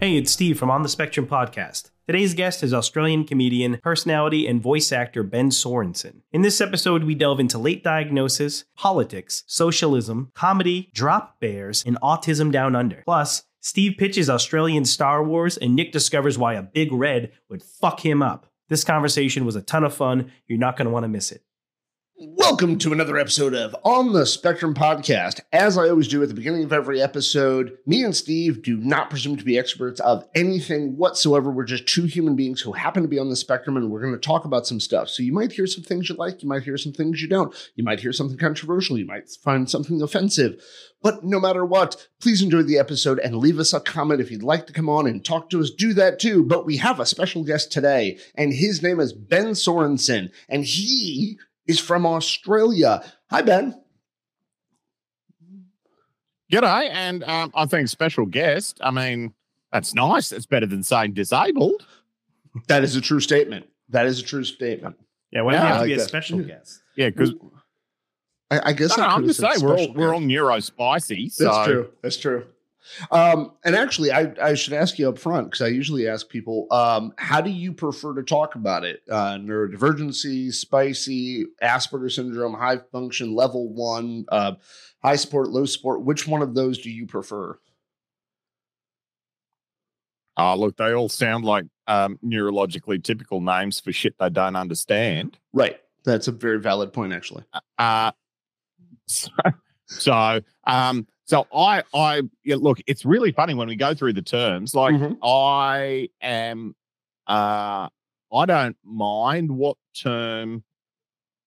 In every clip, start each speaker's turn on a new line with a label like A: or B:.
A: Hey, it's Steve from On the Spectrum podcast. Today's guest is Australian comedian, personality, and voice actor Ben Sorensen. In this episode, we delve into late diagnosis, politics, socialism, comedy, drop bears, and autism down under. Plus, Steve pitches Australian Star Wars, and Nick discovers why a big red would fuck him up. This conversation was a ton of fun. You're not going to want to miss it.
B: Welcome to another episode of On the Spectrum podcast. As I always do at the beginning of every episode, me and Steve do not presume to be experts of anything whatsoever. We're just two human beings who happen to be on the spectrum and we're going to talk about some stuff. So you might hear some things you like, you might hear some things you don't, you might hear something controversial, you might find something offensive. But no matter what, please enjoy the episode and leave us a comment if you'd like to come on and talk to us. Do that too. But we have a special guest today, and his name is Ben Sorensen, and he is from Australia. Hi, Ben.
C: G'day, and um, I think special guest. I mean, that's nice. That's better than saying disabled.
B: That is a true statement. That is a true statement.
A: Yeah, why do you
B: Yeah,
A: have
B: I
A: to
B: like
A: be a
B: that.
A: special
B: Yeah.
A: guest?
C: Yeah,
B: Mm,
C: because
B: I, I guess I
C: I'm
B: could've
C: just
B: said
C: saying we're all
B: special
C: we're
B: guest.
C: all neurospicy. So
B: That's true. That's true. Um, and actually, I, I should ask you up front because I usually ask people, um, how do you prefer to talk about it? Uh, neurodivergency, spicy, Asperger syndrome, high function, level one, uh, high support, low support. Which one of those do you prefer?
C: Oh, look, they all sound like um, neurologically typical names for shit they don't understand.
B: Right. That's a very valid point, actually.
C: Uh, so, so, um, so I, I yeah, look. It's really funny when we go through the terms. Like,
B: Mhm.
C: I am uh I don't mind what term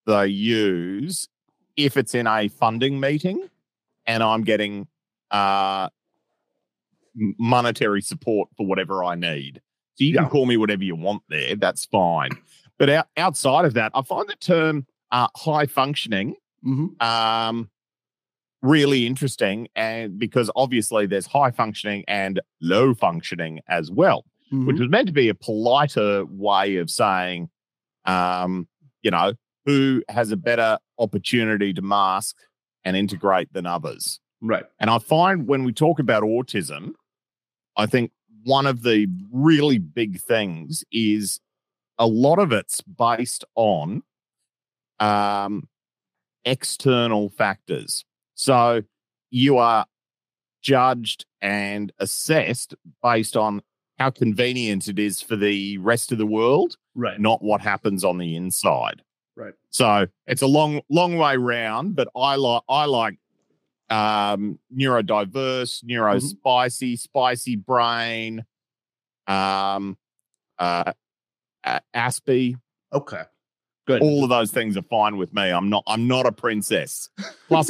C: they use if it's in a funding meeting and I'm getting uh m- monetary support for whatever I need. So you
B: Yeah.
C: can call me whatever you want there, that's fine. But out, outside of that, I find the term uh, high functioning
B: Mhm.
C: um, really interesting, and because obviously there's high functioning and low functioning as well,
B: Mhm.
A: Mm-hmm.
C: which was meant to be a politer way of saying, um, you know, who has a better opportunity to mask and integrate than others.
B: Right.
C: And I find when we talk about autism, I think one of the really big things is a lot of it's based on um, external factors. So you are judged and assessed based on how convenient it is for the rest of the world,
B: Right.
C: not what happens on the inside.
B: Right.
C: So it's a long, long way round, but I like I like um
B: Mm-hmm.
C: neurodiverse, neurospicy, spicy brain, um uh, uh Aspie.
B: Okay. Good.
C: All of those things are fine with me. I'm not I'm not a princess. Plus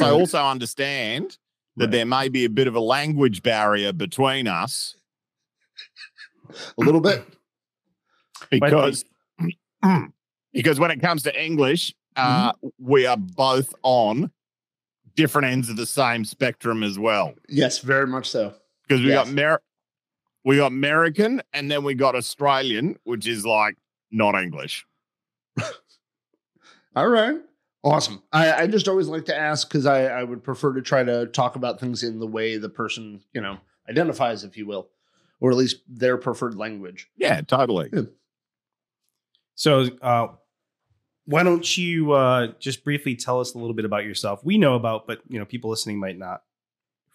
C: I also understand that
B: Right.
C: there may be a bit of a language barrier between us
B: a little bit.
A: But-
C: because because when it comes to English, uh,
B: Mm-hmm.
C: we are both on different ends of the same spectrum as well.
B: Yes, very much so.
C: Because we
B: Yes.
C: got Mer- we got American, and then we got Australian, which is like not English.
B: All right. Awesome. I, I just always like to ask because I, I would prefer to try to talk about things in the way the person, you know, identifies, if you will, or at least their preferred language.
C: Yeah, totally.
A: So, uh, why don't you uh, just briefly tell us a little bit about yourself? We know about, but you know, people listening might not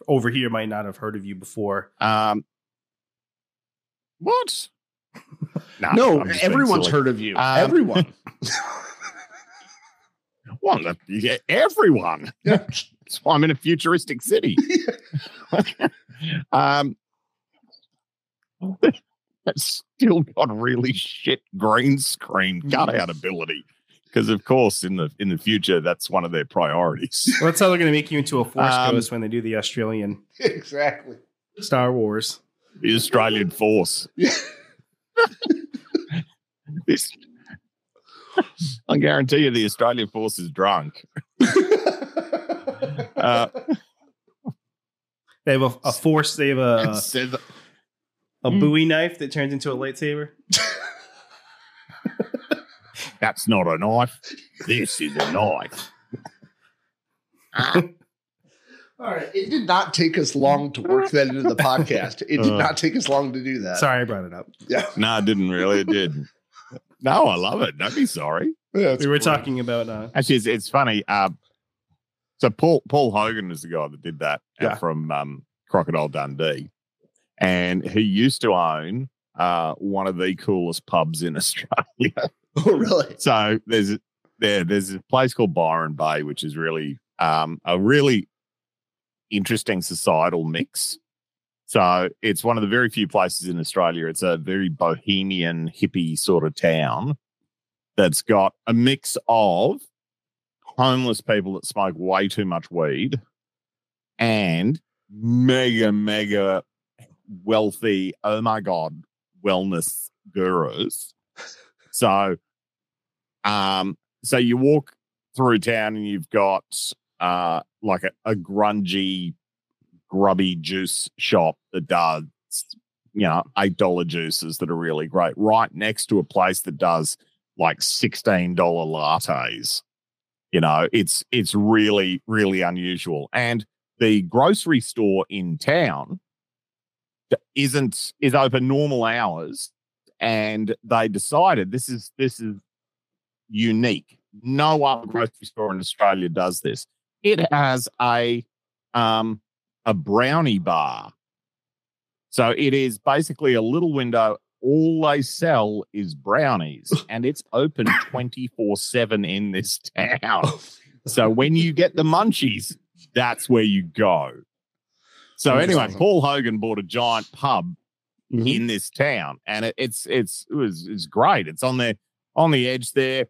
A: over here might not have heard of you before.
C: Um, what? Nah,
B: no,
C: Ah, I'm just being
B: everyone's
C: silly.
B: heard of you.
C: Um,
B: Everyone.
C: Well, the- yeah, everyone.
B: Yeah.
C: That's why I'm in a futuristic city. um, that's still got really shit green screen cutout ability because, of course, in the in the future, that's one of their priorities.
A: Well, that's how they're going to make you into a force
C: Um,
A: ghost when they do the Australian
B: exactly.
A: Star Wars.
C: The Australian force.
B: Yeah.
C: This- I guarantee you, the Australian force is drunk. Uh,
A: They have a, a force. They have a,
C: and says-
A: a Bowie knife that turns into a lightsaber.
C: That's not a knife. This is a knife.
B: All right. It did not take us long to work that into the podcast. It did
C: Uh.
B: not take us long to do that.
A: Sorry, I brought it up.
B: Yeah.
C: No, it didn't really. It did. No, I love it. Don't be sorry.
B: Yeah,
A: we were talking about uh,
C: Actually, it's, it's funny. Uh, so Paul Paul Hogan is the guy that did that uh,
B: Yeah.
C: from um, Crocodile Dundee, and he used to own uh, one of the coolest pubs in Australia.
B: Oh, really?
C: so there's there there's a place called Byron Bay, which is really um, a really interesting societal mix. So it's one of the very few places in Australia. It's a very bohemian hippie sort of town that's got a mix of homeless people that smoke way too much weed and mega mega wealthy oh my god wellness gurus. So um, so you walk through town and you've got uh, like a, a grungy, grubby juice shop that does, you know, eight dollar juices that are really great. Right next to a place that does like sixteen dollar lattes. You know, it's it's really really unusual. And the grocery store in town that isn't is open normal hours, and they decided this is this is unique. No other grocery store in Australia does this. It has a um a brownie bar. So it is basically a little window. All they sell is brownies, and it's open 24-7 in this town. So when you get the munchies, that's where you go. So anyway,
B: Interesting.
C: Paul Hogan bought a giant pub
A: Mm-hmm.
B: Mhm.
C: in this town, and it, it's it's it was it's great. It's on the on the edge there,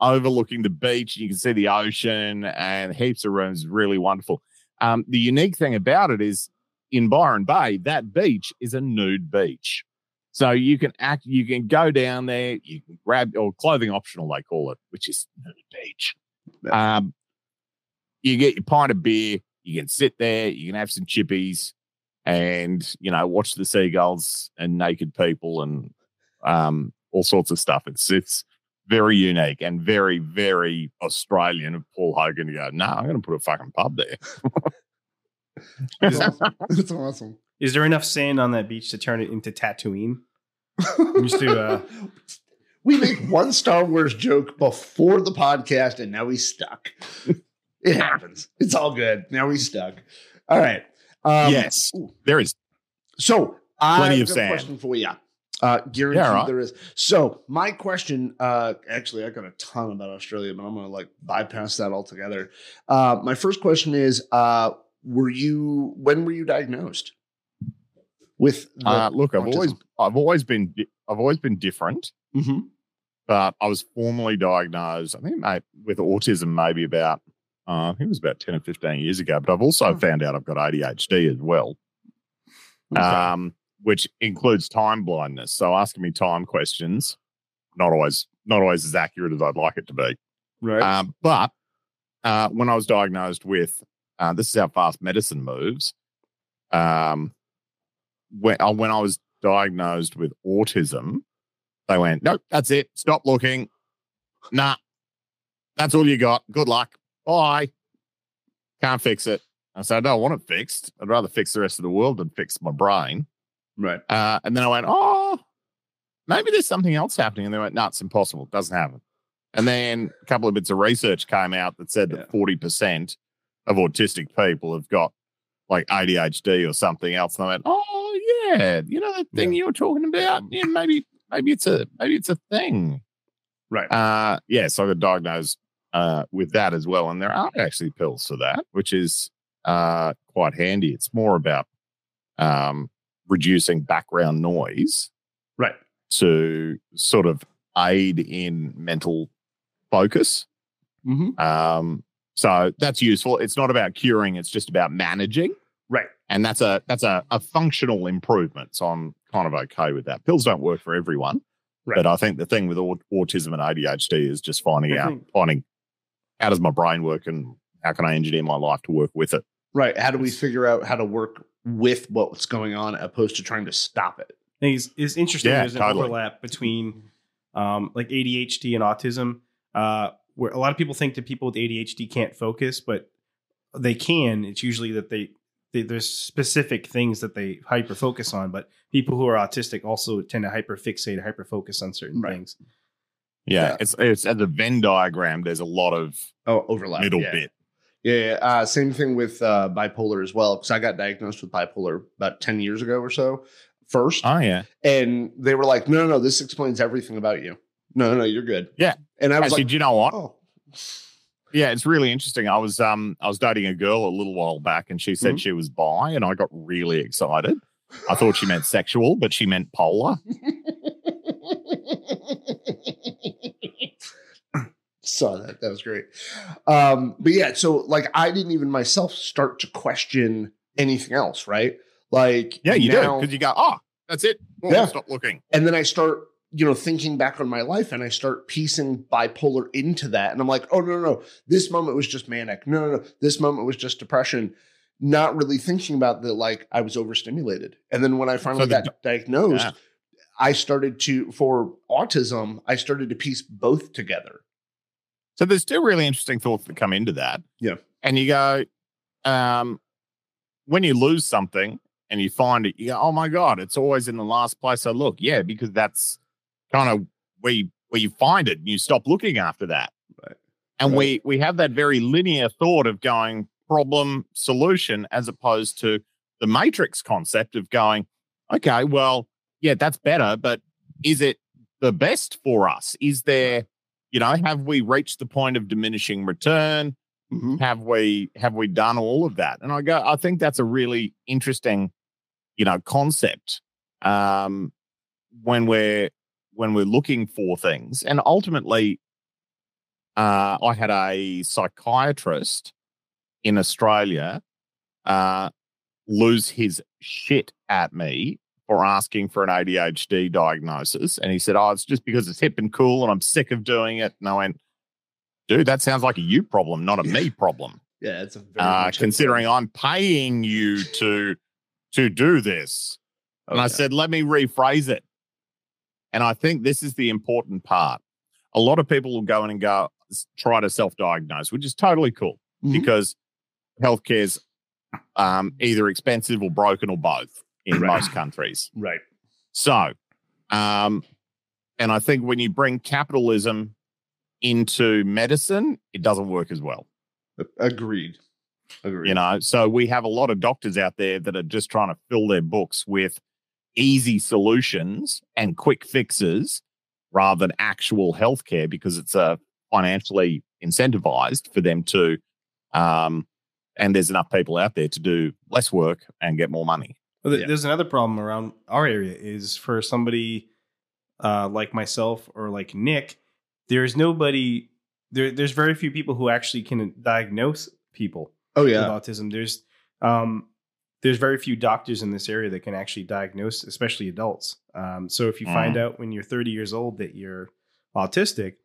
C: overlooking the beach. You can see the ocean and heaps of rooms. Really wonderful. Um, the unique thing about it is in Byron Bay, that beach is a nude beach. So you can act, you can go down there, you can grab or clothing optional, they call it, which is nude beach. Um, you get your pint of beer, you can sit there, you can have some chippies, and you know watch the seagulls and naked people and um, all sorts of stuff. It's it's very unique and very very Australian of Paul Hogan to go. No, I'm going to put a fucking pub there.
B: That's awesome. That's awesome.
A: Is there enough sand on that beach to turn it into Tatooine? We just do, uh,
B: we make one Star Wars joke before the podcast, and now we stuck. It happens. It's all good. Now we stuck. All right. Um,
C: yes, there is.
B: So I
C: Plenty
B: have
C: of
B: a
C: sand.
B: question for you. Uh, guaranteed
C: Yeah, all right.
B: there is. So my question, uh, actually, I got a ton about Australia, but I'm going to like bypass that altogether. Uh, my first question is, uh, were you when were you diagnosed with? The,
C: Uh, look, I've always
B: autism.
C: I've always been di- I've always been different.
B: Mhm.
C: but I was formally diagnosed, I think, mate, with autism maybe about, uh, I think it was about 10 or 15 years ago. But I've also
B: Hmm.
C: found out I've got ADHD as well,
B: Okay.
C: um, which includes time blindness. So asking me time questions, not always, not always as accurate as I'd like it to be.
A: Right.
C: Um, but uh, when I was diagnosed with, uh, this is how fast medicine moves. Um, when uh, when I was diagnosed with autism, they went, nope, that's it. Stop looking. Nah, that's all you got. Good luck. Bye. Can't fix it. I said, I don't want it fixed. I'd rather fix the rest of the world than fix my brain.
B: right.
C: Uh, and then I went, oh, maybe there's something else happening. And they went, no, it's impossible. It doesn't happen. And then a couple of bits of research came out that said that 40% of autistic people have got like ADHD or something else. And I went, oh, yeah, you know, that thing you were talking about? Yeah, maybe, maybe it's a, maybe it's a thing.
B: Right.
C: Uh, yeah. So I got diagnosed uh, with that as well. And there are actually pills for that, which is uh, quite handy. It's more about um, reducing background noise
B: Right.
C: to sort of aid in mental focus.
B: Mm-hmm.
C: Um, so that's useful. It's not about curing; it's just about managing,
B: Right.
C: and that's a that's a, a functional improvement. So I'm kind of okay with that. Pills don't work for everyone,
B: Right.
C: but I think the thing with au- autism and ADHD is just finding
A: I
C: out
A: think-
C: finding how does my brain work and how can I engineer my life to work with it.
B: Right. How do we figure out how to work with what's going on opposed to trying to stop it?
A: I think it's, it's interesting.
C: Yeah,
A: There's an
C: totally.
A: overlap between um, like ADHD and autism, uh, where a lot of people think that people with ADHD can't focus, but they can, it's usually that they, they there's specific things that they hyper focus on, but people who are autistic also tend to hyper fixate, hyper focus on certain
B: Right.
A: things.
C: Yeah,
B: Yeah.
C: it's it's at the Venn diagram. There's a lot of
B: Oh, overlap.
C: middle
B: yeah.
C: bit.
B: Yeah, yeah. Uh, same thing with uh, bipolar as well. Because I got diagnosed with bipolar about 10 years ago or so first.
C: Oh yeah,
B: and they were like, no, no, no, this explains everything about you. No, no, no, you're good.
C: Yeah.
B: And I was
C: actually,
B: like,
C: do you know what?
B: oh,
C: Yeah, it's really interesting. I was um I was dating a girl a little while back, and she said
B: Mhm.
C: she was bi, and I got really excited. I thought she meant sexual, but she meant polar.
B: saw that. That was great. Um, but yeah, so like I didn't even myself start to question anything else, right? Like,
C: Yeah, you do
B: now-
C: because you go, oh, that's it. Well,
B: Yeah.
C: Stop looking.
B: and then I start, you know, thinking back on my life and I start piecing bipolar into that. And I'm like, oh, no, no, no. This moment was just manic. No, no, no. This moment was just depression. Not really thinking about that, like I was overstimulated. And then when I finally
C: the
B: got
C: d-
B: diagnosed,
C: Yeah.
B: I started to, for autism, I started to piece both together.
C: So there's two really interesting thoughts that come into that.
B: Yeah.
C: And you go, um, when you lose something and you find it, you go, oh my God, it's always in the last place I look. Yeah, because that's kind of where you, where you find it and you stop looking after that.
B: Right.
C: And
B: Right.
C: we we have that very linear thought of going problem solution as opposed to the matrix concept of going, okay, well, yeah, that's better, but is it the best for us? Is there, you know, have we reached the point of diminishing return?
B: Mm-hmm.
C: have we have we done all of that and i go i think that's a really interesting you know concept um when we're when we're looking for things and ultimately uh i had a psychiatrist in australia uh lose his shit at me for asking for an adhd diagnosis and he said oh it's just because it's hip and cool and i'm sick of doing it and i went dude that sounds like a you problem not a me problem
B: Yeah, it's a very
C: uh,
B: much a-
C: considering I'm paying you to to do this.
B: Oh,
C: and I
B: yeah.
C: said, let me rephrase it. And I think this is the important part. A lot of people will go in and go s- try to self-diagnose, which is totally cool
B: Mhm.
C: because healthcare's um, either expensive or broken or both in
B: Right.
C: most countries.
B: right.
C: So, um, and I think when you bring capitalism into medicine, it doesn't work as well
B: Agreed. Agreed.
C: you know so we have a lot of doctors out there that are just trying to fill their books with easy solutions and quick fixes rather than actual healthcare because it's uh, financially incentivized for them to um, and there's enough people out there to do less work and get more money
A: Well, th-
B: Yeah.
A: There's another problem around our area is for somebody uh, like myself or like Nick, there's nobody there. There's very few people who actually can diagnose people
B: oh, yeah.
A: with autism. There's um, there's very few doctors in this area that can actually diagnose, especially adults. Um, so if you
B: Mm.
A: find out when you're 30 years old that you're autistic,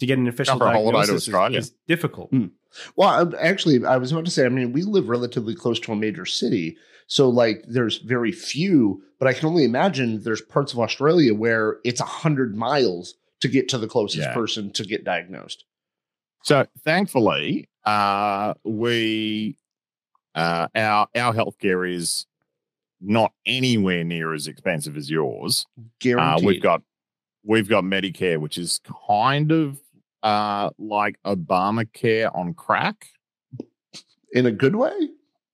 A: to get an official
C: for a holiday to
A: diagnosis is-
C: Australia.
A: is difficult.
B: Mm. Well, I'm- actually, I was about to say, I mean, we live relatively close to a major city. So, like, there's very few, but I can only imagine there's parts of Australia where it's 100 miles to get to the closest
C: Yeah.
B: person to get diagnosed.
C: So thankfully, uh, we uh, our our healthcare is not anywhere near as expensive as yours. Uh,
B: Guaranteed.
C: we've got we've got Medicare, which is kind of uh, like Obamacare on crack,
B: In a good way?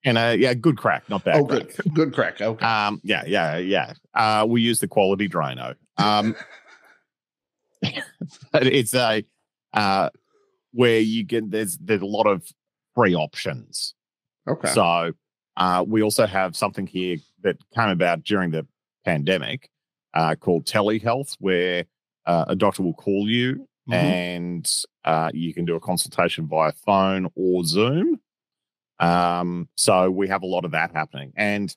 C: and uh, yeah, good crack, not bad.
B: oh,
C: crack.
B: good. Good crack. Okay.
C: Um, yeah, yeah, yeah. Uh, we use the quality Drano. Um, but it's a uh, where you get there's there's a lot of free options.
B: okay.
C: So uh, we also have something here that came about during the pandemic uh, called telehealth, where uh, a doctor will call you
B: Mhm.
C: and uh, you can do a consultation via phone or Zoom. Um, so we have a lot of that happening, and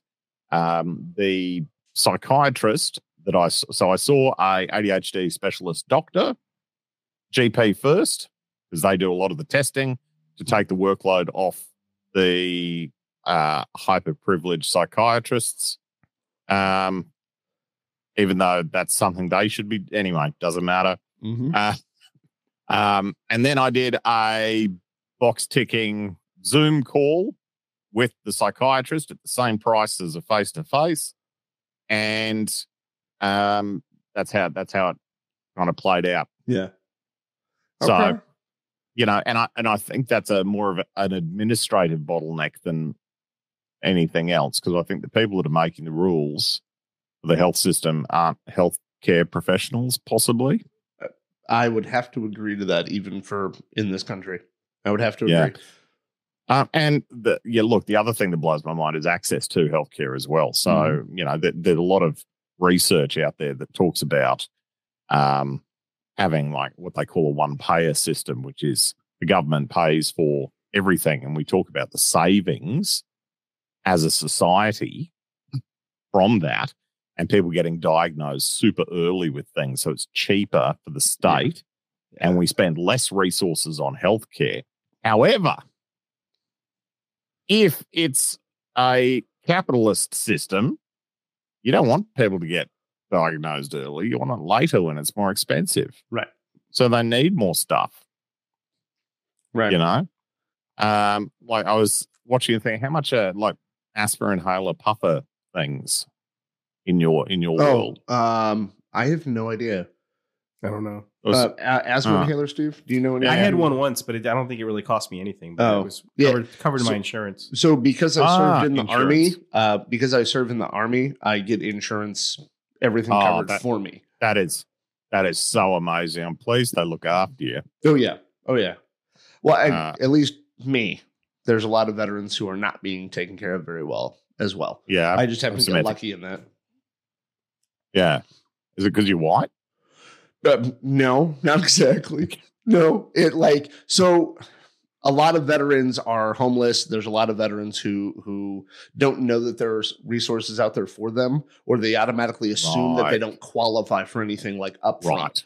C: um, the psychiatrist that I s- so I saw a ADHD specialist doctor, GP first, because they do a lot of the testing to take the workload off the uh, hyper privileged psychiatrists. Um, even though that's something they should be anyway, doesn't matter.
B: Mhm.
C: Um, and then I did a box ticking Zoom call with the psychiatrist at the same price as a face to face, and um, that's how that's how it kind of played out.
B: Yeah. Oh,
C: So- You know, and I and I think that's a more of a- an administrative bottleneck than anything else because I think the people that are making the rules for the health system aren't healthcare professionals, possibly.
B: I would have to agree to that, even for in this country. I would have to
C: Yeah.
B: agree.
C: Um, and the, yeah, look, the other thing that blows my mind is access to healthcare as well. So you know, there, there's a lot of research out there that talks about um, having like what they call a one payer system, which is the government pays for everything, and we talk about the savings as a society from that, and people getting diagnosed super early with things, so it's cheaper for the state, and we spend less resources on healthcare. However, if it's a capitalist system, you don't want people to get diagnosed early. You want it later when it's more expensive.
B: Right.
C: So they need more stuff,
B: Right.
C: you know? Um, like I was watching a thing, how much are like aspirin inhaler puffer things in your in your world?
B: Oh, um, I have no idea.
A: I don't know.
C: It was-
B: uh, a- asthma
C: uh.
B: inhaler, Steve. Do you know any?
A: I had one once, but it, I don't think it really cost me anything. But
B: Oh,
A: it was
B: yeah.
A: covered, covered in
B: So-
A: my insurance.
B: So because I
C: Ah,
B: served in the
C: insurance.
B: army, uh, because I serve in the army, I get insurance, everything
C: Oh,
B: covered
C: that-
B: for me.
C: That is that is so amazing. I'm pleased they look after you.
B: Oh yeah. Oh yeah. Well, I,
C: Uh.
B: at least me. There's a lot of veterans who are not being taken care of very well as well.
C: Yeah.
B: I just happen to get
C: Semantic.
B: lucky in that.
C: yeah. Is it because you're white?
B: Uh, no, not exactly. No, it like so. A lot of veterans are homeless. There's a lot of veterans who who don't know that there's resources out there for them, or they automatically assume that they
C: Right.
B: don't qualify for anything like upfront.
C: Right.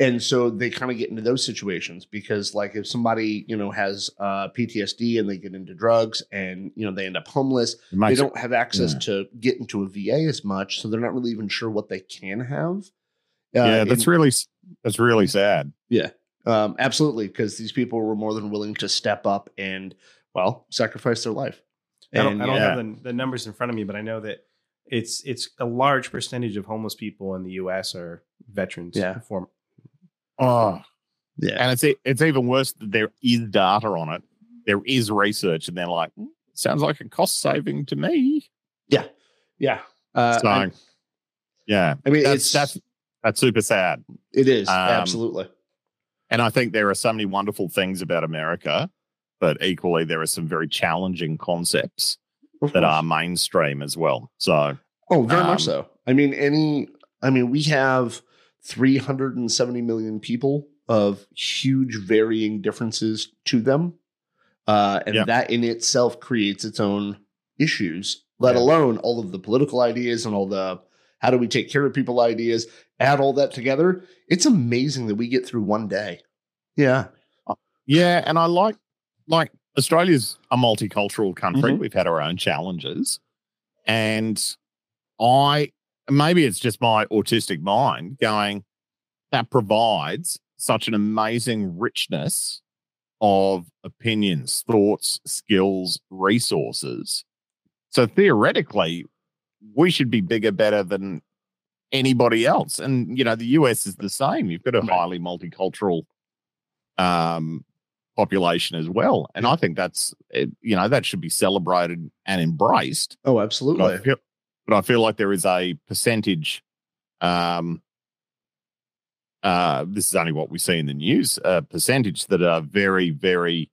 B: And so they kind of get into those situations because, like, if somebody you know has uh, PTSD and they get into drugs and you know they end up homeless,
C: It makes
B: they
C: it-
B: don't have access
C: yeah.
B: to get into a VA as much, so they're not really even sure what they can have. Uh,
C: yeah,
B: and-
C: that's really s- that's really sad.
B: Um, absolutely, because these people were more than willing to step up and, well, sacrifice their life.
A: I don't,
B: And,
A: I don't
B: yeah,
A: have the, the numbers in front of me, but I know that it's it's a large percentage of homeless people in the U.S. are veterans.
B: Yeah.
A: form-
C: Oh,
B: yeah,
C: and it's e- it's even worse that there is data on it. There is research, and they're like, "Hmm, sounds like a cost saving to me.
B: yeah. Uh,
C: so,
B: I,
C: yeah,
B: I mean,
C: that's
B: it's
C: that's that's super sad.
B: it is
C: um,
B: absolutely
C: And I think there are so many wonderful things about America, but equally there are some very challenging concepts
B: Of
C: that
B: course.
C: are mainstream as well. So
B: Oh, very much
C: Um,
B: so. I mean, any, I mean, we have 370 million people of huge varying differences to them. Uh, and
C: Yeah.
B: that in itself creates its own issues, let
A: Yeah.
B: alone all of the political ideas and all the how do we take care of people ideas. Add all that together. It's amazing that we get through one day. Yeah.
C: yeah, and I like like Australia's a multicultural country.
B: Mhm.
C: We've had our own challenges. And I maybe it's just my autistic mind going, that provides such an amazing richness of opinions, thoughts, skills, resources. So theoretically, we should be bigger, better than anybody else. And you know, the US is the same. You've got a
B: Right.
C: highly multicultural um population as well. And I think that's it- you know, that should be celebrated and embraced.
B: Oh,
C: But I
B: absolutely.
C: feel, but I feel like there is a percentage. Um, uh, this is only what we see in the news. A percentage that are very, very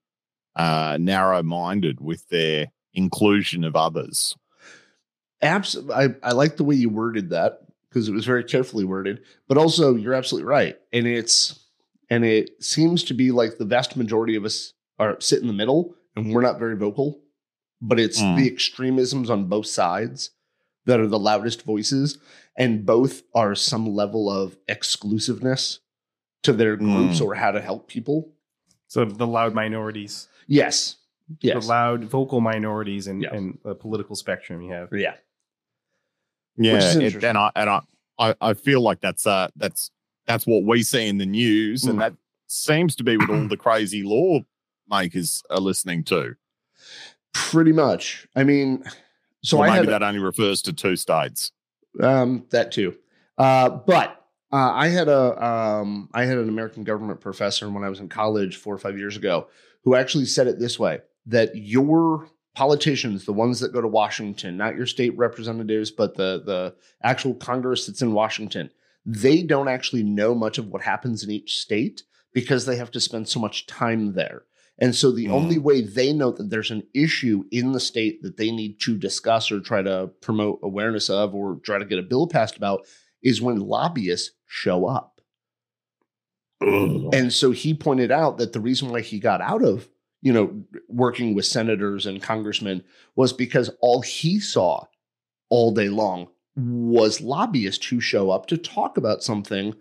C: uh, narrow-minded with their inclusion of others.
B: Abs- I, I like the way you worded that because it was very carefully worded, but also you're absolutely right. And it's, and it seems to be like the vast majority of us are sit in the middle and we're not very vocal, but it's
C: Mm.
B: the extremisms on both sides that are the loudest voices. And both are some level of exclusiveness to their groups
C: Mm.
B: or how to help people.
A: so the loud minorities,
B: Yes. Yes.
A: the loud vocal minorities, and
B: Yeah.
A: and the political spectrum you have.
B: yeah. Which
C: Yeah,
B: is
C: it,
B: interesting.
C: and I and I, I I feel like that's uh that's that's what we see in the news,
B: Mm.
C: and that seems to be what all the crazy law makers are listening to.
B: Pretty much. I mean, so
C: Or
B: I
C: maybe
B: had
C: that only refers to two states.
B: um, that too. Uh, but uh, I had a um, I had an American government professor when I was in college four or five years ago who actually said it this way: that your politicians, the ones that go to Washington, not your state representatives, but the the actual Congress that's in Washington, they don't actually know much of what happens in each state because they have to spend so much time there. And so the
C: Mhm.
B: only way they know that there's an issue in the state that they need to discuss or try to promote awareness of or try to get a bill passed about is when lobbyists show up. And so he pointed out that the reason why he got out of, you know, working with senators and congressmen was because all he saw all day long was lobbyists who show up to talk about something,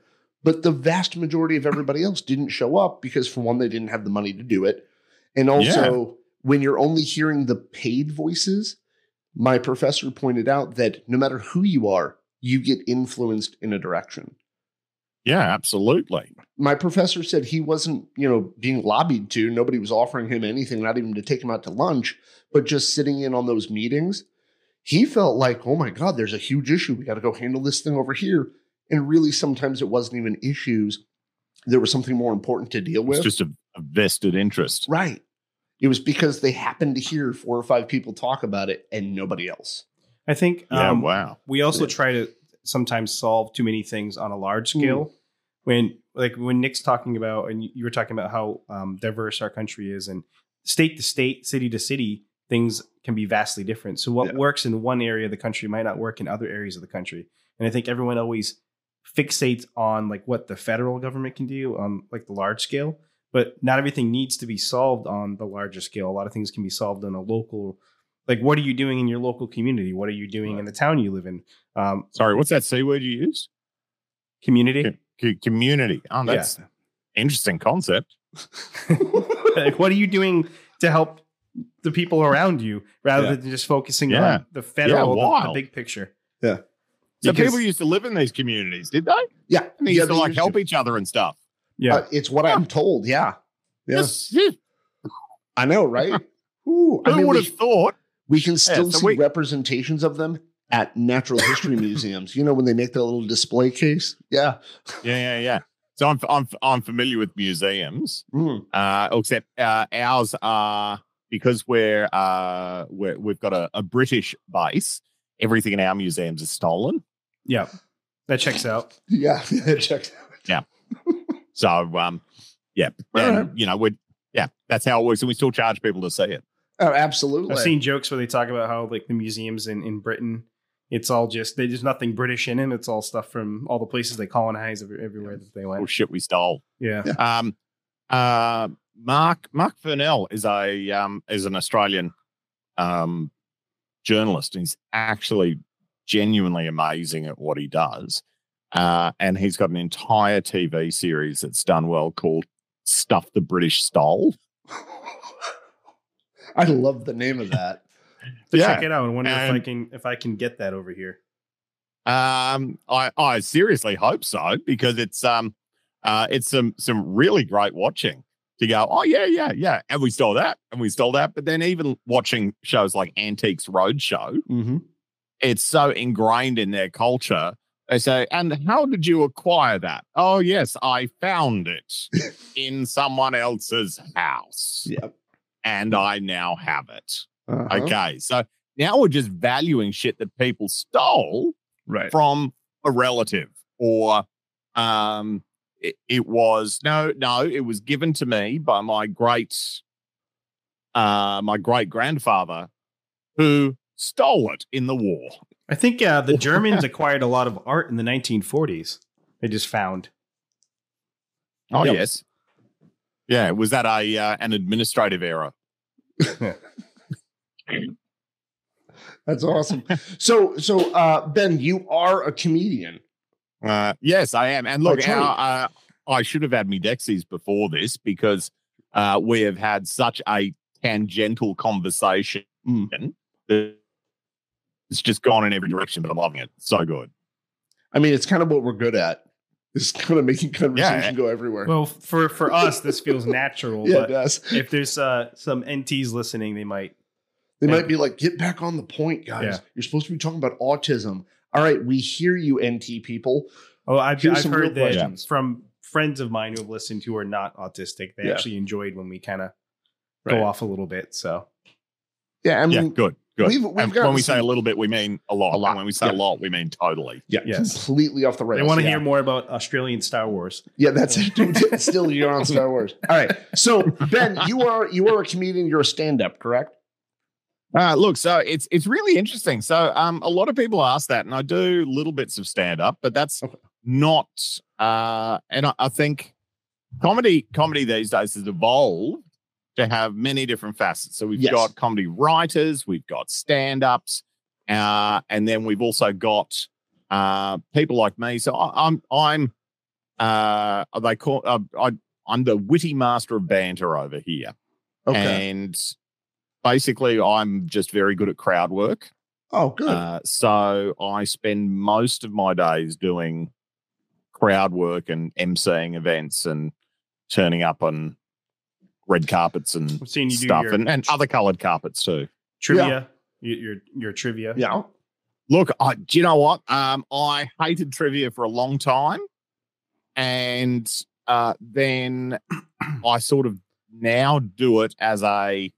B: but the vast majority of everybody else didn't show up because for one they didn't have the money to do it. And also when you're only hearing the paid voices, my professor pointed out that no matter who you are, you get influenced in a direction
C: Yeah, absolutely.
B: my professor said he wasn't, you know, being lobbied to. Nobody was offering him anything, not even to take him out to lunch, but just sitting in on those meetings. He felt like, oh my God, there's a huge issue. We got to go handle this thing over here. And really, sometimes it wasn't even issues. There was something more important to deal with.
C: It's just a, a vested interest.
B: right. It was because they happened to hear four or five people talk about it and nobody else.
A: I think
C: Yeah,
A: um,
C: wow.
A: we also
B: Yeah.
A: try to sometimes solve too many things on a large scale. When like when Nick's talking about and you- you were talking about how um, diverse our country is and state to state, city to city, things can be vastly different. So what
B: Yeah.
A: works in one area of the country might not work in other areas of the country. And I think everyone always fixates on like what the federal government can do on like the large scale, but not everything needs to be solved on the larger scale. A lot of things can be solved on a local like what are you doing in your local community? What are you doing in the town you live in? Um,
C: Sorry, what's that C word you used?
B: Eh.
A: community.
C: Co- co- community. Oh, that's interesting concept.
A: like what are you doing to help the people around you rather
C: Yeah.
A: than just focusing
C: Yeah.
A: on the federal the- the,
C: wild.
A: big picture
C: So
A: Because-
C: people used to live in these communities, did they?
B: Yeah.
C: And they
B: yeah,
C: used to like
B: used
C: help each other and stuff.
A: yeah
B: Uh, it's what I'm told. Yeah. Yeah.
C: Yes. yeah.
B: I know, right? Ooh,
C: Who
B: I mean,
C: would
B: we-
C: have thought?
B: We can still
C: so
B: see
C: we-
B: representations of them at natural history museums. You know when they make that little display case? Yeah.
C: Yeah, yeah, yeah. So I'm I'm I'm familiar with museums.
B: Mm.
C: uh, except uh, ours are because we're uh, we're we've got a, a British base. Everything in our museums is stolen,
A: yeah that checks out
B: Yeah. Check.
C: so um, yeah, and,
B: Alright.
C: you know we yeah, that's how it works, and we still charge people to see it.
B: Oh, absolutely.
A: I've seen jokes where they talk about how like the museums in in Britain it's all just they, there's nothing British in them it's all stuff from all the places they colonized every, everywhere that they
C: Oh
A: went
C: shit, we stole.
A: yeah
C: Um, uh, Mark Mark Furnell is a um, is an Australian um, journalist, and he's actually genuinely amazing at what he does. Uh, and he's got an entire TV series that's done well called "Stuff the British Stole."
B: I love the name of that.
A: so
C: Yeah.
A: check it out and wonder if I
C: And-
A: can if I can get that over here
C: Um, I I seriously hope so because it's um, uh, it's some some really great watching to go. Oh yeah, yeah, yeah, and we stole that, and we stole that. But then even watching shows like Antiques Roadshow,
B: Mm-hmm.
C: it's so ingrained in their culture. They say, and how did you acquire that? Oh yes, I found it in someone else's house,
B: Yep.
C: and I now have it.
B: Uh-huh.
C: Okay, so now we're just valuing shit that people stole
B: Right.
C: from a relative or um it, it was no no it was given to me by my great uh my great grandfather who stole it in the war
A: I think uh, the Germans acquired a lot of art in the 1940s they just found
C: oh
A: Yep.
C: yes yeah was that a uh, an administrative error
B: That's awesome. so, so uh, Ben, you are a comedian.
C: Uh, yes, I am. And look,
B: Oh,
C: our, uh, I should have had me Dexies before this because uh, we have had such a tangential conversation
B: Hmm.
C: that it's just gone in every direction, but I'm loving it. So good.
B: I mean, it's kind of what we're good at. It's kind of making conversation
C: Yeah.
B: go everywhere.
A: Well, for for us, this feels natural.
B: yeah, it
A: but
B: does.
A: if there's uh, some NTs listening, they might
B: They
A: Thank
B: might be like, get back on the point, guys.
A: Yeah.
B: You're supposed to be talking about autism. All right, we hear you, NT people.
A: Oh, I've,
B: Here's
A: I've
B: some real
A: heard that
B: questions.
A: from friends of mine who have listened who are not autistic. They
B: Yeah.
A: actually enjoyed when we kind of
B: Right.
A: go off a little bit. So
B: Yeah, Um, I mean,
C: yeah, good, good.
B: we've- Um, we've
C: And
B: gotten
C: when we say
B: some-
C: a little bit, we mean a lot.
B: A lot,
C: And when we say
B: yeah.
C: a lot, we mean totally.
B: yeah,
A: Yes.
B: completely off the rails.
A: they want to
B: yeah.
A: hear more about Australian Star Wars.
B: Yeah, that's it. still you're on Star Wars. All right, so Ben, you are you are a comedian. You're a stand-up, correct?
C: Uh, look, so it's it's really interesting. So um, a lot of people ask that, and I do little bits of stand up, but that's
B: Okay.
C: not. Uh, and I, I think comedy comedy these days has evolved to have many different facets. So we've
B: Yes.
C: got comedy writers, we've got stand ups, uh, and then we've also got uh, people like me. So I, I'm I'm uh, they call uh, I, I'm the witty master of banter over here. And basically, I'm just very good at crowd work.
B: oh, good.
C: Uh, so I spend most of my days doing crowd work and emceeing events and turning up on red carpets and
A: I've seen you do
C: stuff
A: your
C: and, and other colored carpets too.
A: trivia, your, your your trivia.
B: yeah.
C: Look, I, do you know what? Um, I hated trivia for a long time, and uh, then I sort of now do it as a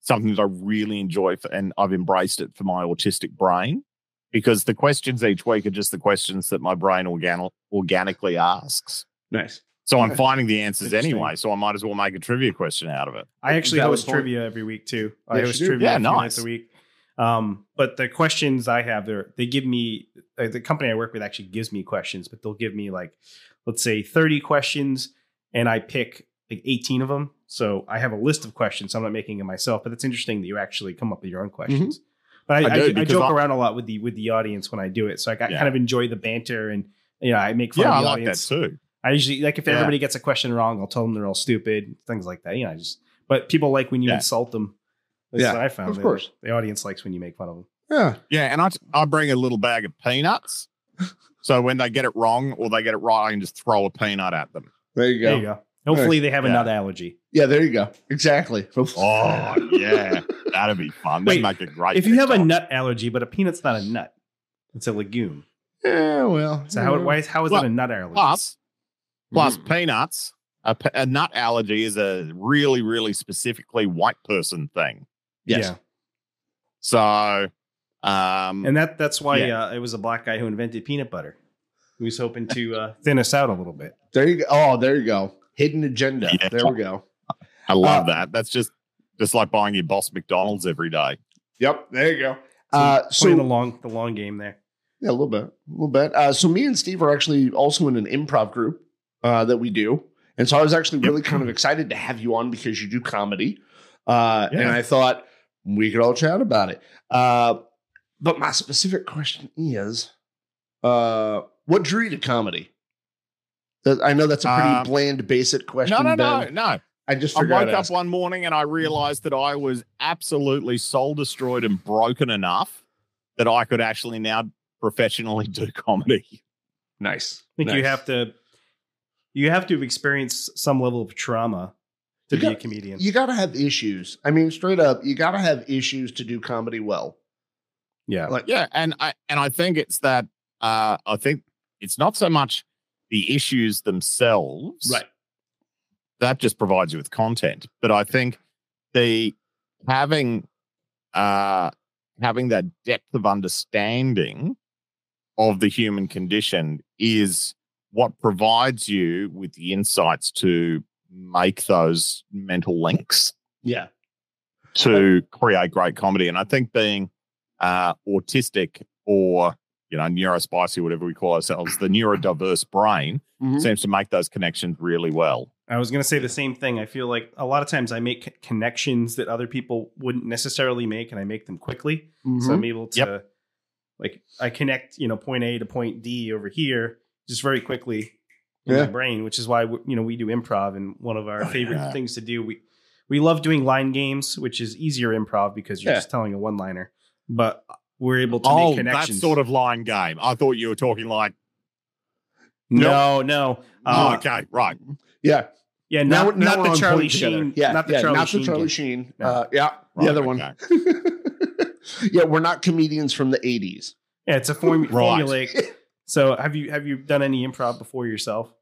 C: something that I really enjoy, for, and I've embraced it for my autistic brain because the questions each week are just the questions that my brain organ- organically asks.
B: Nice.
C: So I'm
B: Yeah.
C: finding the answers
A: Interesting.
C: anyway. So I might as well make a trivia question out of it.
A: I actually
B: Valid
A: host
B: point.
A: trivia every week too. I
B: Yes,
A: host
B: you do.
A: trivia
C: Yeah,
A: a few nights
C: nice.
A: a week. Um, but the questions I have there, they give me uh, the company I work with actually gives me questions, but they'll give me like, let's say 30 questions, and I pick like 18 of them. So I have a list of questions. So I'm not making it myself, but it's interesting that you actually come up with your own questions. But I,
C: Mm-hmm. I do,
A: I, I,
C: because
A: joke
C: I-
A: around a lot with the with the audience when I do it, so I,
C: Yeah.
A: kind of enjoy the banter and you know I make fun
C: Yeah,
A: of
C: I
A: the
C: like that
A: audience.
C: too.
A: I usually like if
C: Yeah.
A: everybody gets a question wrong, I'll tell them they're all stupid, things like that. You know, I just but people like when you
C: Yeah.
A: insult them. This is
B: Yeah,
A: what I found.
B: of
A: They-
B: course.
A: the audience likes when you make fun of them.
B: Yeah.
C: Yeah, and I I bring a little bag of peanuts. So when they get it wrong or they get it right, I can just throw a peanut at them.
B: There you go.
A: There you go. Hopefully, they have a
C: Yeah.
A: nut allergy.
B: Yeah, there you go. Exactly.
C: Oh yeah, that'd be fun.
A: Wait,
C: That'd make a great.
A: If you have a
C: TikTok.
A: nut allergy, but a peanut's not a nut, it's a legume.
B: Yeah, well.
A: So how why, is- how is
C: Well, uh,
A: that a nut allergy?
C: plus plus
A: Mm.
C: peanuts, a, pe- a nut allergy is a really really specifically white person thing.
B: Yes.
C: So, um,
A: yeah, and that that's why
C: Yeah.
A: uh, it was a black guy who invented peanut butter. He was hoping to uh, thin us out a little bit.
B: There you go. Oh, there you go. Hidden agenda.
C: Yeah.
B: There we go.
C: I love
B: uh,
C: that. That's just just like buying your boss McDonald's every day.
B: Yep. There you go.
A: So
B: Uh,
A: playing the
B: so
A: long the long game there.
B: yeah, a little bit, a little bit. Uh, so me and Steve are actually also in an improv group uh, that we do, and so I was actually
C: Yep.
B: really kind of excited to have you on because you do comedy, uh,
C: Yeah.
B: and I thought we could all chat about it. Uh, but my specific question is, uh, what drew you to comedy? That- I know that's a pretty
C: Um,
B: bland, basic question.
C: No, no, no,
B: Ben.
C: no.
B: I just
C: I
B: figured
C: woke
B: I'd
C: up
B: ask.
C: one morning and I realized that I was absolutely soul destroyed and broken enough that I could actually now professionally do comedy.
B: Nice.
A: I think you have to you have to have experienced some level of trauma to
B: You
A: be
B: got-
A: a comedian.
B: You got to have issues. I mean, straight up, you got to have issues to do comedy well.
A: yeah.
B: Like,
C: Yeah, and I and I think it's that uh, I think it's not so much the issues themselves,
B: Right.
C: That just provides you with content, but I think the having uh, having that depth of understanding of the human condition is what provides you with the insights to make those mental links
B: yeah.
C: to create great comedy. And I think being uh, autistic or you know neurospicy, whatever we call ourselves, the neurodiverse brain seems to make those connections really well.
A: I was going to say the same thing. I feel like a lot of times I make c- connections that other people wouldn't necessarily make and I make them quickly.
C: Mm-hmm.
A: So I'm able to like I connect, you know, point A to point D over here just very quickly in
B: Yeah.
A: my brain, which is why w- you know we do improv and one of our
B: Oh,
A: favorite
C: yeah.
A: things to do we we love doing line games, which is easier improv because you're
B: Yeah.
A: just telling a one-liner. But we're able to make
C: Oh, that
A: connections.
C: sort of line game. I thought you were talking like,
A: No, no. Uh,
C: oh, okay, right.
B: Yeah.
A: Yeah,
B: Now,
A: not,
B: now
A: not
B: we're
A: the
B: on
A: Charlie
B: point together.
A: Sheen.
B: Yeah,
A: not the
B: yeah,
A: Charlie
B: not
A: Sheen.
B: the Charlie
A: game.
B: Sheen.
A: No.
B: Uh, yeah,
C: Right,
B: the other one.
C: okay.
B: yeah, we're not comedians from the '80s.
A: Yeah, it's a form-
C: Right.
A: formulaic. So have you have you done any improv before yourself?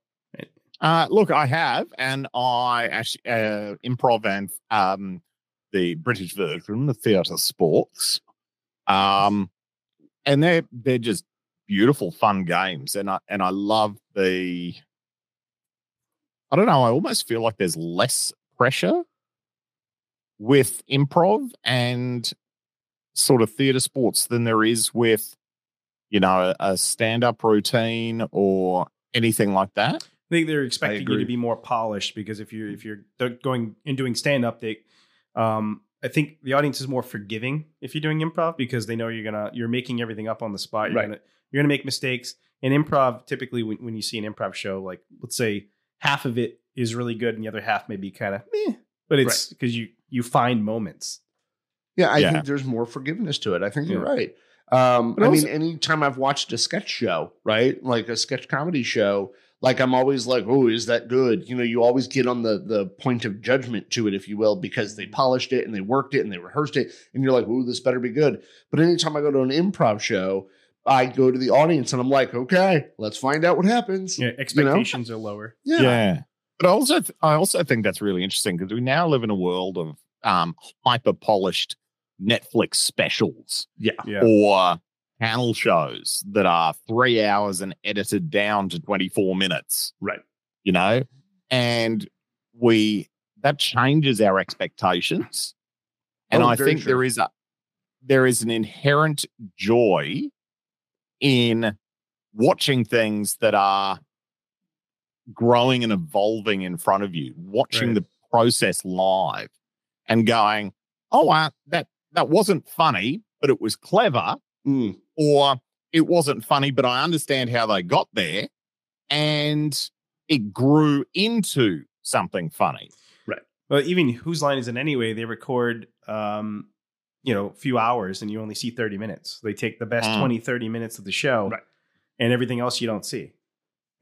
C: Uh, look, I have, and I actually uh, improv and um, the British version, the theatre sports, um, and they're they're just beautiful, fun games, and I and I love the. I don't know. I almost feel like there's less pressure with improv and sort of theatre sports than there is with, you know, a stand up routine or anything like that.
A: I think they're expecting you to
C: agree.
A: be more polished because if you're if you're do- going and doing stand up, they, um, I think the audience is more forgiving if you're doing improv because they know you're gonna you're making everything up on the spot. You're
B: Right.
A: gonna you're gonna make mistakes. In improv, typically when, when you see an improv show, like let's say half of it is really good and the other half may be kind of meh, but it's because you you find moments.
B: Yeah, I
C: Yeah.
B: think there's more forgiveness to it. I think you're
A: Yeah.
B: right. Um,
C: But
B: I
C: also-
B: mean, anytime I've watched a sketch show, right, like a sketch comedy show, like I'm always like, "Oh, is that good?" You know, you always get on the the point of judgment to it, if you will, because
C: Mm-hmm.
B: they polished it and they worked it and they rehearsed it, and you're like, "Oh, this better be good." But anytime I go to an improv show, I go to the audience and I'm like, "Okay, let's find out what happens."
A: Yeah, expectations are lower.
C: yeah. But I also, th- I also think that's really interesting because we now live in a world of um, hyper polished Netflix specials
A: Yeah,
C: or panel shows that are three hours and edited down to 24 minutes.
B: Right.
C: You know, and we, that changes our expectations. And
B: Oh,
C: I
B: very
C: think
B: true.
C: there is a, there is an inherent joy in watching things that are growing and evolving in front of you, watching
A: Right.
C: the process live and going, oh, wow, that, that wasn't funny, but it was clever,
B: Mm,
C: or it wasn't funny, but I understand how they got there and it grew into something funny.
A: well, even whose line is it anyway? They record, um, you know, a few hours and you only see 30 minutes. They take the best
C: Mm.
A: twenty, thirty 20, 30 minutes of the show
B: Hmm. Right.
A: and everything else you don't see.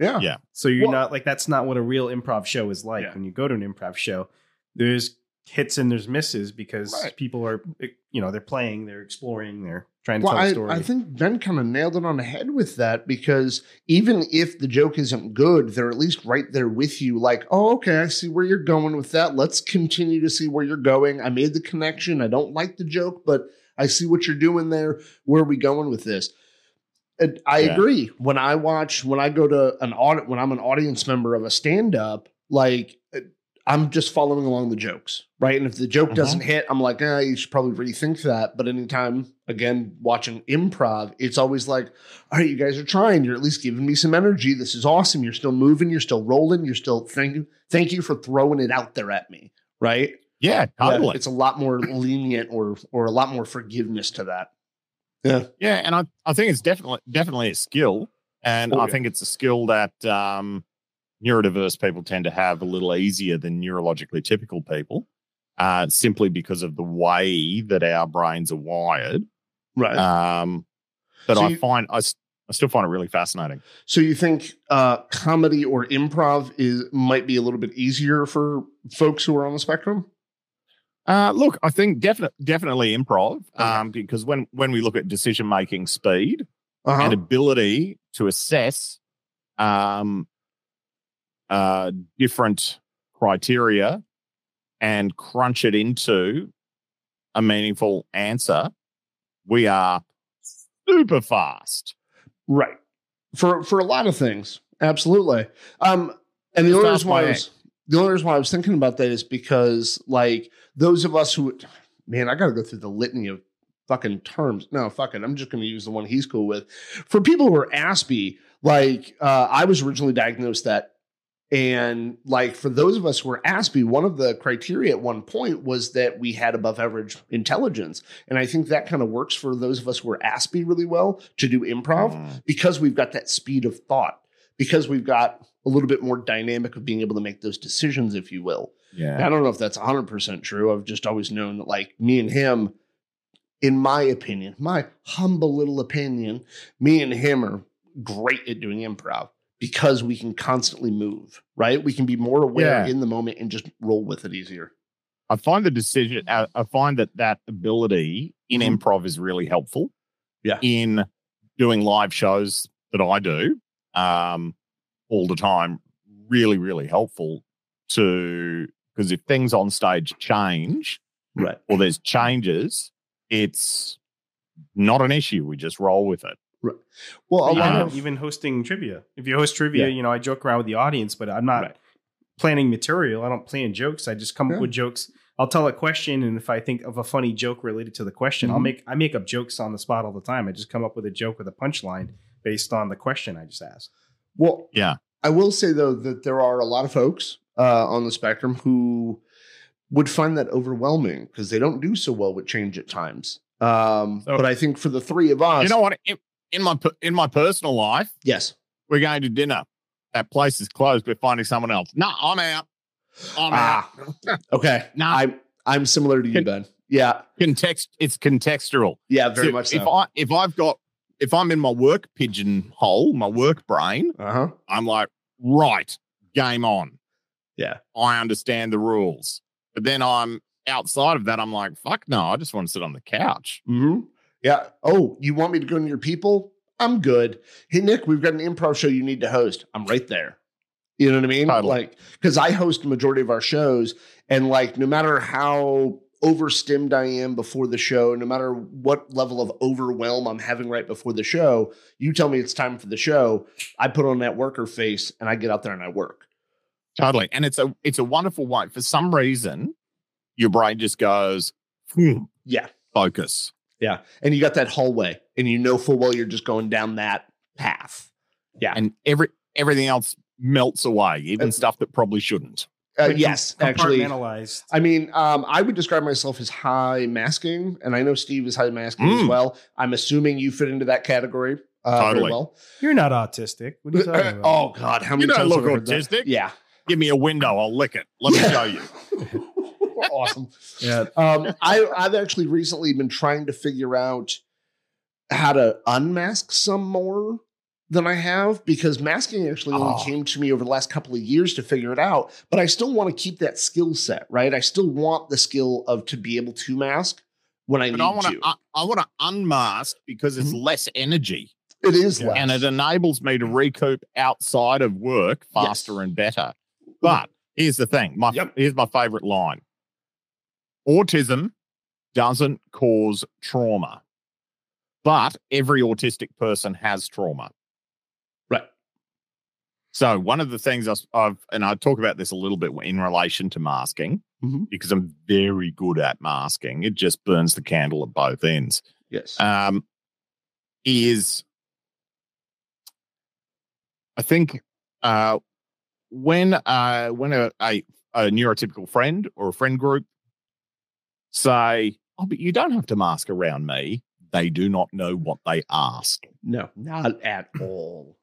B: yeah.
C: Yeah.
A: So you're
C: Well-
A: not like, that's not what a real improv show is like.
B: Yeah.
A: When you go to an improv show, there's hits and there's misses because
B: Right.
A: people are, eh, you know, they're playing, they're exploring, they're trying to
B: Well,
A: tell a
B: I,
A: story.
B: I think Ben kind of nailed it on the head with that because even if the joke isn't good, they're at least right there with you, like, oh, okay, I see where you're going with that. Let's continue to see where you're going. I made the connection. I don't like the joke, but I see what you're doing there. Where are we going with this? And I
C: Yeah.
B: agree. When I watch, when I go to an audit, when I'm an audience member of a stand up, like, uh, I'm just following along the jokes, right? And if the joke
C: Mhm.
B: doesn't hit, I'm like, eh, you should probably rethink that. But anytime, again, watching improv, it's always like, all right, you guys are trying. You're at least giving me some energy. This is awesome. You're still moving. You're still rolling. You're still thank you, thank you for throwing it out there at me, right?
C: Yeah,
B: Yeah,
C: totally.
B: it's a lot more lenient or or a lot more forgiveness to that.
C: Yeah, and I, I think it's definitely definitely a skill, and
B: Oh,
C: I
B: yeah.
C: think it's a skill that um, neurodiverse people tend to have a little easier than neurologically typical people, uh, simply because of the way that our brains are wired.
B: Right.
C: Um, but
B: So
C: I
B: you-
C: find I, s- I still find it really fascinating.
B: So you think uh, comedy or improv is might be a little bit easier for folks who are on the spectrum?
C: Uh, look, I think definitely definitely improv,
B: Okay.
C: um, because when when we look at decision making speed,
B: Uh-huh.
C: and ability to assess um, uh, different criteria and crunch it into a meaningful answer, we are super fast.
B: Right. For for a lot of things. Absolutely. Um and the
C: Just
B: only
C: off
B: reason why I
C: my
B: was, the only reason why I was thinking about that is because like those of us who man, I gotta go through the litany of fucking terms. No, fuck it. I'm just gonna use the one he's cool with. For people who are Aspie, like uh, I was originally diagnosed that and like for those of us who were Aspie, one of the criteria at one point was that we had above average intelligence. And I think that kind of works for those of us who are Aspie really well to do improv
C: Mm.
B: because we've got that speed of thought, because we've got a little bit more dynamic of being able to make those decisions, if you will. And
C: Yeah.
B: I don't know if that's 100% true. I've just always known that, like, me and him, in my opinion, my humble little opinion, me and him are great at doing improv because we can constantly move, right? We can be more aware
C: Yeah.
B: in the moment and just roll with it easier.
C: I find the decision. I,
B: Mm-hmm.
C: I find that that ability in
B: Mhm.
C: improv is really helpful.
B: Yeah.
C: In doing live shows that I do um, all the time, really, really helpful to because if things on stage change
B: Right.
C: or there's changes, it's not an issue. We just roll with it.
B: Well, a
A: even,
B: lot
C: Yeah.
B: of
A: even hosting trivia. If you host trivia,
B: Yeah.
A: you know, I joke around with the audience, but I'm not
B: Right.
A: planning material. I don't plan jokes. I just come
B: Yeah.
A: up with jokes. I'll tell a question, and if I think of a funny joke related to the question, I'll
B: Mhm.
A: make I make up jokes on the spot all the time. I just come up with a joke with a punchline based on the question I just asked.
B: Well,
C: Yeah.
B: I will say though that there are a lot of folks uh, on the spectrum who would find that overwhelming because they don't do so well with change at times. Um,
A: So-
B: but I think for the three of us,
C: You know what? In, in my per- in my personal life,
B: yes,
C: we're going to dinner. That place is closed. We're finding someone else. No, I'm out. I'm out.
B: ah, okay,
C: Oh, Nah.
B: I'm I'm similar to you,
C: Can-
B: Ben. Yeah,
C: Context. It's contextual.
B: yeah, very
C: So
B: much
C: If
B: so.
C: I if I've got if I'm in my work pigeon hole, my work brain,
B: Uh huh.
C: I'm like, right, game on.
B: Yeah.
C: I understand the rules. But then I'm outside of that, I'm like, fuck no, I just want to sit on the couch.
B: hmm Yeah. Oh, you want me to go to your people? I'm good. Hey, Nick, we've got an improv show you need to host. I'm right there. You know what I mean?
C: Totally.
B: Like, because I host the majority of our shows, and like, no matter how overstimmed I am before the show, no matter what level of overwhelm I'm having right before the show, you tell me it's time for the show. I put on that worker face and I get out there and I work.
C: Totally. And it's a it's a wonderful way. For some reason, your brain just goes, "Hmm,
B: Yeah.
C: focus.
B: Yeah. And you got that hallway, and you know full well you're just going down that path.
C: And every everything else melts away, even
B: Uh,
C: stuff that probably shouldn't.
B: Uh,
A: Like, com-
B: yes, actually.
A: compartmentalized.
B: I mean, um, I would describe myself as high masking, and I know Steve is high masking as
C: Mm.
B: well. I'm assuming you fit into that category uh, very
C: Totally.
B: well.
A: You're not autistic. What are you talking about?
B: oh God, how many
C: You don't
B: times
C: look
B: have I heard that?
C: autistic.
B: Yeah,
C: Give me a window, I'll lick it. Let me
B: Yeah.
C: show you.
B: awesome.
A: yeah.
B: Um, I, I've actually recently been trying to figure out how to unmask some more than I have because masking actually only
C: Oh.
B: came to me over the last couple of years to figure it out. But I still want to keep that skill set, right? I still want the skill of to be able to mask when I
C: But
B: need Mm-hmm.
C: I want
B: to.
C: to I, I want to unmask because it's less energy.
B: It is
A: Yeah.
B: less.
C: and it enables me to recoup outside of work
B: Yes.
C: faster and better. But here's the thing: my
B: Yep.
C: here's my favorite line. Autism doesn't cause trauma, but every autistic person has trauma.
B: Right.
C: So one of the things I've, I've and I talk about this a little bit in relation to masking
B: Mhm.
C: because I'm very good at masking. It just burns the candle at both ends
B: yes.
C: um, is I think uh, when uh, when a, a, a neurotypical friend or a friend group say, "Oh, but you don't have to mask around me," they do not know what they ask
B: no, not at all.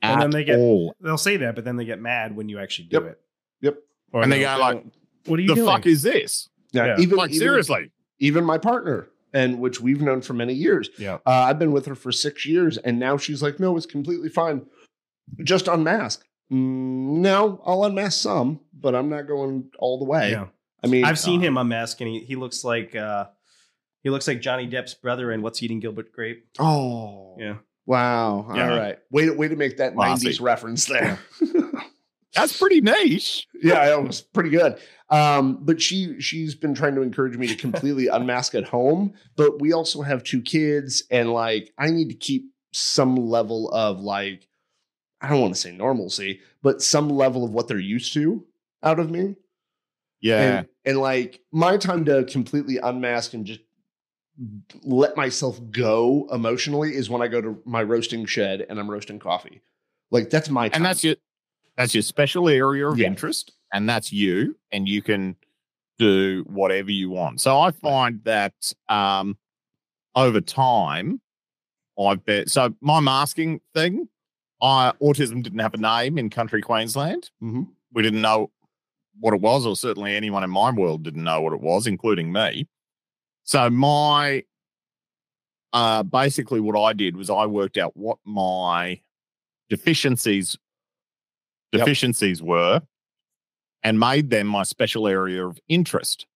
A: And
C: at
A: then they get-
C: all,
A: They'll say that, but then they get mad when you actually do
B: Yep.
A: it.
B: Yep.
A: Or
C: and they
A: they'll-
C: go like,
A: "What are you
C: "The
A: doing?"
C: fuck is this?"
B: Yeah,
A: Yeah.
B: Even,
C: Like
B: even-
C: seriously,
B: even my partner, and which we've known for many years.
A: yeah.
B: Uh, I've been with her for six years, and now she's like, "No, it's completely fine. Just unmask." Mm, no, I'll unmask some, but I'm not going all the way.
A: yeah.
B: I mean,
A: I've seen
C: Uh,
A: him unmask, and he, he looks like uh, he looks like Johnny Depp's brother in What's Eating Gilbert Grape.
B: Oh,
A: Yeah.
B: Wow.
C: Yeah.
B: All right. Way to, way to make that
C: Classy.
B: 90s reference there.
C: that's pretty niche.
B: yeah, it was pretty good. Um, but she she's been trying to encourage me to completely unmask at home. But we also have two kids, and like I need to keep some level of like I don't want to say normalcy, but some level of what they're used to out of me.
C: Yeah,
B: And, and like my time to completely unmask and just let myself go emotionally is when I go to my roasting shed and I'm roasting coffee. Like that's my time.
C: and that's your that's your special area of
B: Yeah.
C: interest and that's you and you can do whatever you want so i find that um over time i've been so my masking thing i autism didn't have a name in country queensland
B: Mhm.
C: we didn't know what it was or certainly anyone in my world didn't know what it was including me so my uh basically what i did was i worked out what my deficiencies
D: Yep.
C: deficiencies were and made them my special area of interest.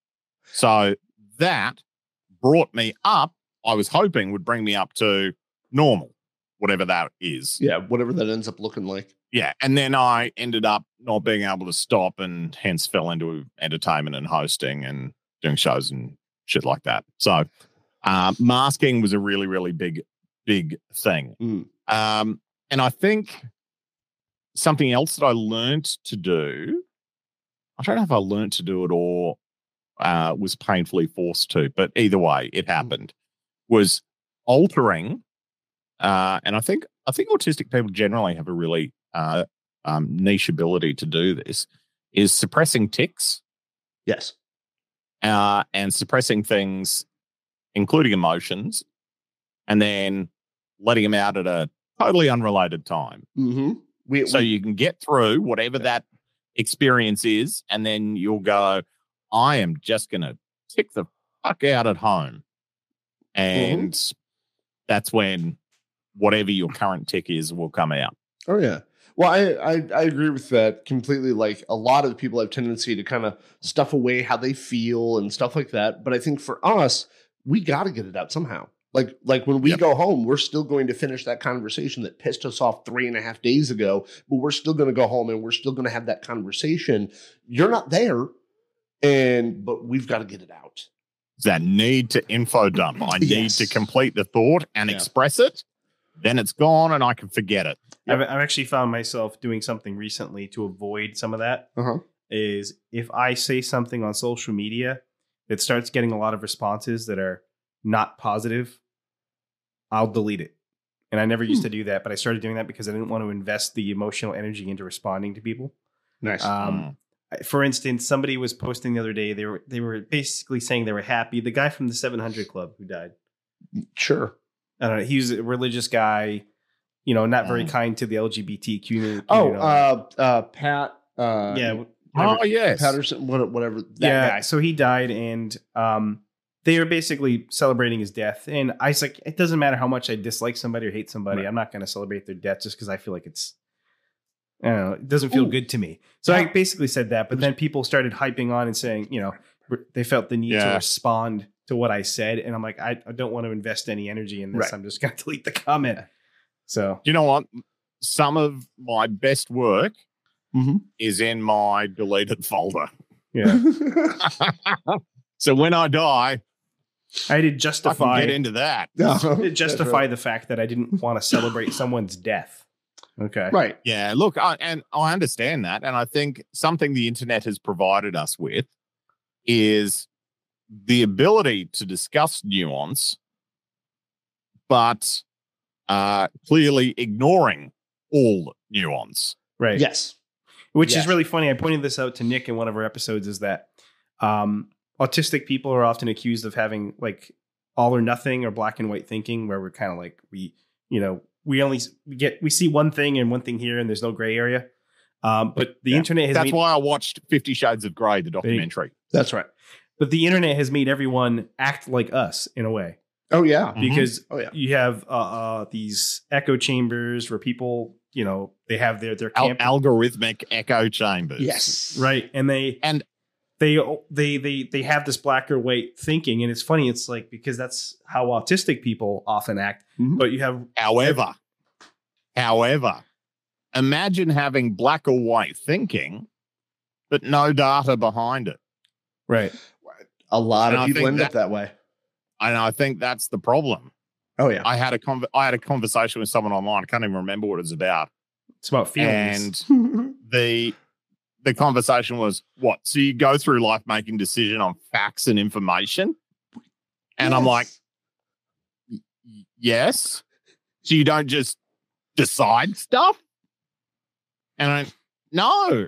C: So that brought me up, I was hoping would bring me up to normal, whatever that is.
B: Yeah, whatever that ends up looking like.
C: Yeah. And then I ended up not being able to stop and hence fell into entertainment and hosting and doing shows and shit like that. So uh, masking was a really, really big, big thing.
B: Mm.
C: Um, and I think something else that I learned to do, I don't know if I learned to do it or uh, was painfully forced to, but either way, it happened, was altering. Uh, and I think I think autistic people generally have a really uh, um, niche ability to do this is suppressing tics
B: Yes.
C: uh, and suppressing things, including emotions, and then letting them out at a totally unrelated time.
B: Mm-hmm. We,
C: So
B: we-
C: you can get through whatever that experience is, and then you'll go, I am just going to tick the fuck out at home. And that's when whatever your current tick is will come out.
B: oh yeah. Well, I, I I agree with that completely. Like a lot of people have tendency to kind of stuff away how they feel and stuff like that. But I think for us, we got to get it out somehow. Like like when we
C: Yep.
B: go home, we're still going to finish that conversation that pissed us off three and a half days ago. But we're still going to go home and we're still going to have that conversation. You're not there, and but we've got to get it out.
C: that need to info dump. I need
B: Yes.
C: to complete the thought and
B: Yeah.
C: express it. Then it's gone and I can forget it.
A: I've, I've actually found myself doing something recently to avoid some of that. Is
B: Uh-huh.
A: if I say something on social media that starts getting a lot of responses that are not positive, I'll delete it. And I never used to do that, but I started doing that because I didn't want to invest the emotional energy into responding to people.
B: Nice.
A: Um,
C: Mm.
A: For instance, somebody was posting the other day. They were they were basically saying they were happy. The guy from the 700 Club who died.
B: sure.
A: I don't know. He was a religious guy, you know, not very
C: Mhm.
A: kind to the LGBT community.
B: Uh. Oh,
A: community.
B: uh, uh, Pat. Uh,
A: yeah,
C: Mm.
A: whatever.
C: oh, yes.
B: Patterson, what- whatever. That
A: yeah.
B: guy.
A: So he died, and um, they were basically celebrating his death. And I was like, it doesn't matter how much I dislike somebody or hate somebody,
B: Right.
A: I'm not going to celebrate their death just because I feel like it's. I don't know. It doesn't feel
B: Ooh.
A: good to me. So I
B: Yeah.
A: basically said that, but then people started hyping on and saying, you know, re- they felt the need to
C: Yeah.
A: respond to what I said, and I'm like, I, I don't want to invest any energy in this.
B: Right.
A: I'm just going to delete the comment. So
C: you know what? Some of my best work
B: Mhm.
C: is in my deleted folder.
A: yeah,
C: so when I die,
A: I did
C: I
A: justify.
C: can get into that.
A: to
B: No.
A: justify the fact that I didn't want to celebrate someone's death. Okay.
B: Right.
C: Yeah, look, I, and I understand that, and I think something the internet has provided us with is the ability to discuss nuance, but uh, clearly ignoring all nuance.
A: Right.
B: Yes.
A: Which
B: Yes.
A: is really funny. I pointed this out to Nick in one of our episodes is that um, autistic people are often accused of having like all or nothing or black and white thinking, where we're kind of like, we, you know, we only s- we get, we see one thing and one thing here and there's no gray area. Um, but the
C: Yeah.
A: internet has
C: That's
A: made-
C: why I watched Fifty Shades of Grey, the documentary.
B: That's right.
A: but the internet has made everyone act like us in a way
B: Oh yeah.
C: Mhm.
A: because
B: Oh yeah.
A: you have uh, uh, these echo chambers where people, you know, they have their their
C: Al-
A: camp-
C: algorithmic echo chambers.
B: Yes.
A: right and they
C: And-
A: they they they they have this black or white thinking and it's funny it's like because that's how autistic people often act
C: Mm-hmm.
B: Mhm.
A: but you have
C: However, however, imagine having black or white thinking, but no data behind it.
A: right
B: A lot
C: And
B: of
C: I
B: people
C: think
B: end up that way.
C: And I think that's the problem.
B: Oh yeah.
C: I had a con- I had a conversation with someone online. I can't even remember what it was about.
A: it's about feelings
C: And the the conversation was what? So you go through life making decision on facts and information, and I'm
B: Yes.
C: like, y- yes. So you don't just decide stuff. And I no,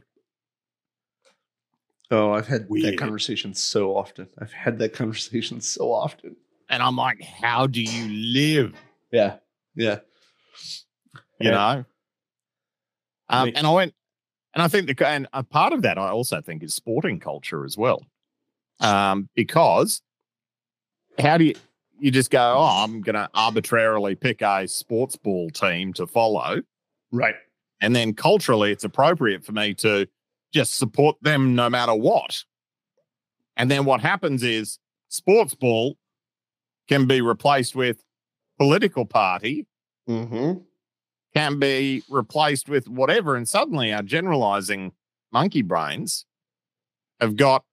B: Oh, I've had that
C: Weird.
B: conversation so often. I've had that conversation so often.
C: and I'm like, how do you live?
B: Yeah. Yeah.
A: Yeah.
C: you know. Um,
A: Wait.
C: and I went, and I think the and a part of that I also think is sporting culture as well, um, because how do you you just go? Oh, I'm going to arbitrarily pick a sports ball team to follow,
B: Right.
C: And then culturally, it's appropriate for me to just support them no matter what. And then what happens is sports ball can be replaced with political party,
B: Mm-hmm.
C: can be replaced with whatever. And suddenly our generalizing monkey brains have got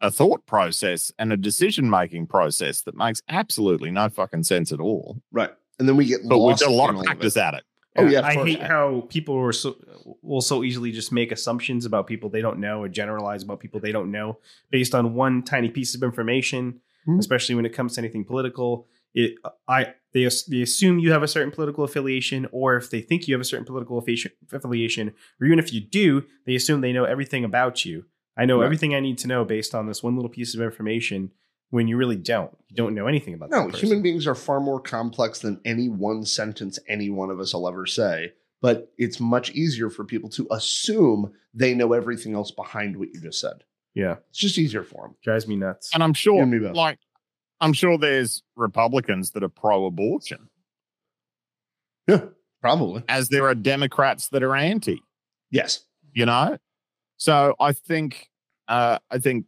C: a thought process and a decision making process that makes absolutely no fucking sense at all.
B: Right. And then we get
C: But we've
B: lost
C: done a lot
B: in
C: of
B: all
C: practice
B: it.
C: at it.
B: Oh, yeah, of
A: I
B: course.
A: hate how people are so, will so easily just make assumptions about people they don't know or generalize about people they don't know based on one tiny piece of information,
B: Hmm.
A: especially when it comes to anything political. It, I they, as- they assume you have a certain political affiliation, or if they think you have a certain political affa- affiliation, or even if you do, they assume they know everything about you. I know
B: Right.
A: everything I need to know based on this one little piece of information. When you really don't, you don't know anything about.
B: No,
A: that person.
B: human beings are far more complex than any one sentence any one of us will ever say. But it's much easier for people to assume they know everything else behind what you just said.
A: Yeah,
B: It's just easier for them.
A: drives me nuts.
C: And I'm sure,
B: Yeah, me both.
C: like, I'm sure there's Republicans that are pro abortion,
B: Yeah, probably.
C: as there are Democrats that are anti.
B: Yes.
C: you know so i think uh i think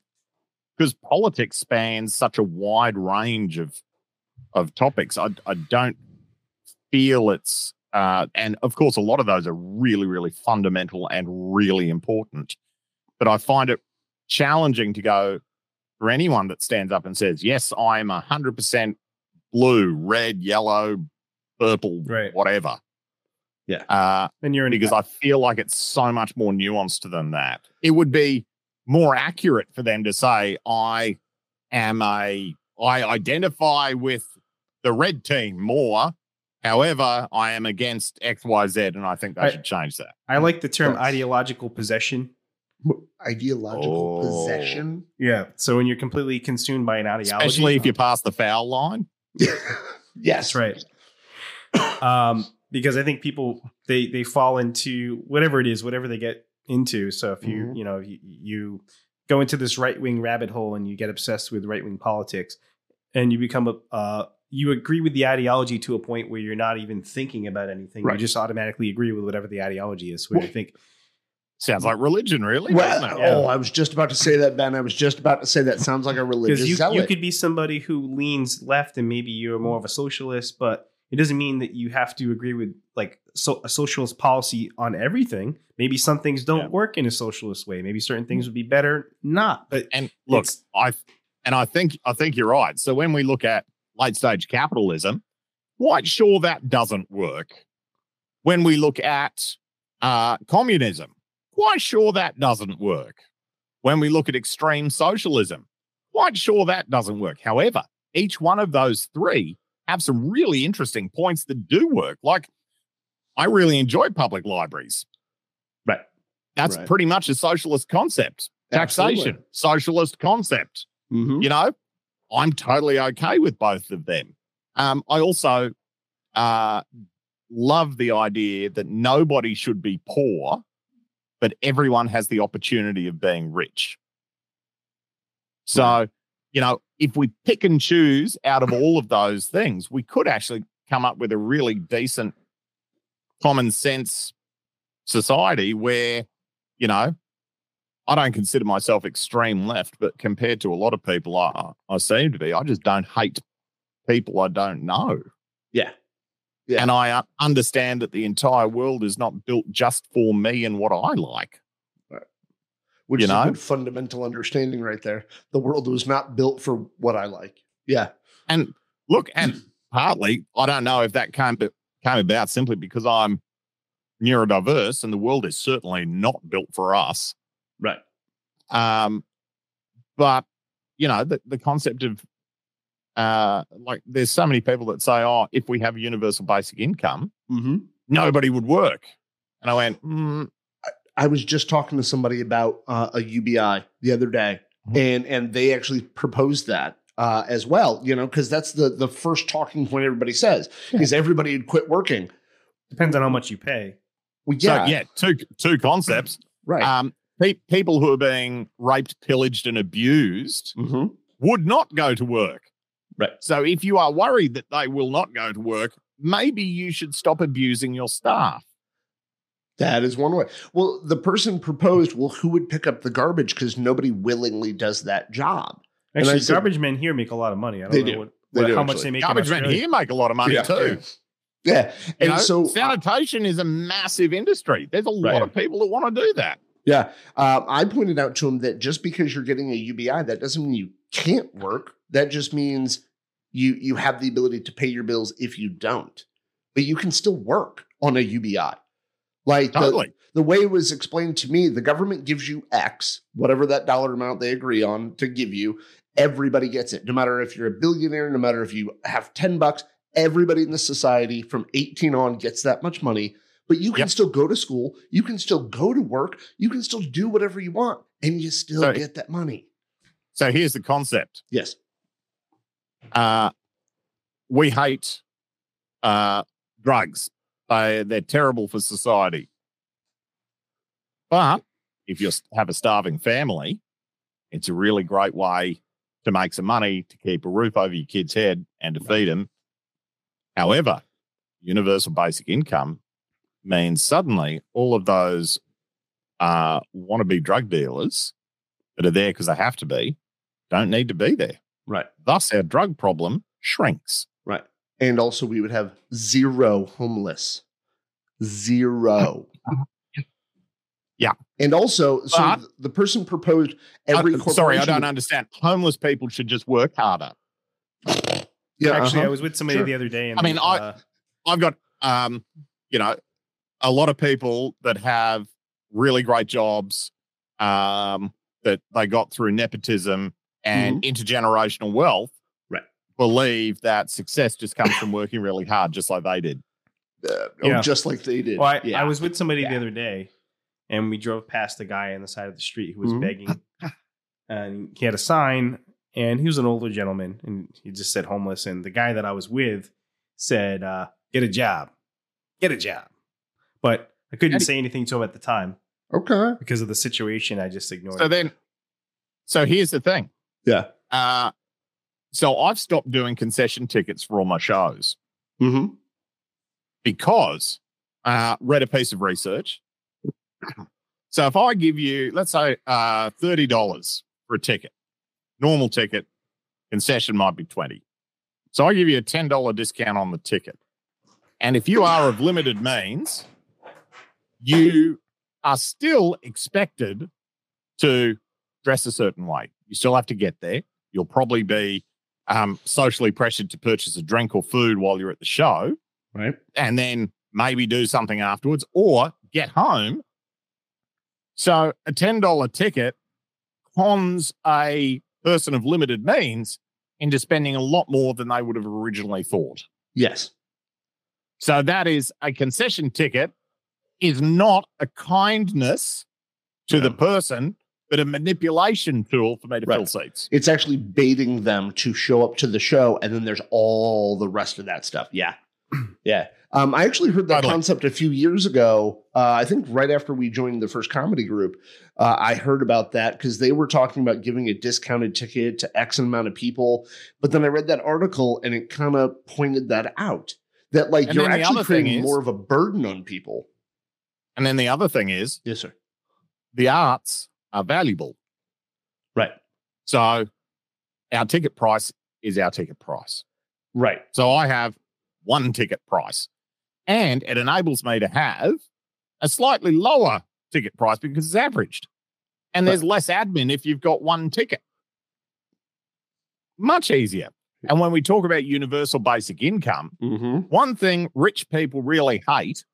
C: because politics spans such a wide range of of topics i i don't feel it's uh and of course a lot of those are really really fundamental and really important but i find it challenging to go for anyone that stands up and says yes i'm 100% blue red yellow purple
A: Right.
C: whatever
B: Yeah.
C: uh
A: Then you're in
C: because I feel like it's so much more nuanced than that. It would be more accurate for them to say, I am a, I identify with the red team more. However, I am against XYZ, and I think they
A: I-
C: should change that.
A: I like the term
B: That's-
A: ideological possession.
B: Ideological
C: Oh.
B: possession.
A: Yeah. So when you're completely consumed by an ideology,
C: Especially if you pass the foul line.
B: yes.
A: that's right. Um, because I think people they they fall into whatever it is, whatever they get into. So if you
B: Mhm.
A: you know you, you go into this right wing rabbit hole and you get obsessed with right wing politics, and you become a uh, you agree with the ideology to a point where you're not even thinking about anything. You
B: Right.
A: just automatically agree with whatever the ideology is. Where I
B: Well,
A: think
C: Sounds like religion, really. doesn't
B: Well,
C: it?
A: Yeah.
B: oh, I was just about to say that, Ben. I was just about to say that. Sounds like a religious
A: because you, you
B: zealot.
A: could be somebody who leans left and maybe you're more of a socialist but it doesn't mean that you have to agree with like so, a socialist policy on everything maybe some things don't
C: Yeah.
A: work in a socialist way maybe certain
B: Mm.
A: things would be better not but
C: and look,
A: It's-
C: I and I think I think you're right. So when we look at late stage capitalism, quite sure that doesn't work. When we look at uh, communism, quite sure that doesn't work. When we look at extreme socialism, quite sure that doesn't work. However, each one of those three have some really interesting points that do work. Like, I really enjoy public libraries.
B: Right.
C: That's
B: Right.
C: pretty much a socialist concept taxation,
B: Absolutely.
C: socialist concept.
B: Mhm.
C: You know, I'm totally okay with both of them. Um, I also uh, love the idea that nobody should be poor, but everyone has the opportunity of being rich. So, you know, if we pick and choose out of all of those things, we could actually come up with a really decent, common sense society where, you know, I don't consider myself extreme left, but compared to a lot of people, I, I seem to be. I just don't hate people I don't know.
B: Yeah. Yeah.
C: And I uh, understand that the entire world is not built just for me and what I like.
B: Which
C: you
B: is a
C: know?
B: good fundamental understanding right there. The world was not built for what I like. Yeah.
C: And look,
B: Hmm.
C: and partly, I don't know if that came, but came about simply because I'm neurodiverse and the world is certainly not built for us.
B: Right.
C: um but you know the, the concept of uh like there's so many people that say oh if we have universal basic income
B: Mm-hmm.
C: nobody would work and i went mm,
B: I was just talking to somebody about uh, a UBI the other day,
C: Mhm.
B: and and they actually proposed that uh, as well. You know, because that's the the first talking point everybody says is everybody had quit working.
A: depends on how much you pay
B: Well,
C: yeah.
B: yeah, Uh,
C: so yeah two two concepts
B: right.
C: um pe- people who are being raped pillaged and abused
B: mm-hmm.
C: would not go to work
B: Right.
C: so if you are worried that they will not go to work maybe you should stop abusing your staff
B: That is one way. Well, the person proposed, well, who would pick up the garbage? Because nobody willingly does that job. And I
A: Actually,
B: said-
A: garbage men here make a lot of money. I don't
B: They
A: know
B: do.
A: What,
B: They
A: what-
B: do,
A: how much
B: actually.
A: they make. in
C: Garbage men
A: Australia.
C: here make a lot of money
B: Yeah,
C: too.
B: Yeah.
C: You
B: And
C: know,
B: so
C: sanitation is a massive industry. There's a lot
B: Right.
C: of people that want to do that.
B: Yeah. Um, I pointed out to him that just because you're getting a UBI, that doesn't mean you can't work. That just means you you have the ability to pay your bills if you don't. But you can still work on a UBI. Like the-
C: Totally.
B: the way it was explained to me, the government gives you X, whatever that dollar amount they agree on to give you. Everybody gets it, no matter if you're a billionaire, no matter if you have 10 bucks, everybody in the society from 18 on gets that much money. But you can
C: Yep.
B: still go to school, you can still go to work, you can still do whatever you want, and you still
C: So-
B: get that money.
C: So here's the concept.
B: Yes.
C: Uh, we hate uh, drugs. They they're terrible for society. But if you have a starving family, it's a really great way to make some money to keep a roof over your kid's head and to feed them. However, universal basic income means suddenly all of those uh, wannabe drug dealers that are there because they have to be don't need to be there.
B: Right.
C: Thus, our drug problem shrinks.
B: Right. And also, we would have zero homeless. Zero.
C: Yeah.
B: And also, so
C: But-
B: th- the person proposed every
C: Uh,
B: corporation.
C: sorry, I don't understand. Homeless people should just work harder.
B: Yeah,
A: Actually, I
B: uh-huh.
A: was with somebody
B: Sure.
A: the other day, and
C: I mean, I-
A: uh,
C: I've got, um, you know, a lot of people that have really great jobs um, that they got through nepotism and intergenerational wealth.
B: Mm-hmm. Right.
C: Believe that success just comes from working really hard, just like they did.
B: Uh,
A: Yeah.
B: oh, just like they did.
A: Well, I,
B: yeah.
A: I was with somebody the
C: Yeah.
A: other day, and we drove past a guy on the side of the street who was
C: Mm-hmm.
B: Mhm.
A: begging, and he had a sign, and he was an older gentleman, and he just said homeless. And the guy that I was with said, uh, "Get a job, get a job," but I couldn't
C: Eddie-
A: say anything to him at the time
B: okay.
A: because of the situation. I just ignored.
C: So
A: it.
C: then, so here's the thing.
B: Yeah.
C: Uh, so I've stopped doing concession tickets for all my shows.
B: hmm
C: because uh, read a piece of research. So if I give you, let's say, uh, thirty dollars for a ticket, normal ticket, concession might be twenty. So I give you a ten dollar discount on the ticket, and if you are of limited means, you are still expected to dress a certain way. You still have to get there. You'll probably be um, socially pressured to purchase a drink or food while you're at the show
B: Right.
C: and then maybe do something afterwards or get home. So a $10 ticket cons a person of limited means into spending a lot more than they would have originally thought.
B: Yes.
C: So that is a concession ticket is not a kindness to the
B: No.
C: person, but a manipulation tool for me to fill
B: Right.
C: seats.
B: It's actually baiting them to show up to the show, and then there's all the rest of that stuff. Yeah, yeah. Um, I actually heard that
C: Totally.
B: concept a few years ago. Uh, I think right after we joined the first comedy group, uh, I heard about that because they were talking about giving a discounted ticket to X amount of people. But then I read that article, and it kind of pointed that out that like
C: And
B: you're
C: then the
B: actually
C: other thing
B: creating
C: is-
B: more of a burden on people.
C: And then the other thing is
B: Yes, sir.
C: the arts are valuable.
B: Right.
C: So our ticket price is our ticket price.
B: Right.
C: So I have one ticket price, and it enables me to have a slightly lower ticket price because it's averaged. And there's less admin if you've got one ticket. Much easier. And when we talk about universal basic income,
B: Mm-hmm.
C: one thing rich people really hate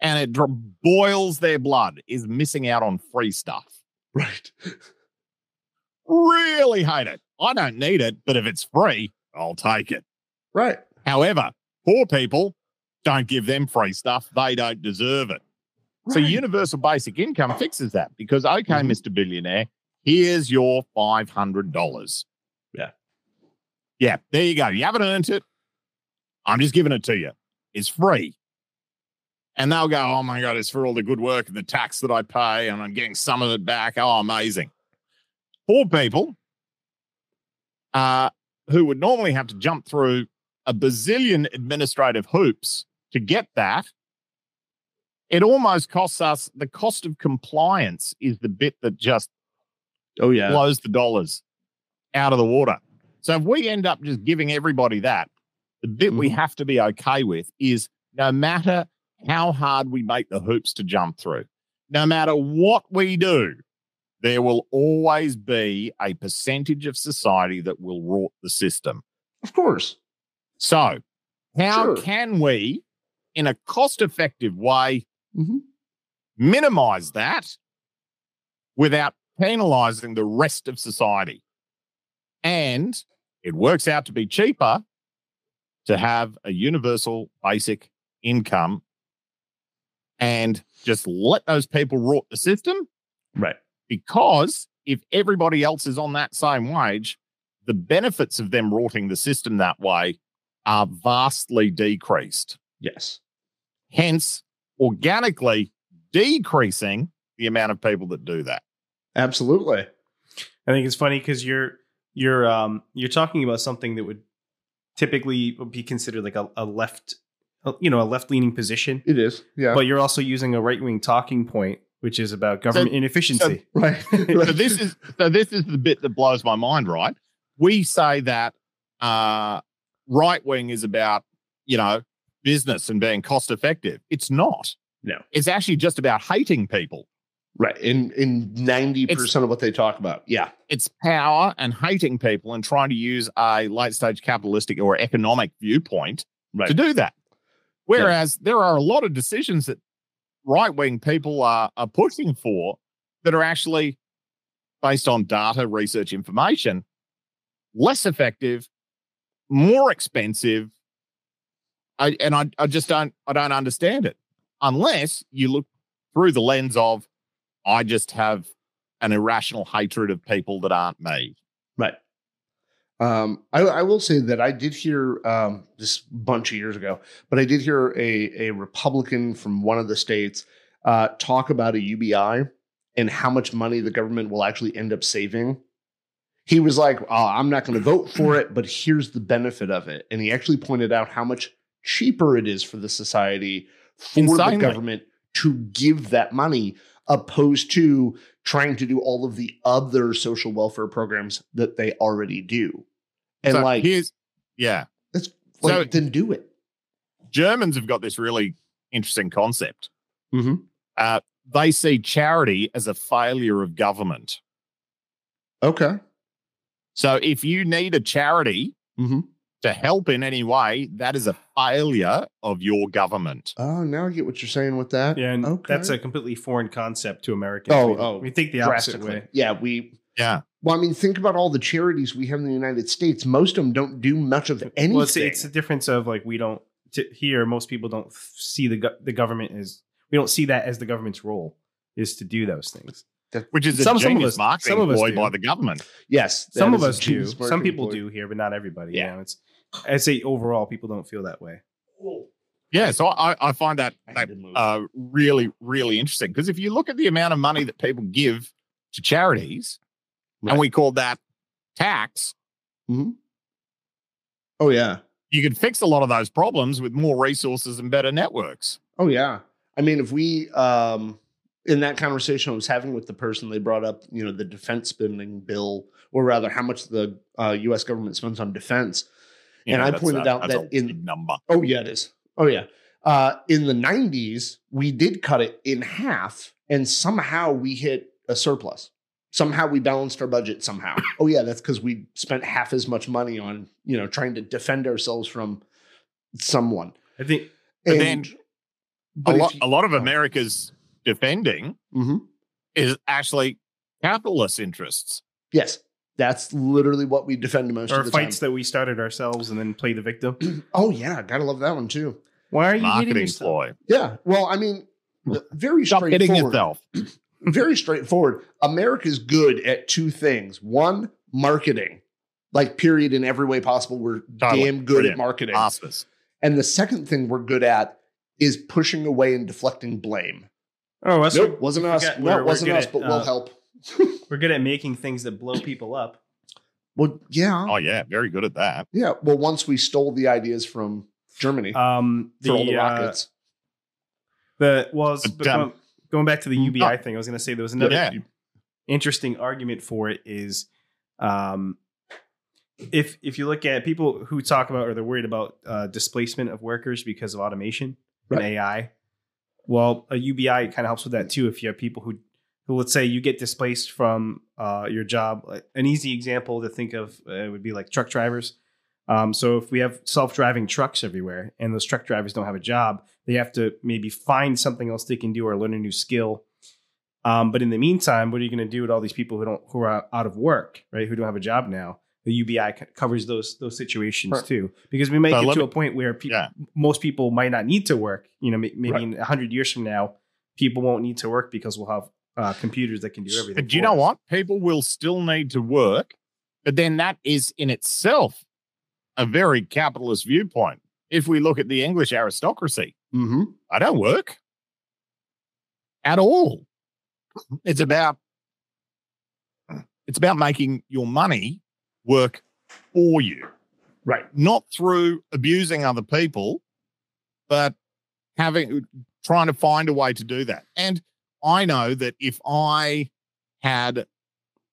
C: and it dr- boils their blood is missing out on free stuff.
B: Right.
C: Really hate it. I don't need it, but if it's free, I'll take it.
B: Right.
C: However, poor people don't give them free stuff. They don't deserve it. So
B: Right.
C: universal basic income fixes that because okay,
B: Mhm.
C: Mr. Billionaire, here's your five hundred dollars.
B: Yeah.
C: Yeah, there you go. You haven't earned it. I'm just giving it to you. It's free. And they'll go, oh my God, it's for all the good work and the tax that I pay, and I'm getting some of it back. Oh, amazing. Poor people uh, who would normally have to jump through a bazillion administrative hoops to get that it almost costs us the cost of compliance is the bit that just
B: Oh yeah.
C: blows the dollars out of the water. So if we end up just giving everybody that, the bit we have to be okay with is no matter how hard we make the hoops to jump through, no matter what we do, there will always be a percentage of society that will rot the system.
B: of course.
C: So, how
B: Sure.
C: can we, in a cost effective way,
B: Mhm.
C: minimize that without penalizing the rest of society? And it works out to be cheaper to have a universal basic income and just let those people rot the system
A: Right.
C: because if everybody else is on that same wage, the benefits of them rorting the system that way are vastly decreased.
B: Yes.
C: Hence, organically decreasing the amount of people that do that.
B: Absolutely.
A: I think it's funny because you're you're um you're talking about something that would typically be considered like a, a left a- you know a left leaning position,
B: It is. Yeah.
A: but you're also using a right wing talking point, which is about government inefficiency.
B: right.
C: So this is so this is the bit that blows my mind, right? We say that uh, right wing is about you know business and being cost effective. It's not.
A: No.
C: it's actually just about hating people.
B: right. In in ninety percent of what they talk about. Yeah.
C: it's power and hating people and trying to use a late stage capitalistic or economic viewpoint
B: Right.
C: to do that. Whereas there are a lot of decisions that right wing people are, are pushing for that are actually based on data, research, information, less effective, more expensive. I, and I, I just don't I don't understand it unless you look through the lens of I just have an irrational hatred of people that aren't me.
B: Right. Um, I, I will say that I did hear um, this a bunch of years ago, but I did hear a, a Republican from one of the states uh, talk about a UBI and how much money the government will actually end up saving. He was like, oh, I'm not going to vote for it, but here's the benefit of it. And he actually pointed out how much cheaper it is for the society for
C: Insanely.
B: the government to give that money opposed to trying to do all of the other social welfare programs that they already do. And
C: So
B: like,
C: here's yeah,
B: like
C: so-
B: then do it.
C: Germans have got this really interesting concept.
B: Mhm.
C: Uh, they see charity as a failure of government.
B: Okay.
C: So if you need a charity
B: Mhm.
C: to help in any way, that is a failure of your government.
B: Oh, now I get what you're saying with that.
A: Yeah, and
B: okay.
A: that's a completely foreign concept to Americans.
B: Oh,
A: we,
B: oh,
A: we think the opposite
B: drastically.
A: way.
B: Yeah, we.
C: Yeah.
B: Well, I mean, think about all the charities we have in the United States. Most of them don't do much of anything.
A: Well, it's, it's the difference of like we don't t- here. Most people don't see the go- the government as we don't see that as the government's role is to do those things.
C: Which is a
A: Some- some of
C: genius
A: us-
C: marketing
A: some of us
C: ploy
A: do.
C: by the government.
B: yes, that
A: Some of
B: is a
A: us do.
B: genius
A: Some
B: marketing
A: people
B: ploy.
A: do here, but not everybody.
B: Yeah.
A: You know, it's I say overall, people don't feel that way.
C: Yeah, so I, I find that,
B: I had
C: that
B: to move.
C: uh, really, really interesting because if you look at the amount of money that people give to charities,
B: Right.
C: and we call that tax,
B: oh yeah.
C: you could fix a lot of those problems with more resources and better networks.
B: Oh yeah. I mean, if we um in that conversation I was having with the person, they brought up, you know, the defense spending bill, or rather how much the uh, US government spends on defense.
C: You
B: And I
C: that's
B: pointed
C: a-
B: out
C: that's
B: that
C: a
B: in-
C: big number.
B: Oh yeah, it is. Oh yeah. Uh in the 90s, we did cut it in half and somehow we hit a surplus. Somehow we balanced our budget somehow. Oh yeah, that's cuz we spent half as much money on, you know, trying to defend ourselves from someone.
A: I think
C: But then-
B: but
C: a,
B: if
C: lot,
B: you- Oh.
C: a lot of America's defending
B: Mhm.
C: is actually capitalist interests.
B: Yes. That's literally what we defend most
A: or
B: of the
A: fights
B: time.
A: that we started ourselves and then play the victim.
B: oh yeah, gotta love that one too.
A: Why are you hitting
C: Marketing
A: yourself?
C: ploy.
B: Yeah. Well, I mean, very
C: Stop hitting
B: straightforward.
C: yourself.
B: Very straightforward. America's good at two things. One, marketing. Like period in every way possible. We're
C: Totally.
B: damn good
C: Brilliant.
B: at marketing.
C: Masters.
B: And the second thing we're good at is pushing away and deflecting blame.
A: Oh, that's
B: nope, wasn't us.
A: forgot
B: No,
A: we're-
B: it
A: we're
B: wasn't
A: good
B: us,
A: at,
B: but
A: uh,
B: we'll help.
A: we're good at making things that blow people up.
B: Well, yeah.
C: Oh, yeah. Very good at that.
B: Yeah. Well, once we stole the ideas from Germany
A: Um,
B: for all the
A: uh,
B: rockets.
A: The was
C: Uh,
A: but
C: damn.
A: going, going back to the UBI
C: Oh.
A: thing. I was going to say there was another
C: Yeah.
A: interesting argument for it is, um, if if you look at people who talk about or they're worried about uh, displacement of workers because of automation
B: Right.
A: and AI, well, a UBI kind of helps with that too. If you have people who who let's say you get displaced from uh, your job, Like, an easy example to think of uh, would be like truck drivers. Um, so if we have self-driving trucks everywhere and those truck drivers don't have a job, they have to maybe find something else they can do or learn a new skill. Um, but in the meantime, what are you going to do with all these people who don't who are out of work, right? Who don't have a job now? The UBI co- covers those those situations
C: Right.
A: too, because we might
C: So
A: get
C: let
A: to
C: me-
A: a point where pe-
C: Yeah.
A: most people might not need to work. You know, may- maybe
C: Right.
A: in a hundred years from now, people won't need to work because we'll have uh, computers that can do everything.
C: But do you
A: for
C: know
A: us.
C: what? People will still need to work, but then that is in itself a very capitalist viewpoint. If we look at the English aristocracy,
B: Mm-hmm.
C: I don't work at all. Mm-hmm. It's about it's about making your money work for you.
B: Right.
C: Not through abusing other people, but having trying to find a way to do that. And I know that if I had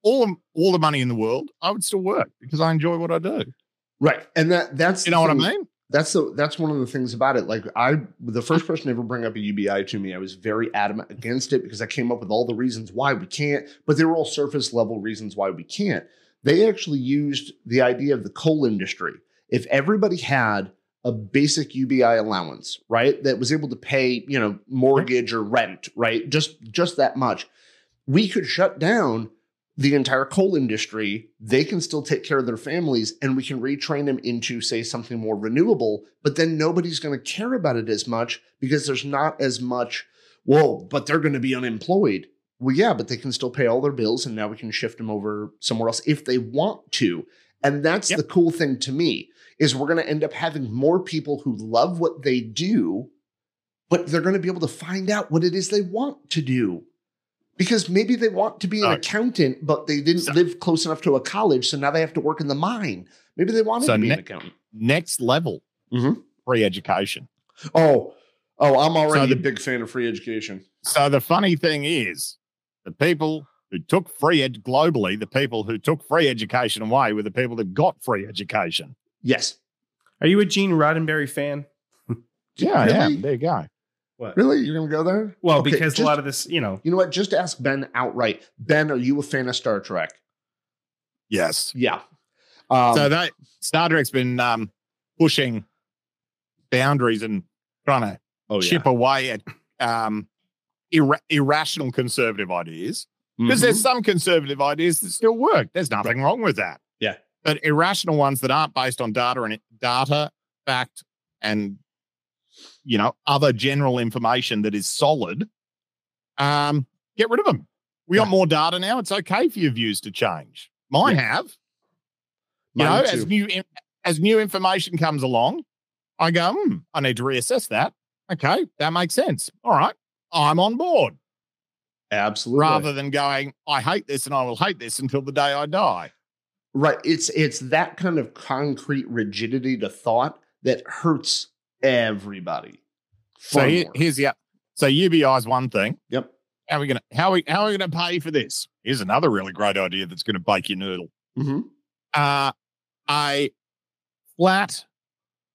C: all all the money in the world, I would still work because I enjoy what I do.
B: Right. And that that's
C: You know what I
B: the thing-
C: mean?
B: That's the that's one of the things about it. Like I the first person to ever bring up a UBI to me, I was very adamant against it because I came up with all the reasons why we can't, but they were all surface level reasons why we can't. They actually used the idea of the coal industry. If everybody had a basic UBI allowance, right, that was able to pay, you know, mortgage or rent, right? Just just that much, we could shut down the entire coal industry, they can still take care of their families and we can retrain them into, say, something more renewable. But then nobody's going to care about it as much because there's not as much, whoa, but they're going to be unemployed. Well, yeah, but they can still pay all their bills and now we can shift them over somewhere else if they want to. And that's
C: Yep.
B: the cool thing to me is we're going to end up having more people who love what they do, but they're going to be able to find out what it is they want to do because maybe they want to be an
C: Uh,
B: accountant, but they didn't
C: so-
B: live close enough to a college, so now they have to work in the mine. Maybe they wanted
C: So
B: to be an
C: ne-
B: accountant.
C: Next level
B: Mhm.
C: free education.
B: Oh, oh, I'm already
C: So
B: a
C: the-
B: big fan of free education.
C: So the funny thing is, the people who took free ed globally, the people who took free education away were the people that got free education.
B: Yes,
A: Are you a Gene Roddenberry fan?
C: Yeah,
B: Really?
C: yeah. There you go.
A: What?
B: really, you're gonna go there?
A: Well,
B: Okay,
A: because a
B: just-
A: lot of this, you know,
B: You know what? Just ask Ben outright. Ben, are you a fan of Star Trek?
C: Yes.
B: Yeah. Um,
C: so that Star Trek's been um, pushing boundaries and trying to
B: oh yeah.
C: chip away at um, irra- irrational conservative ideas. because
A: Mm-hmm.
B: Mhm.
C: there's some conservative ideas that still work. There's nothing wrong with that.
B: Yeah.
C: but irrational ones that aren't based on data and data, fact, and you know other general information that is solid. Um, get rid of them. We got more data now. It's okay for your views to change. Mine have. You
B: Mine
C: know,
B: too.
C: as new in- as new information comes along, I go, hmm, I need to reassess that. Okay, that makes sense. All right, I'm on board
B: absolutely.
C: rather than going, I hate this and I will hate this until the day I die.
B: Right. It's it's that kind of concrete rigidity to thought that hurts everybody.
C: So
B: Far
C: here-
B: more.
C: here's the so UBI is one thing.
B: Yep.
C: How are we gonna how are we how are we gonna pay for this? Here's another really great idea that's gonna bake your noodle.
B: hmm
C: Uh a flat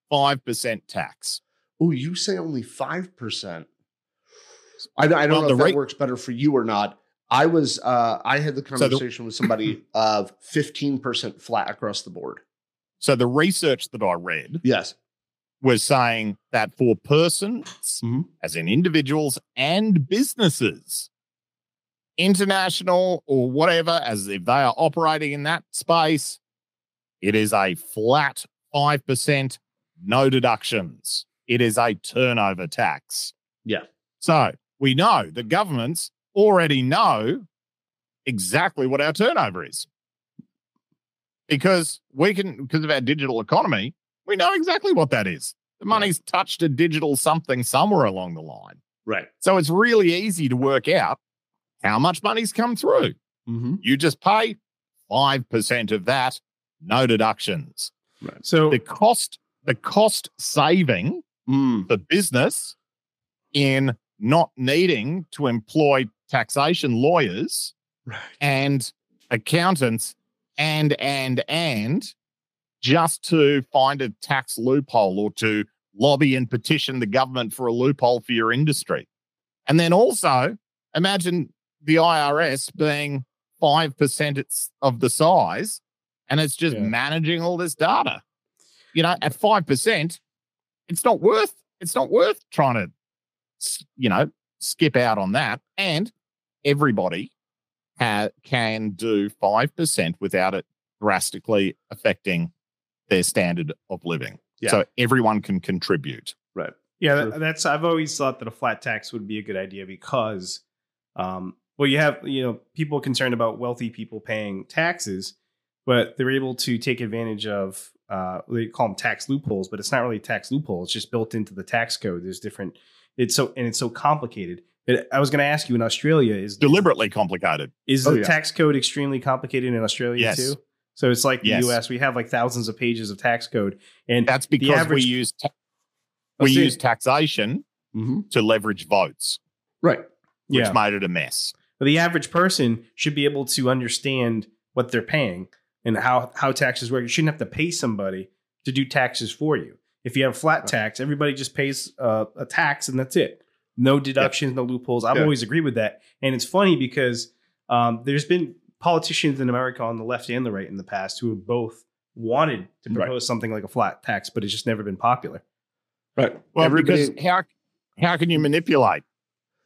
C: five percent tax.
B: Oh, you say only five percent. I, I don't
C: Well,
B: know
C: the
B: if that
C: rate-
B: works better for you or not. I was uh, I had the
C: the-
B: conversation with somebody of fifteen percent flat across the board.
C: So the research that I read
B: Yes.
C: was saying that for persons,
B: Mhm.
C: as in individuals and businesses, international or whatever, as if they are operating in that space, it is a flat 5%, no deductions. It is a turnover tax.
B: Yeah.
C: So we know that governments already know exactly what our turnover is because we can, because of our digital economy, we know exactly what that is. The money's touched a digital something somewhere along the line.
B: Right.
C: So it's really easy to work out how much money's come through.
B: Mm-hmm.
C: You just pay 5% of that, no deductions.
A: so
C: The cost, the cost saving
B: Mm.
C: for business in not needing to employ taxation lawyers
B: Right.
C: and accountants and and and just to find a tax loophole or to lobby and petition the government for a loophole for your industry. And then also imagine the IRS being 5% it's- of the size and it's just
D: Yeah.
C: managing all this data. You know, at 5%, it's not worth it's not worth trying to s- you know, skip out on that and everybody ha- can do 5% without it drastically affecting their standard of living.
B: Yeah.
C: So everyone can contribute.
B: Right.
A: Yeah,
B: True.
A: that, that's. I've always thought that a flat tax would be a good idea because, um, well, you have you know people concerned about wealthy people paying taxes, but they're able to take advantage of. Uh, they call them tax loopholes, but it's not really a tax loophole. It's just built into the tax code. There's different. It's so and it's so complicated. But I was going to ask you in Australia is
C: Deliberately complicated.
A: is
B: Oh,
A: the
B: yeah.
A: tax code extremely complicated in Australia
C: Yes.
A: too? So it's like the
C: Yes.
A: U.S. We have like thousands of pages of tax code, and
C: That's because
A: average-
C: we use ta-
A: Oh,
C: we
A: see-
C: use taxation
B: Mm-hmm.
C: to leverage votes,
B: Right.
C: which
A: yeah.
C: made it a mess.
A: But the average person should be able to understand what they're paying and how how taxes work. You shouldn't have to pay somebody to do taxes for you. If you have a flat tax, everybody just pays uh, a tax and that's it. No deductions, no loopholes. I've
B: Yeah.
A: always agreed with that, and it's funny because um, there's been politicians in America on the left and the right in the past who have both wanted to
B: Right.
A: propose something like a flat tax, but it's just never been popular.
B: Right.
C: Well,
B: Everybody-
C: because how how can you manipulate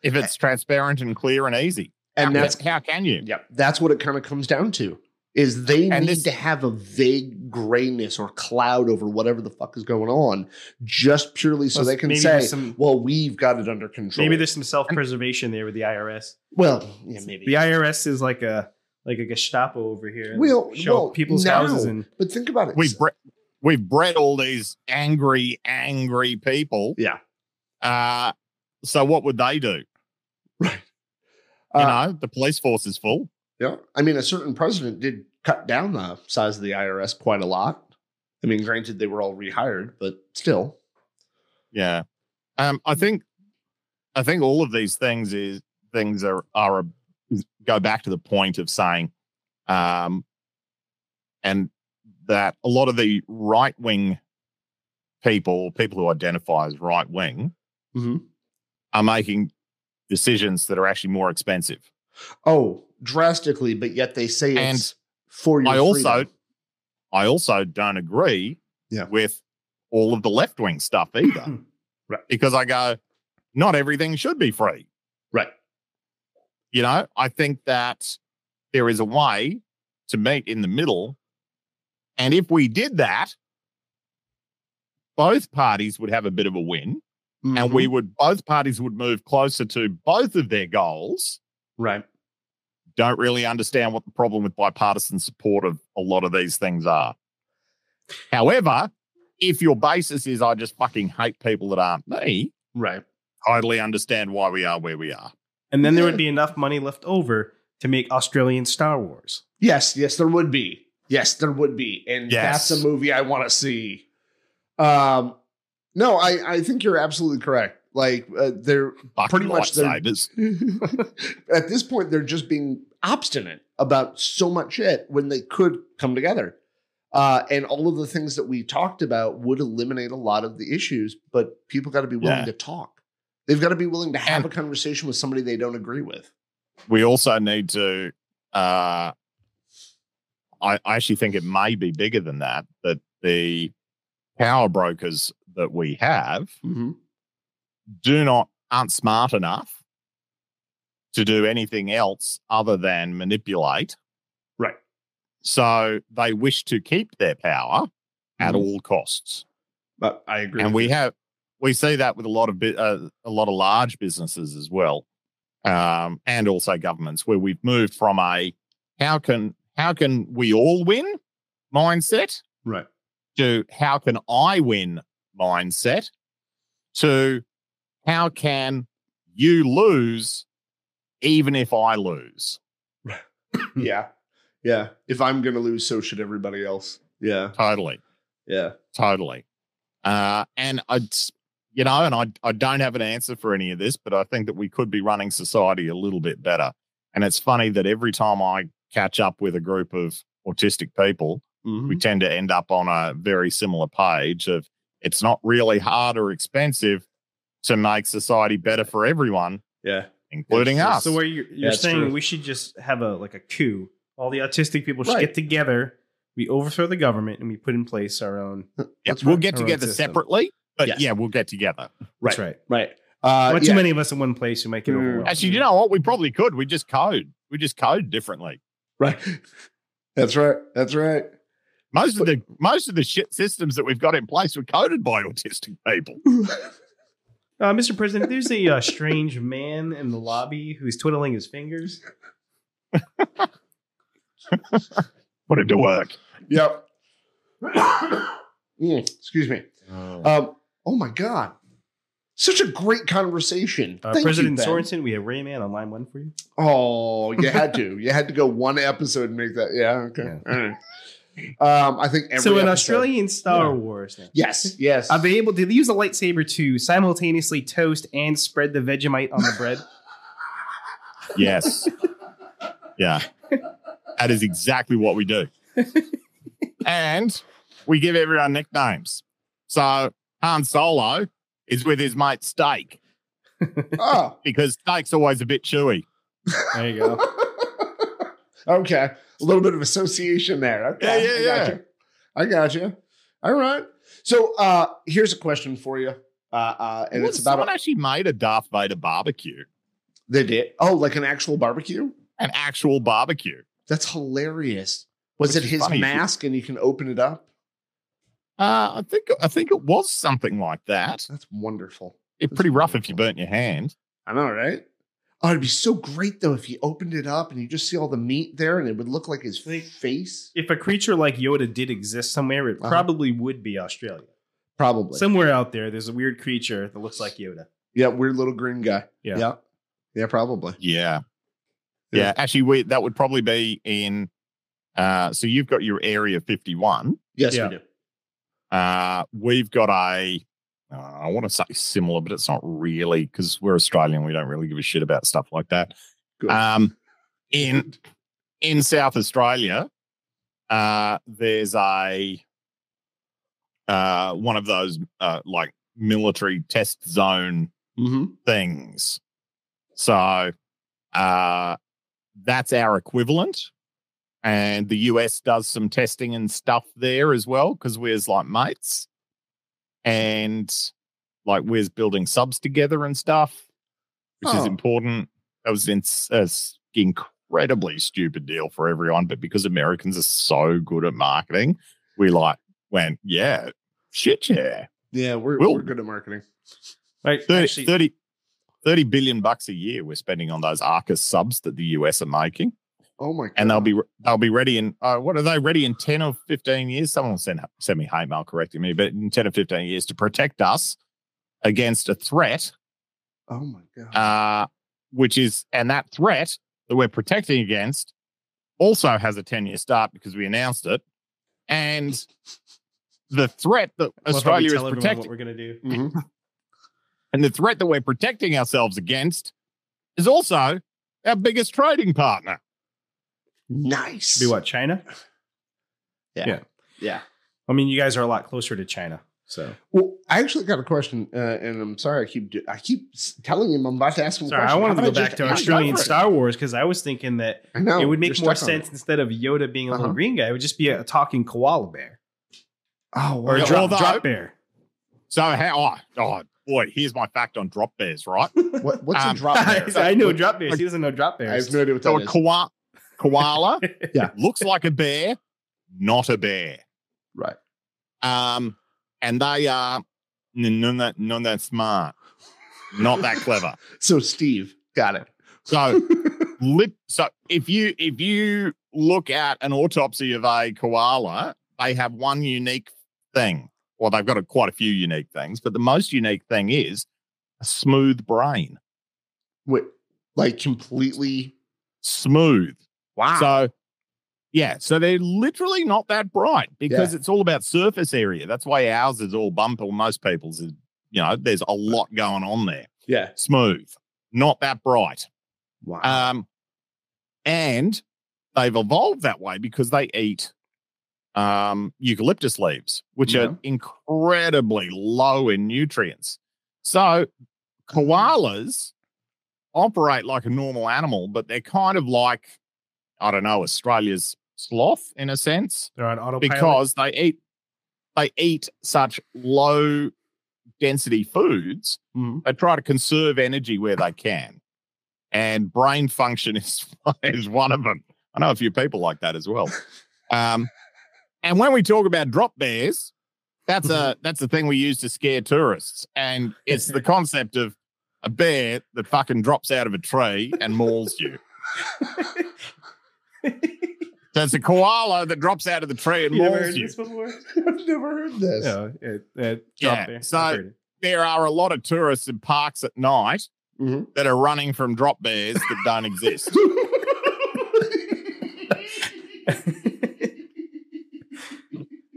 C: if it's transparent and clear and easy? How
B: and
C: can-
B: that's
C: how can you?
B: yeah, that's what it kind of comes down to. Is they
C: And
B: need
C: this-
B: to have a vague grayness or cloud over whatever the fuck is going on, just purely so
A: Plus,
B: they can
A: maybe
B: say,
A: there's some-
B: "Well, we've got it under control."
A: Maybe there's some self preservation there with the IRS.
B: well, yeah, maybe.
A: The IRS is like a like a Gestapo over here.
B: Well-
A: They show up
B: well,
A: people's
B: no.
A: houses and
B: but think about it.
C: We've bre- we've bred all these angry, angry people.
B: Yeah.
C: Uh, so what would they do? You
B: Uh,
C: know, the police force is full.
B: yeah, I mean, a certain president did cut down the size of the IRS quite a lot. I mean, granted, they were all rehired, but still,
C: Yeah. Um,
B: Mm-hmm.
C: I think I think all of these things is things are are a, go back to the point of saying um and that a lot of the right wing people, people who identify as right wing,
B: Mhm.
C: are making decisions that are actually more expensive.
B: oh, drastically, but yet they say it's for your.
C: I also-
B: freedom.
C: I also don't agree
B: Yeah.
C: with all of the left wing stuff either.
B: Right.
C: Because I go, not everything should be free.
B: right,
C: You know, I think that there is a way to meet in the middle. And if we did that, both parties would have a bit of a win and
B: Mm-hmm.
C: we would both parties would move closer to both of their goals.
B: right,
C: Don't really understand what the problem with bipartisan support of a lot of these things are. However, if your basis is I just fucking hate people that aren't me,
B: right.
C: totally understand why we are where we are.
A: and then there would
B: Yeah.
A: be enough money left over to make Australian Star Wars.
B: Yes, yes, there would be. Yes, there would be. And
C: Yes.
B: that's a movie I want to see. Um, no, I, I think you're absolutely correct. Like uh, they're
C: Fucking
B: Pretty much they're-
C: lightsabers.
B: at this point they're just being obstinate about so much shit when they could come together. Uh, and all of the things that we talked about would eliminate a lot of the issues, but people got to be willing to
C: Yeah.
B: talk. They've got to be willing to have
C: And-
B: a conversation with somebody they don't agree with.
C: We also need to. Uh, I, I actually think it may be bigger than that. That the power brokers that we have
B: Mm-hmm.
C: do not aren't smart enough to do anything else other than manipulate.
B: Right.
C: So they wish to keep their power at
B: Mhm.
C: all costs,
B: But I agree.
C: and
B: with
C: we
B: you.
C: have we see that with a lot of bi- uh, a lot of large businesses as well, um, and also governments where we've moved from a how can how can we all win mindset
B: right.
C: to how can I win mindset to how can you lose even if I lose?
B: yeah. Yeah. If I'm going to lose, so should everybody else. Yeah.
C: Totally,
B: Yeah.
C: totally. Uh, and I, you know, and I, I don't have an answer for any of this, but I think that we could be running society a little bit better. And it's funny that every time I catch up with a group of autistic people, we tend to end up on a very similar page of it's not really hard or expensive to make society better for everyone,
D: Yeah.
C: including
D: It's-
B: Ah,
C: us.
D: it's
A: So where you're, you're
D: That's
A: saying
D: true.
A: we should just have a like a coup. All the autistic people should
B: Right.
A: get together. We overthrow the government and we put in place our own.
C: Yeah,
B: That's
C: we'll
B: right.
C: get
A: Our own
C: together
A: system.
C: separately, but
D: Yes.
C: yeah, we'll get together.
A: That's right.
D: Right.
B: Uh,
A: Not
B: yeah.
A: too many of us in one place. We might get
D: Mm.
A: overwhelmed.
C: Actually, you know what? We probably could. We just code. We just code differently.
B: Right. That's right. That's right.
C: Most of the most of the shit systems that we've got in place were coded by autistic people.
A: Uh, Mr. President, there's a uh, strange man in the lobby who's twiddling his fingers.
C: Put it to work.
B: Yep. Mm, excuse me. Um, oh my God. Such a great conversation.
A: Uh,
B: Thank you,
A: President
B: Ben.
A: Sorensen, we have Rayman on line one for you.
B: Oh, you had to. You had to go one episode and make that. Yeah. Okay. All right. Um, I think every
A: so, an
B: episode-
A: Australian Star
B: Yeah.
A: Wars. Now.
B: Yes. Yes.
A: Are they able to use a lightsaber to simultaneously toast and spread the Vegemite on the bread?
C: Yes. yeah. That is exactly what we do. and we give everyone nicknames. So Han Solo is with his mate Steak
B: oh.
C: because Steak's always a bit chewy.
A: there you go.
B: okay. A little bit of association there. Okay.
C: Yeah, yeah,
B: I got you. I got you. All right. So uh here's a question for you. Uh, uh and
C: Well,
B: it's about
C: someone
B: a,
C: actually made a Darth Vader barbecue,
B: they did. Oh, like an actual barbecue?
C: an actual barbecue.
B: That's hilarious. Was
C: Which
B: it
C: is
B: his
C: funny.
B: mask and you can open it up?
C: Uh, I think I think it was something like that.
B: That's wonderful.
C: It's pretty rough if you burnt your hand.
B: I know, right? Oh, it'd be so great though if you opened it up and you just see all the meat there and it would look like his
A: Think-
B: face.
A: If a creature like Yoda did exist somewhere, it
B: Uh-huh.
A: probably would be Australia.
B: Probably.
A: Somewhere out there, there's a weird creature that looks like Yoda.
B: yeah, weird little green guy.
A: Yeah.
B: Yeah, yeah probably.
C: Yeah.
B: Yeah.
C: Yeah. Actually, we that would probably be in uh so you've got your area 51.
B: Yes,
A: Yeah.
B: we do.
C: Uh we've got a uh, I want to say similar, but it's not really because we're Australian, we don't really give a shit about stuff like that.
B: Good.
C: Um in in South Australia, uh there's a uh one of those uh like military test zone
B: mm-hmm.
C: things. So uh, that's our equivalent. And the US does some testing and stuff there as well because we're like mates and like we're building subs together and stuff, which
B: Oh.
C: is important. That was an incredibly stupid deal for everyone. But because Americans are so good at marketing, we like went, yeah, shit, yeah.
B: Yeah, we're,
C: Will-
B: we're good at marketing.
A: Right.
C: 30,
A: Actually,
C: 30 30 billion bucks a year we're spending on those Arcus subs that the US are making,
B: Oh my god.
C: and they'll be they'll be ready in uh, what are they ready in ten or fifteen years? Someone will send send me hate mail correcting me, but in ten or fifteen years to protect us against a threat,
B: Oh my god.
C: uh, which is and that threat that we're protecting against also has a ten year start because we announced it, and the threat that
A: we'll probably
C: Australia is
A: tell everyone
C: protecting.
A: what we're going to do.
B: Mhm.
C: And the threat that we're protecting ourselves against is also our biggest trading partner.
B: Nice.
A: Be what, China?
B: Yeah.
A: I mean, you guys are a lot closer to China. So
B: Well, I actually got a question, uh, and I'm sorry I keep do- I keep s- telling him I'm about to ask him. a
A: sorry, I
B: question.
A: wanted
B: How
A: to go
B: about
A: back
B: just
A: to
B: ask
A: Australian
B: for it?
A: Star Wars because I was thinking that
B: I know
A: it would
B: you're
A: make more
B: stuck Oh, on
A: sense instead of Yoda being a little
B: Uh-huh.
A: green guy. It would just be a talking koala bear
B: it. Oh,
A: or
B: wow.
A: a
C: Yeah,
A: drop,
C: although-
A: drop bear.
C: So how oh, oh boy, here's my fact on drop bears, right?
B: What, what's
C: Um,
B: a drop? bear?
A: I know drop bears. He doesn't know drop
B: I have
A: bears.
B: no idea what
C: So
B: that
C: a
B: is.
C: koa- koala
B: Yeah.
C: looks like a bear, not a bear.
B: Right.
C: Um, and they are n- none that none that smart, not that clever.
B: So Steve, got it.
C: So lip so if you if you look at an autopsy of a koala they have one unique thing well they've got a, quite a few unique things but the most unique thing is a smooth brain
B: Wait, like completely.
C: smooth
A: Ah.
B: Wow.
C: so yeah so they're literally not that bright because it's all about surface area that's why ours is all bump or most people's is you know, there's a lot going on there.
B: Yeah.
C: Smooth, not that bright.
B: Wow.
C: Um, and they've evolved that way because they eat um, eucalyptus leaves, which
B: Yeah.
C: are incredibly low in nutrients. So
B: Mm-hmm.
C: koalas operate like a normal animal, but they're kind of like, I don't know, Australia's sloth in a sense
A: They're on autopilot.
C: because they eat they eat such low density foods
A: Mhm.
C: they try to conserve energy where they can and brain function is is one of them i know a few people like that as well um and when we talk about drop bears that's
A: Mm-hmm.
C: a that's the thing we use to scare tourists and it's the concept of a bear that fucking drops out of a tree and mauls you so it's a koala that drops out of the tree and
A: You ever
C: mauls
A: heard
C: you
A: this before?
B: I've never heard this.
A: No, it, it
C: Yeah,
A: dropped there.
C: so-
A: I've heard it.
C: there are a lot of tourists in parks at night
B: Mhm.
C: that are running from drop bears that don't exist.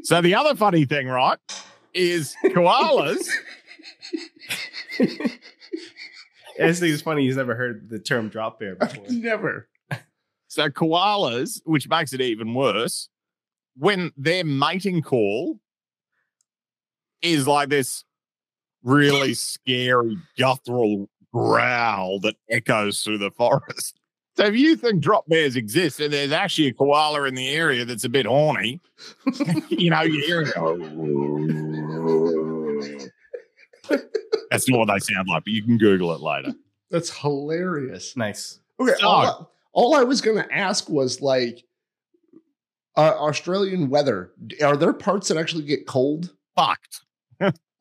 C: So the other funny thing, right, is koalas.
A: This thing is funny. He's never heard the term drop bear before.
B: never.
C: so koalas, which makes it even worse, when their mating call is like this really scary guttural growl that echoes through the forest. So if you think drop bears exist and there's actually a koala in the area that's a bit horny, you know, you hear it. That's not what they sound like, but you can Google it later.
B: That's hilarious.
A: Nice.
B: Okay. uh,
C: So-
B: All I, all I was going to ask was like uh, Australian weather. Are there parts that actually get cold?
C: Fucked.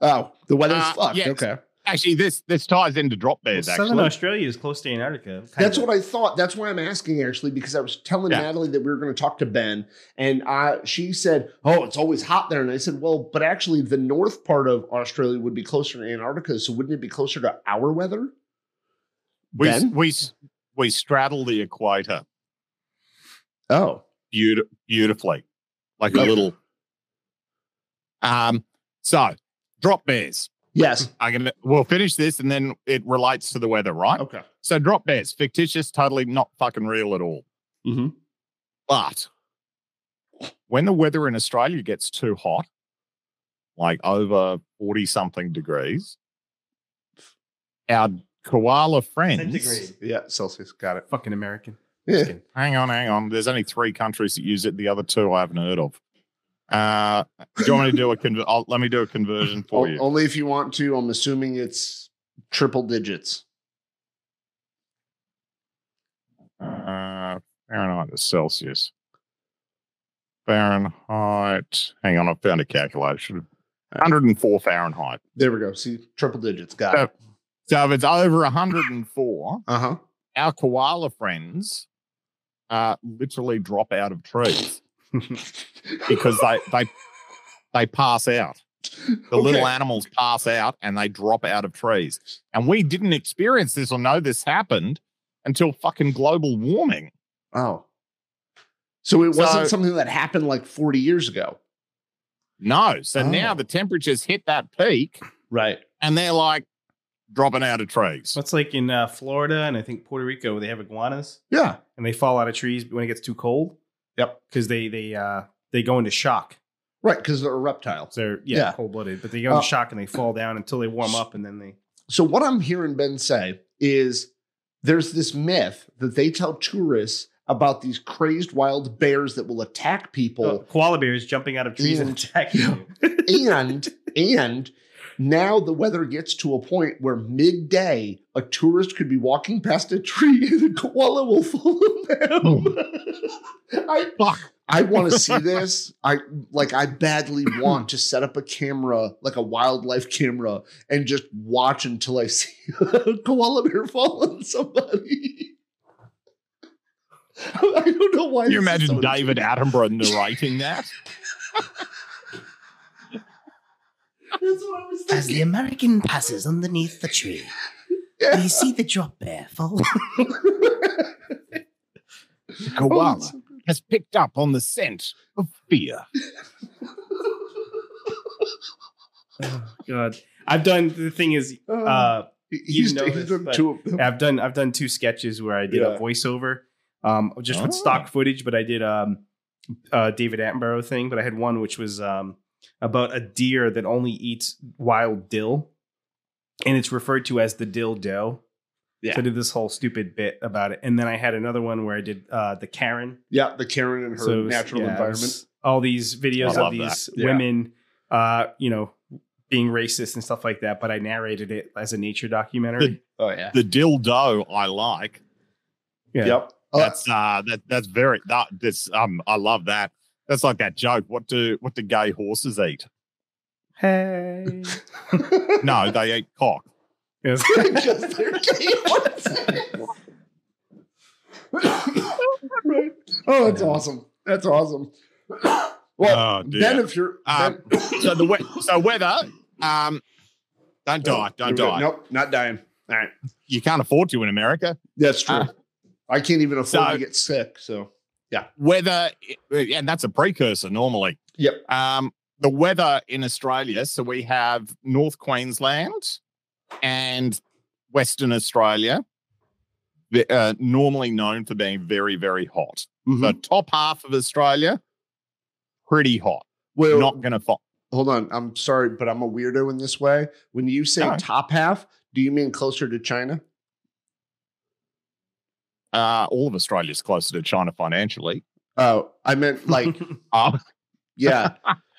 B: Oh, the weather's
C: Uh,
B: fucked.
C: yes.
B: Okay.
C: Actually, this this ties into drop bears.
A: Well, Southern
C: actually,
A: Australia is close to Antarctica. kind
B: That's
A: of.
B: what I thought. That's why I'm asking actually, because I was telling
C: Yeah.
B: Natalie that we were going to talk to Ben, and I, she said, "Oh, it's always hot there." And I said, "Well, but actually, the north part of Australia would be closer to Antarctica, so wouldn't it be closer to our weather?"
C: we,
B: Ben?
C: we we straddle the equator
B: Oh,
C: beauti- beautifully, like a
B: Okay.
C: little. Um. So, drop bears.
B: yes.
C: I'm gonna. We'll finish this, and then it relates to the weather, right?
A: Oh.
B: Okay.
C: So, drop bears, fictitious, totally not fucking real at all.
B: Mhm.
C: But when the weather in Australia gets too hot, like over 40 something degrees, our koala friends.
A: Centigrade.
B: Yeah, Celsius. Got it.
A: Fucking American.
B: Yeah.
C: Hang on, hang on. There's only three countries that use it. The other two I haven't heard of. Uh, do you want me to do a conver- I'll, let me do a conversion for
B: O-
C: you?
B: Only if you want to. I'm assuming it's triple digits.
C: Uh, Fahrenheit to Celsius. Fahrenheit. Hang on, I found a calculation. 104 Fahrenheit.
B: There we go. See, triple digits. Got
C: Uh,
B: it.
C: So if it's over 104,
B: Uh huh.
C: our koala friends uh, literally drop out of trees because they they they pass out. The little animals pass out and they drop out of trees. And we didn't experience this or know this happened until fucking global warming.
B: Oh. So it
C: So-
B: wasn't something that happened like 40 years ago.
C: No. So now
B: Oh.
C: the temperatures hit that peak
B: Right.
C: and they're like dropping out of trees.
A: That's like in uh, Florida and I think Puerto Rico where they have iguanas
B: Yeah.
A: and they fall out of trees when it gets too cold.
B: Yep.
A: Because they they uh they go into shock.
B: Right. Because they're a reptile.
A: So they're yeah,
B: Yeah.
A: cold blooded, but they go into
B: Uh,
A: shock and they fall down until they warm up and then they
B: So what I'm hearing Ben say is there's this myth that they tell tourists about these crazed wild bears that will attack
A: Uh,
B: people
A: koala bears jumping out of trees and
B: Yeah.
A: attacking you.
B: and and now the weather gets to a point where midday a tourist could be walking past a tree and a koala will follow them. I
C: Fuck.
B: I want to see this. I like I badly want to set up a camera, like a wildlife camera, and just watch until I see a koala bear fall on somebody. I don't know why.
C: Can you
B: this is
C: imagine
B: so
C: David Attenborough narrating that?
B: That's what I was
D: As the
B: thinking.
D: American passes underneath the tree,
B: Yeah.
D: you see the drop bear fall.
C: The
B: Oh, it's
C: koala
B: so
C: has picked up on the scent of fear.
A: Oh, God. I've done the thing is uh,
B: He- he's,
A: know
B: he's
A: this,
B: done
A: but-
B: two of them.
A: I've done I've done two sketches where I did
B: Oh. Yeah.
A: a voiceover, um, just with
C: Oh.
A: stock footage. But I did um, a David Attenborough thing. But I had one which was um, about a deer that only eats wild dill, and it's referred to as the dill doe.
B: Yeah.
A: So I did this whole stupid bit about it, and then I had another one where I did uh, the Karen
B: Yeah, the Karen and her
A: So it was-
B: natural
A: yeah, it
B: environment.
A: was All these
C: I
A: videos of
C: love
A: these
B: that. Yeah.
A: women, uh, you know, being racist and stuff like that. But I narrated it as a nature documentary.
B: oh yeah.
C: The dildo I like.
A: yeah.
B: Yep. Uh,
C: That's uh that that's very that this um I love that. That's like that joke. What do what do gay horses eat?
A: Hey.
B: Uh,
C: No, they eat cock.
A: Yes.
B: because they're gay. Right. Oh, that's
A: Yeah.
B: awesome. That's awesome. Well,
C: oh, dear.
B: then if you're
C: Um,
B: then-
C: so the we- so weather. Um, don't
B: Oh,
C: die, don't
B: here we go.
C: die.
B: Nope, not dying. All right,
C: You can't afford to in America.
B: that's true.
C: Ah.
B: I can't even afford
C: So-
B: to get sick. So
C: Weather, and that's a precursor normally.
B: Yep.
C: Um, the weather in Australia. So we have North Queensland and Western Australia. the- Uh, normally known for being very, very hot.
B: Hmm.
C: The top half of Australia, pretty hot.
B: well,
C: Not gonna fall.
B: hold on. I'm sorry, but I'm a weirdo in this way. When you say
C: No.
B: top half, do you mean closer to China?
C: Uh, all of Australia's closer to China financially.
B: Oh, I meant like
C: Uh,
B: yeah.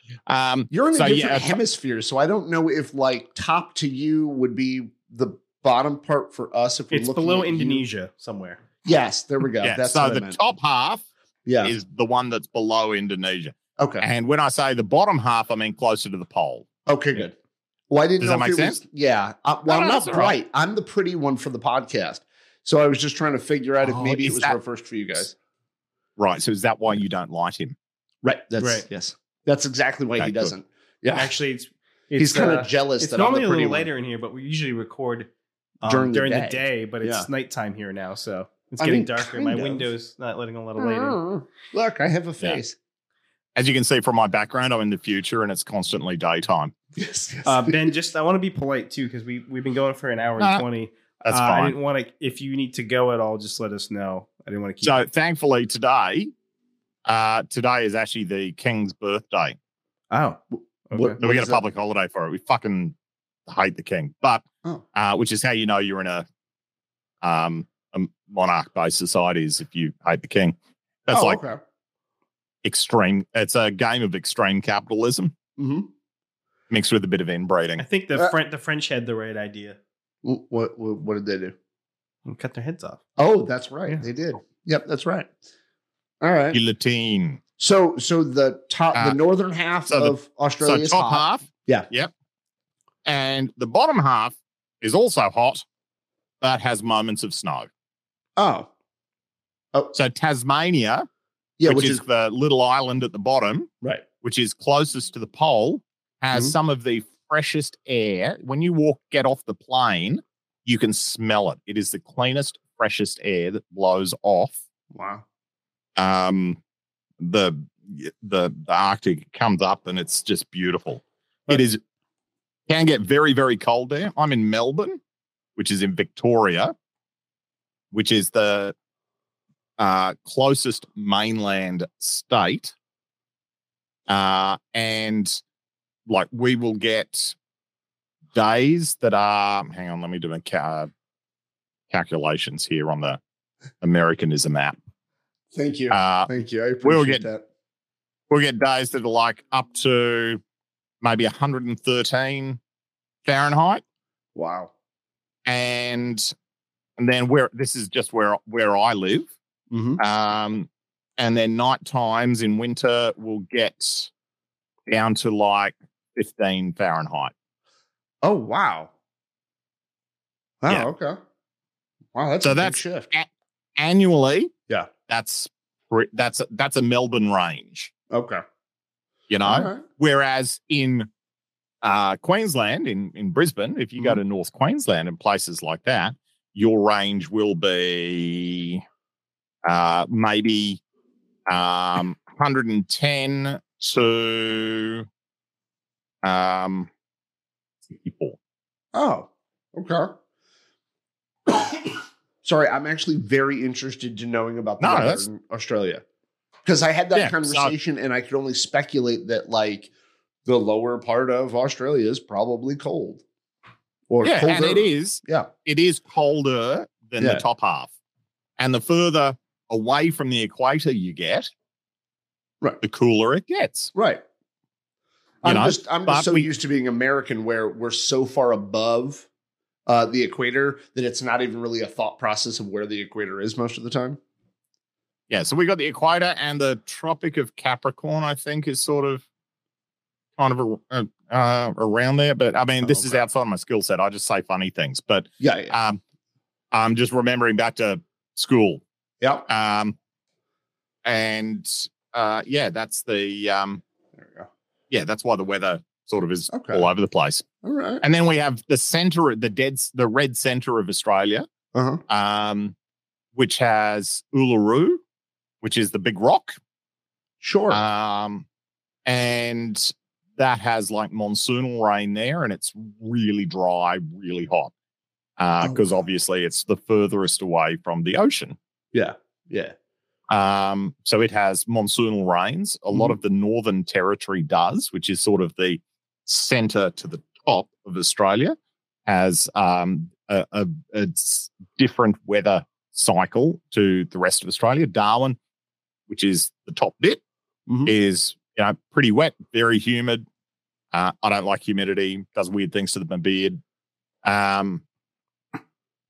C: um,
B: You're in a
C: So,
B: different
C: yeah, t-
B: hemisphere, so I don't know if like top to you would be the bottom part for us. If we're
A: it's
B: looking
A: below
B: at you.
A: Indonesia somewhere.
B: Yes, there we go.
C: yeah.
B: That's
C: so
B: what I
C: the
B: meant.
C: top half
B: Yeah.
C: is the one that's below Indonesia.
B: okay.
C: And when I say the bottom half, I mean closer to the pole.
B: Okay. Good. Well, I didn't
C: Does
B: know
C: that
B: if
C: make
B: it was- yeah. I,
C: No,
B: well,
C: no,
B: I'm not
C: that's all right.
B: bright. I'm the pretty one for the podcast, so I was just trying to figure out if
C: Oh,
B: maybe it
C: is
B: was
C: that-
B: reversed for you guys.
C: Right. So is that why you don't like him?
B: Right. That's
A: Right.
B: yes. That's exactly why
C: Okay,
B: he
C: good.
B: doesn't. Yeah.
A: Actually, it's, it's
B: he's kind
A: uh,
B: of jealous
A: It's
B: that I'm the
A: normally a
B: pretty
A: little
B: one.
A: later in here, but we usually record um,
B: During
A: during,
B: the
A: the,
B: day.
A: day. but it's
B: Yeah.
A: nighttime here now, so it's
B: I
A: getting
B: mean,
A: darker.
B: kind
A: My
B: of.
A: window's not letting a lot of light
B: Oh.
A: in.
B: Look, I have a
C: Yeah.
B: face.
C: As you can see from my background, I'm in the future and it's constantly daytime.
B: Yes. yes.
C: Um,
A: Uh, ben, just I want to be polite too because we we've been going for an hour
C: Uh,
A: and twenty.
C: That's
A: Uh,
B: Ah,
A: I
C: fine.
A: didn't want to. If you need to go at all, just let us know. I didn't want to keep.
C: So thankfully today, uh, today is actually the king's birthday.
A: oh, okay.
B: What-
C: So we
B: is
C: get a
B: that?
C: public holiday for it. We fucking hate the king, but
B: Oh.
C: uh, which is how you know you're in a um a monarch-based society is if you hate the king. That's
B: Oh,
C: like
B: okay.
C: extreme. It's a game of extreme capitalism
B: hmm
C: mixed with a bit of
A: I
C: inbreeding.
A: think the
B: Uh,
A: French the French had the right idea.
B: What, what what did they do?
A: And cut their heads off.
B: Oh, that's right.
A: Yeah.
B: They did. Yep, that's right. All right.
C: Guillotine.
B: So so the top
C: Uh,
B: the northern half
C: so the-
B: of Australia is
C: so top
B: hot.
C: half.
B: Yeah.
C: Yep. And the bottom half is also hot, but has moments of snow.
B: Oh,
C: So Tasmania,
B: yeah,
C: which, is, the little island at the bottom,
B: right.
C: which is closest to the pole, has
B: Mhm.
C: some of the freshest air. When you walk, get off the plane, you can smell it. It is the cleanest, freshest air that blows off
B: Wow.
C: um the the the arctic comes up and it's just beautiful it
A: But-
C: is can get very very cold there i'm in melbourne which is in victoria which is the uh closest mainland state uh and like we will get days that are hang on let me do my ca- calculations here on the americanism app
B: Thank you.
C: uh
B: Thank you. I appreciate
C: we'll get-
B: that.
C: we'll get days that are like up to maybe 113 Fahrenheit,
B: Wow.
C: and and then where this is just where where I live.
B: Mm-hmm.
C: Um, and then night times in winter will get down to like 15 Fahrenheit.
B: Oh wow. Wow.
C: Yeah.
B: Okay. Wow. That's
C: So
B: a big
C: that's-
B: shift.
C: Annually,
B: Yeah.
C: that's pre- that's a, that's a Melbourne range,
B: Okay.
C: you know.
B: All right.
C: Whereas in uh, Queensland, in, in Brisbane, if you go to North Queensland and places like that, your range will be uh, maybe um, 110 to um, people.
B: Oh, okay. Sorry, I'm actually very interested to knowing about the
C: No,
B: weather
C: that's-
B: in Australia because I had that
C: Yeah, 'cause I-
B: conversation and I could only speculate that like the lower part of Australia is probably cold or
C: yeah,
B: colder.
C: and it is.
B: Yeah.
C: It is colder than
B: Yeah.
C: the top half. And the further away from the equator you get,
B: Right.
C: the cooler it gets.
B: Right.
C: You
B: I'm
C: know,
B: just I'm
C: but
B: just so
C: we-
B: used to being American where we're so far above uh, the equator that it's not even really a thought process of where the equator is most of the time.
C: Yeah, so we got the equator and the Tropic of Capricorn, I think, is sort of kind of a, uh, around there. But I mean,
B: Oh,
C: this is
B: okay.
C: outside my skill set. I just say funny things. But
B: Yeah. Yeah.
C: um, I'm just remembering back to school
B: yeah.
C: Um, and uh, yeah, that's the um,
B: There we go.
C: yeah, that's why the weather sort of is
B: Okay.
C: all over the place.
B: All right.
C: And then we have the center, the dead, the red center of Australia,
B: Uh-huh.
C: um, which has Uluru, which is the big rock,
B: Sure.
C: um, and that has like monsoonal rain there, and it's really dry, really hot.
B: Oh.
C: Because obviously it's the furthest away from the ocean.
B: yeah. Yeah.
C: Um, so it has monsoonal rains. A lot of the Northern Territory does, which is sort of the center to the top of Australia, has um, a, a, a s- different weather cycle to the rest of Australia. Darwin, which is the top bit,
B: Mhm.
C: is you know pretty wet, very humid. Uh, I don't like humidity; does weird things to the- my beard. Um,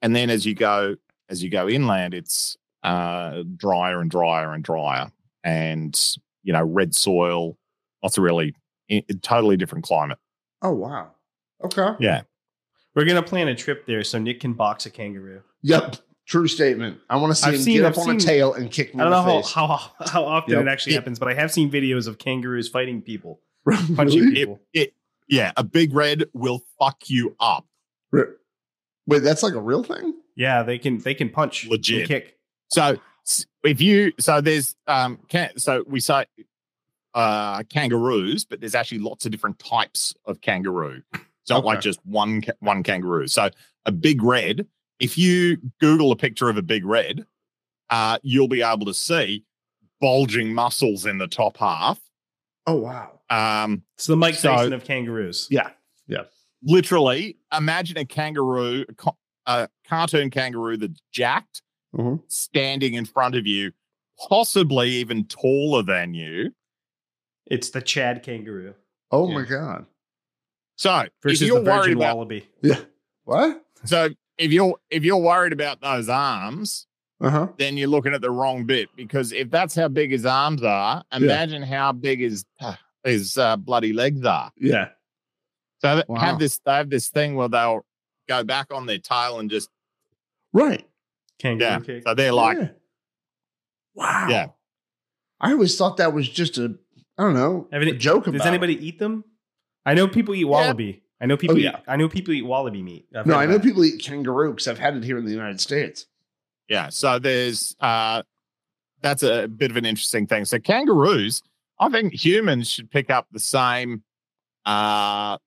C: and then as you go as you go inland, it's uh, drier and drier and drier, and you know, red soil. Lots of really i- totally different climate.
B: Oh wow. Okay.
A: We're gonna plan a trip there so Nick can box a kangaroo.
B: Yep. True statement. I want to see
A: I've
B: him
A: seen-
B: get
A: I've
B: up on a
A: seen-
B: tail and kick me
A: I don't
B: in
A: know
B: the
A: how,
B: face.
A: how how often
B: Yep.
A: it actually
C: Yeah.
A: happens, but I have seen videos of kangaroos fighting people, punching
B: Really?
A: people.
C: Yeah, a big red will fuck you up.
B: Re- Wait, that's like a real thing?
A: Yeah, they can they can punch, and
C: Legit.
A: kick.
C: So s- if you so there's um can so we say uh kangaroos, but there's actually lots of different types of kangaroo. It's not like
B: Okay.
C: just one ca- one kangaroo. So a big red. If you Google a picture of a big red, uh, you'll be able to see bulging muscles in the top half.
B: Oh wow.
C: Um,
A: It's the Mike
C: So-
A: Tyson of kangaroos.
B: Yeah.
C: literally, imagine a kangaroo, a co- a cartoon kangaroo that's jacked,
B: Mhm.
C: standing in front of you, possibly even taller than you.
A: It's the Chad kangaroo
B: Oh
A: Yeah.
B: my god.
C: So if
A: versus
C: you're
A: the
C: worried
A: virgin
C: about
A: wallaby.
B: Yeah. What?
C: so if you're if you're worried about those arms,
B: Uh-huh.
C: then you're looking at the wrong bit because if that's how big his arms are, imagine how big his his uh, bloody legs are.
B: Yeah.
C: So they
B: Wow.
C: have this they have this thing where they'll go back on their tail and just
B: Right.
A: Kangaroo
C: yeah.
A: kick.
C: So they're like
B: Yeah. Wow.
C: Yeah.
B: I always thought that was just a I don't know
A: Have any-
B: a joke about.
A: Does
B: it.
A: anybody eat them? I know people eat wallaby. I know people.
B: Oh,
A: eat,
B: yeah.
A: I know people eat wallaby meat. I've
B: No,
A: heard
B: I
A: of
B: know
A: that.
B: people eat kangaroo because I've had it here in the United States.
C: yeah. So there's uh that's a bit of an interesting thing. So kangaroos, I think humans should pick up the same uh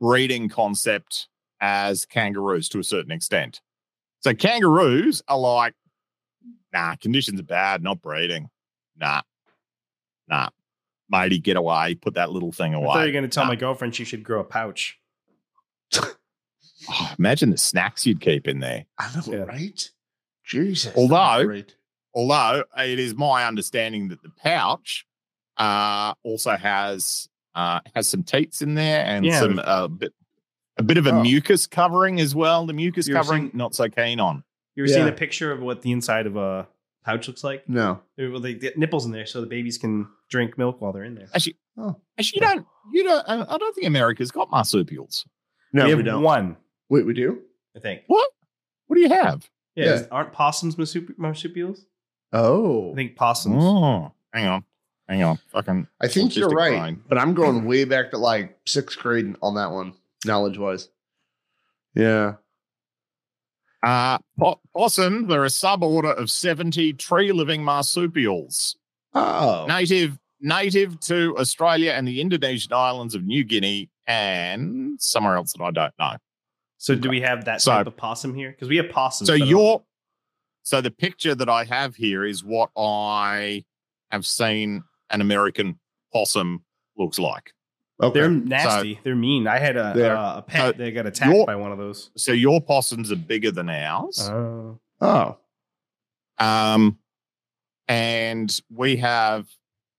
C: breeding concept as kangaroos to a certain extent. So kangaroos are like, nah, conditions are bad, not breeding. Nah. Nah. Matey, get away. Put that little thing
A: I thought you were
C: away.
A: going to tell
C: Nah.
A: my girlfriend she should grow a pouch.
C: Oh, imagine the snacks you'd keep in there.
B: I know,
A: Yeah.
B: right? Jesus.
C: Although-
B: that was great.
C: although it is my understanding that the pouch uh, also has uh, has some teats in there and
A: Yeah.
C: some uh, bit, a bit of a
B: Oh.
C: mucus covering as well. The mucus
A: You ever
C: covering,
A: seen-
C: not so keen on.
A: You ever seen
B: Yeah.
A: a picture of what the inside of a pouch looks like?
B: no.
A: Well, they get nipples in there so the babies can drink milk while they're in there.
C: Actually,
B: Oh
C: Actually, you don't. You don't. uh, I I don't think America's got marsupials.
B: no,
A: we
B: we,
A: have
B: don't.
A: one,
B: Wait, we do.
A: I think.
C: What? What do you have?
A: Yeah,
B: Yeah.
A: is- aren't possums marsup- marsupials?
B: Oh,
A: I think possums.
B: Mm.
C: Oh, hang on, hang on. Fucking.
B: I think you're
C: autistic
B: right,
C: brain.
B: but I'm going way back to like sixth grade on that one, knowledge wise. Yeah.
C: Uh, po- possum. They're a suborder of seventy tree-living marsupials.
B: Oh.
C: native native to Australia and the Indonesian islands of New Guinea and somewhere else that I don't know.
A: So do we have that
C: So-
A: type of possum here? Because we have possums.
C: So
A: that are-
C: your so the picture that I have here is what I have seen an American possum looks like.
A: they're
B: Okay.
A: nasty. they're mean. I had a
B: They're-
A: uh, a pet that got attacked
C: your-
A: by one of those.
C: So your possums are bigger than ours.
A: Oh.
B: Oh,
C: Um, and we have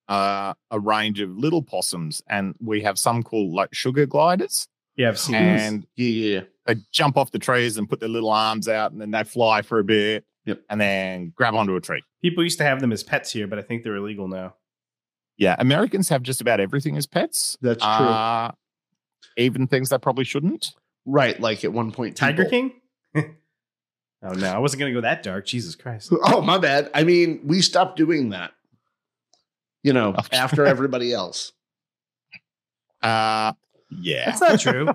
C: uh, a range of little possums, and we have some called like sugar gliders,
A: Yeah, I've seen those.
C: and
B: yeah, yeah. yeah.
C: they jump off the trees and put their little arms out, and then they fly for a bit,
B: Yep.
C: and then grab onto a tree.
A: People used to have them as pets here, but I think they're illegal now.
C: Yeah, Americans have just about everything as pets.
B: That's true.
C: Uh, even things they probably shouldn't.
B: Right. Like at one point,
A: Tiger
B: people-
A: King? oh no, I wasn't gonna go that dark. Jesus Christ.
B: Oh, my bad. I mean, we stopped doing that. You know,
C: Okay.
B: after everybody else.
C: Uh, yeah.
A: That's not true.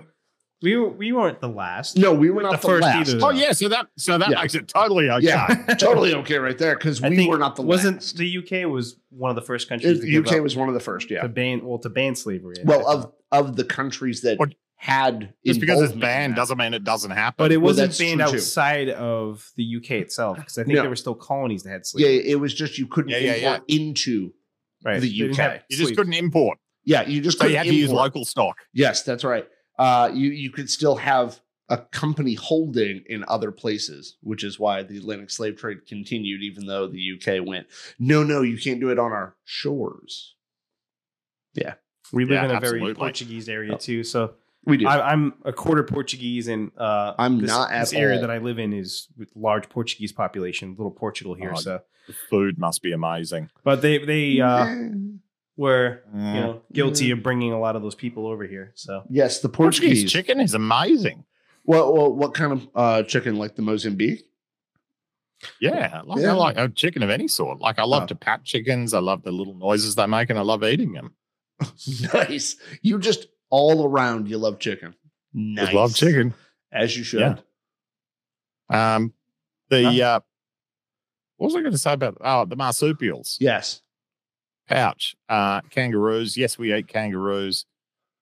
A: We were, we weren't the last.
B: No, we were not the,
A: first
B: last.
A: either.
C: Oh yeah, so that so that
B: Yeah.
C: makes it totally okay.
B: Yeah, totally okay right there because
A: I
B: we
A: think-
B: were not the
A: wasn't
B: last.
A: the UK was one of the first countries. to
B: It-
A: give
B: UK
A: up
B: was one of the first.
A: to
B: Yeah.
A: ban well to ban slavery.
B: Well, uh, of of the countries that
C: What-
B: had
C: Just because
B: involvement
C: it's
B: in
C: banned
B: that.
C: doesn't mean it doesn't happen.
A: but it
B: well,
A: wasn't
B: that's
A: banned
B: true, too.
A: outside of the UK itself because I think
B: No.
A: there were still colonies that had
B: Yeah,
A: slavery.
B: it was just you couldn't
C: Yeah, yeah,
B: import into.
A: right.
B: the
A: They didn't
B: UK.
A: have
C: You just
A: slaves.
C: couldn't import.
B: Yeah, you just
C: So
B: couldn't
C: you had to use
B: import.
C: local stock.
B: Yes, that's right. Uh, you you could still have a company holding in other places, which is why the Atlantic slave trade continued, even though the UK went, no, no, you can't do it on our shores.
A: We live
C: Yeah,
A: in a
C: absolutely.
A: very Portuguese area
B: Oh.
A: too, so
B: We do.
A: I, I'm a quarter Portuguese, and uh,
B: I'm
A: this,
B: not at
A: this area
B: all.
A: that I live in is with large Portuguese population, little Portugal here.
C: Oh,
A: so,
C: The food must be amazing.
A: but they they uh,
B: Eh.
A: were you
C: Mm.
B: Mm-hmm.
A: know guilty of bringing a lot of those people over here. So
B: yes, the
C: Portuguese,
B: Portuguese.
C: chicken is amazing.
B: Well, well, what kind of uh, chicken? Like the Mozambique?
C: Yeah, like,
B: Yeah.
C: I like uh, chicken of any sort. Like I love
A: Oh.
C: to pat chickens. I love the little noises they make, and I love eating them.
B: nice. You just all around. You love chicken.
C: Just love chicken.
B: as you should.
C: Yeah. Um, the uh, what was I going to say about oh the marsupials
B: Yes.
C: pouch? Uh, kangaroos. Yes, we eat kangaroos.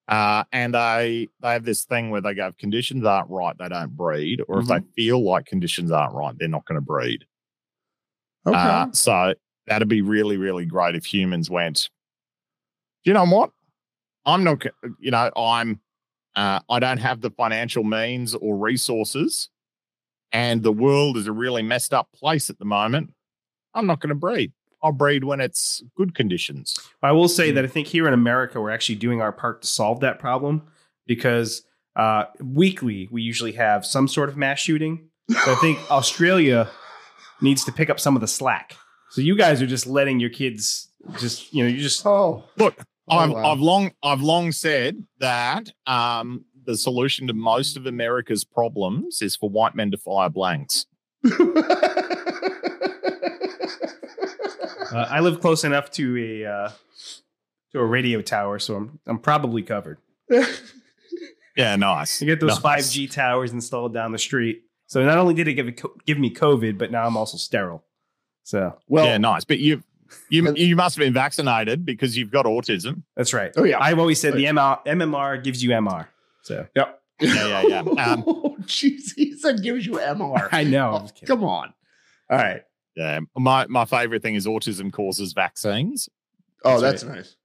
C: Uh, and they they have this thing where they go if conditions aren't right, they don't breed, or if they feel like conditions aren't right, they're not going to breed.
B: Okay.
C: Uh, so that'd be really, really great if humans went, you know what? I'm not, go- you know, I'm, uh, I don't have the financial means or resources, and the world is a really messed up place at the moment. I'm not going to breed. I'll breed when it's good conditions.
A: I will say that I think here in America we're actually doing our part to solve that problem because uh, weekly we usually have some sort of mass shooting. So I think Australia needs to pick up some of the slack. So you guys are just letting your kids just you know you just
B: oh,
C: Look,
B: Oh,
C: I've,
B: wow.
C: I've long, I've long said that um, the solution to most of America's problems is for white men to fire blanks.
A: Uh, I live close enough to a uh, to a radio tower, so I'm I'm probably covered.
C: Yeah, nice.
A: You get those
C: Nice.
A: five G towers installed down the street. So not only did it give give me COVID, but now I'm also sterile. So
B: well,
C: yeah, nice. But you, you,
B: And-
C: you must have been vaccinated because you've got autism.
A: that's right.
B: oh yeah,
A: I've always said the MR, MMR gives you MR. So
C: Yeah, yeah, yeah. Um,
B: oh, jeez, he said gives you MR.
A: I know. I'm
B: Oh,
A: just kidding.
B: come on. All right.
C: yeah, my my favorite thing is autism causes vaccines.
B: Oh,
A: That's
B: that's, nice.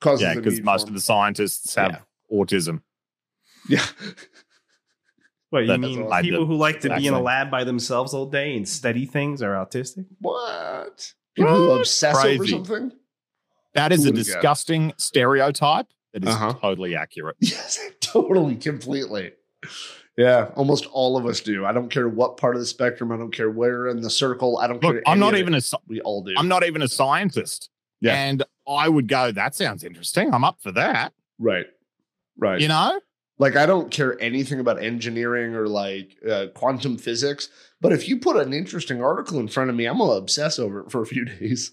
B: Causes
C: yeah, because
B: immune
C: most
B: form.
C: of the scientists have autism.
B: yeah,
A: What you
C: That
A: mean?
C: doesn't- I
A: People
C: don't-
A: who like to be in a
C: Exactly.
A: lab by themselves all day and study things are autistic.
B: what people who
C: What?
B: obsess over
C: Crazy.
B: something?
C: That is
B: Who
C: a
B: would've guessed?
C: disgusting stereotype that is
B: Uh-huh.
C: totally accurate.
B: Yes, totally, completely. Yeah, almost all of us do. I don't care what part of the spectrum. I don't care where in the circle. I don't
C: Look,
B: care.
C: I'm
B: any
C: not
B: of
C: even
B: it.
C: a sci-
B: We all do.
C: I'm not even a scientist.
B: Yeah.
C: And I would go, that sounds interesting. I'm up for that.
B: right. Right.
C: You know?
B: Like I don't care anything about engineering or like uh, quantum physics, but if you put an interesting article in front of me, I'm gonna obsess over it for a few days.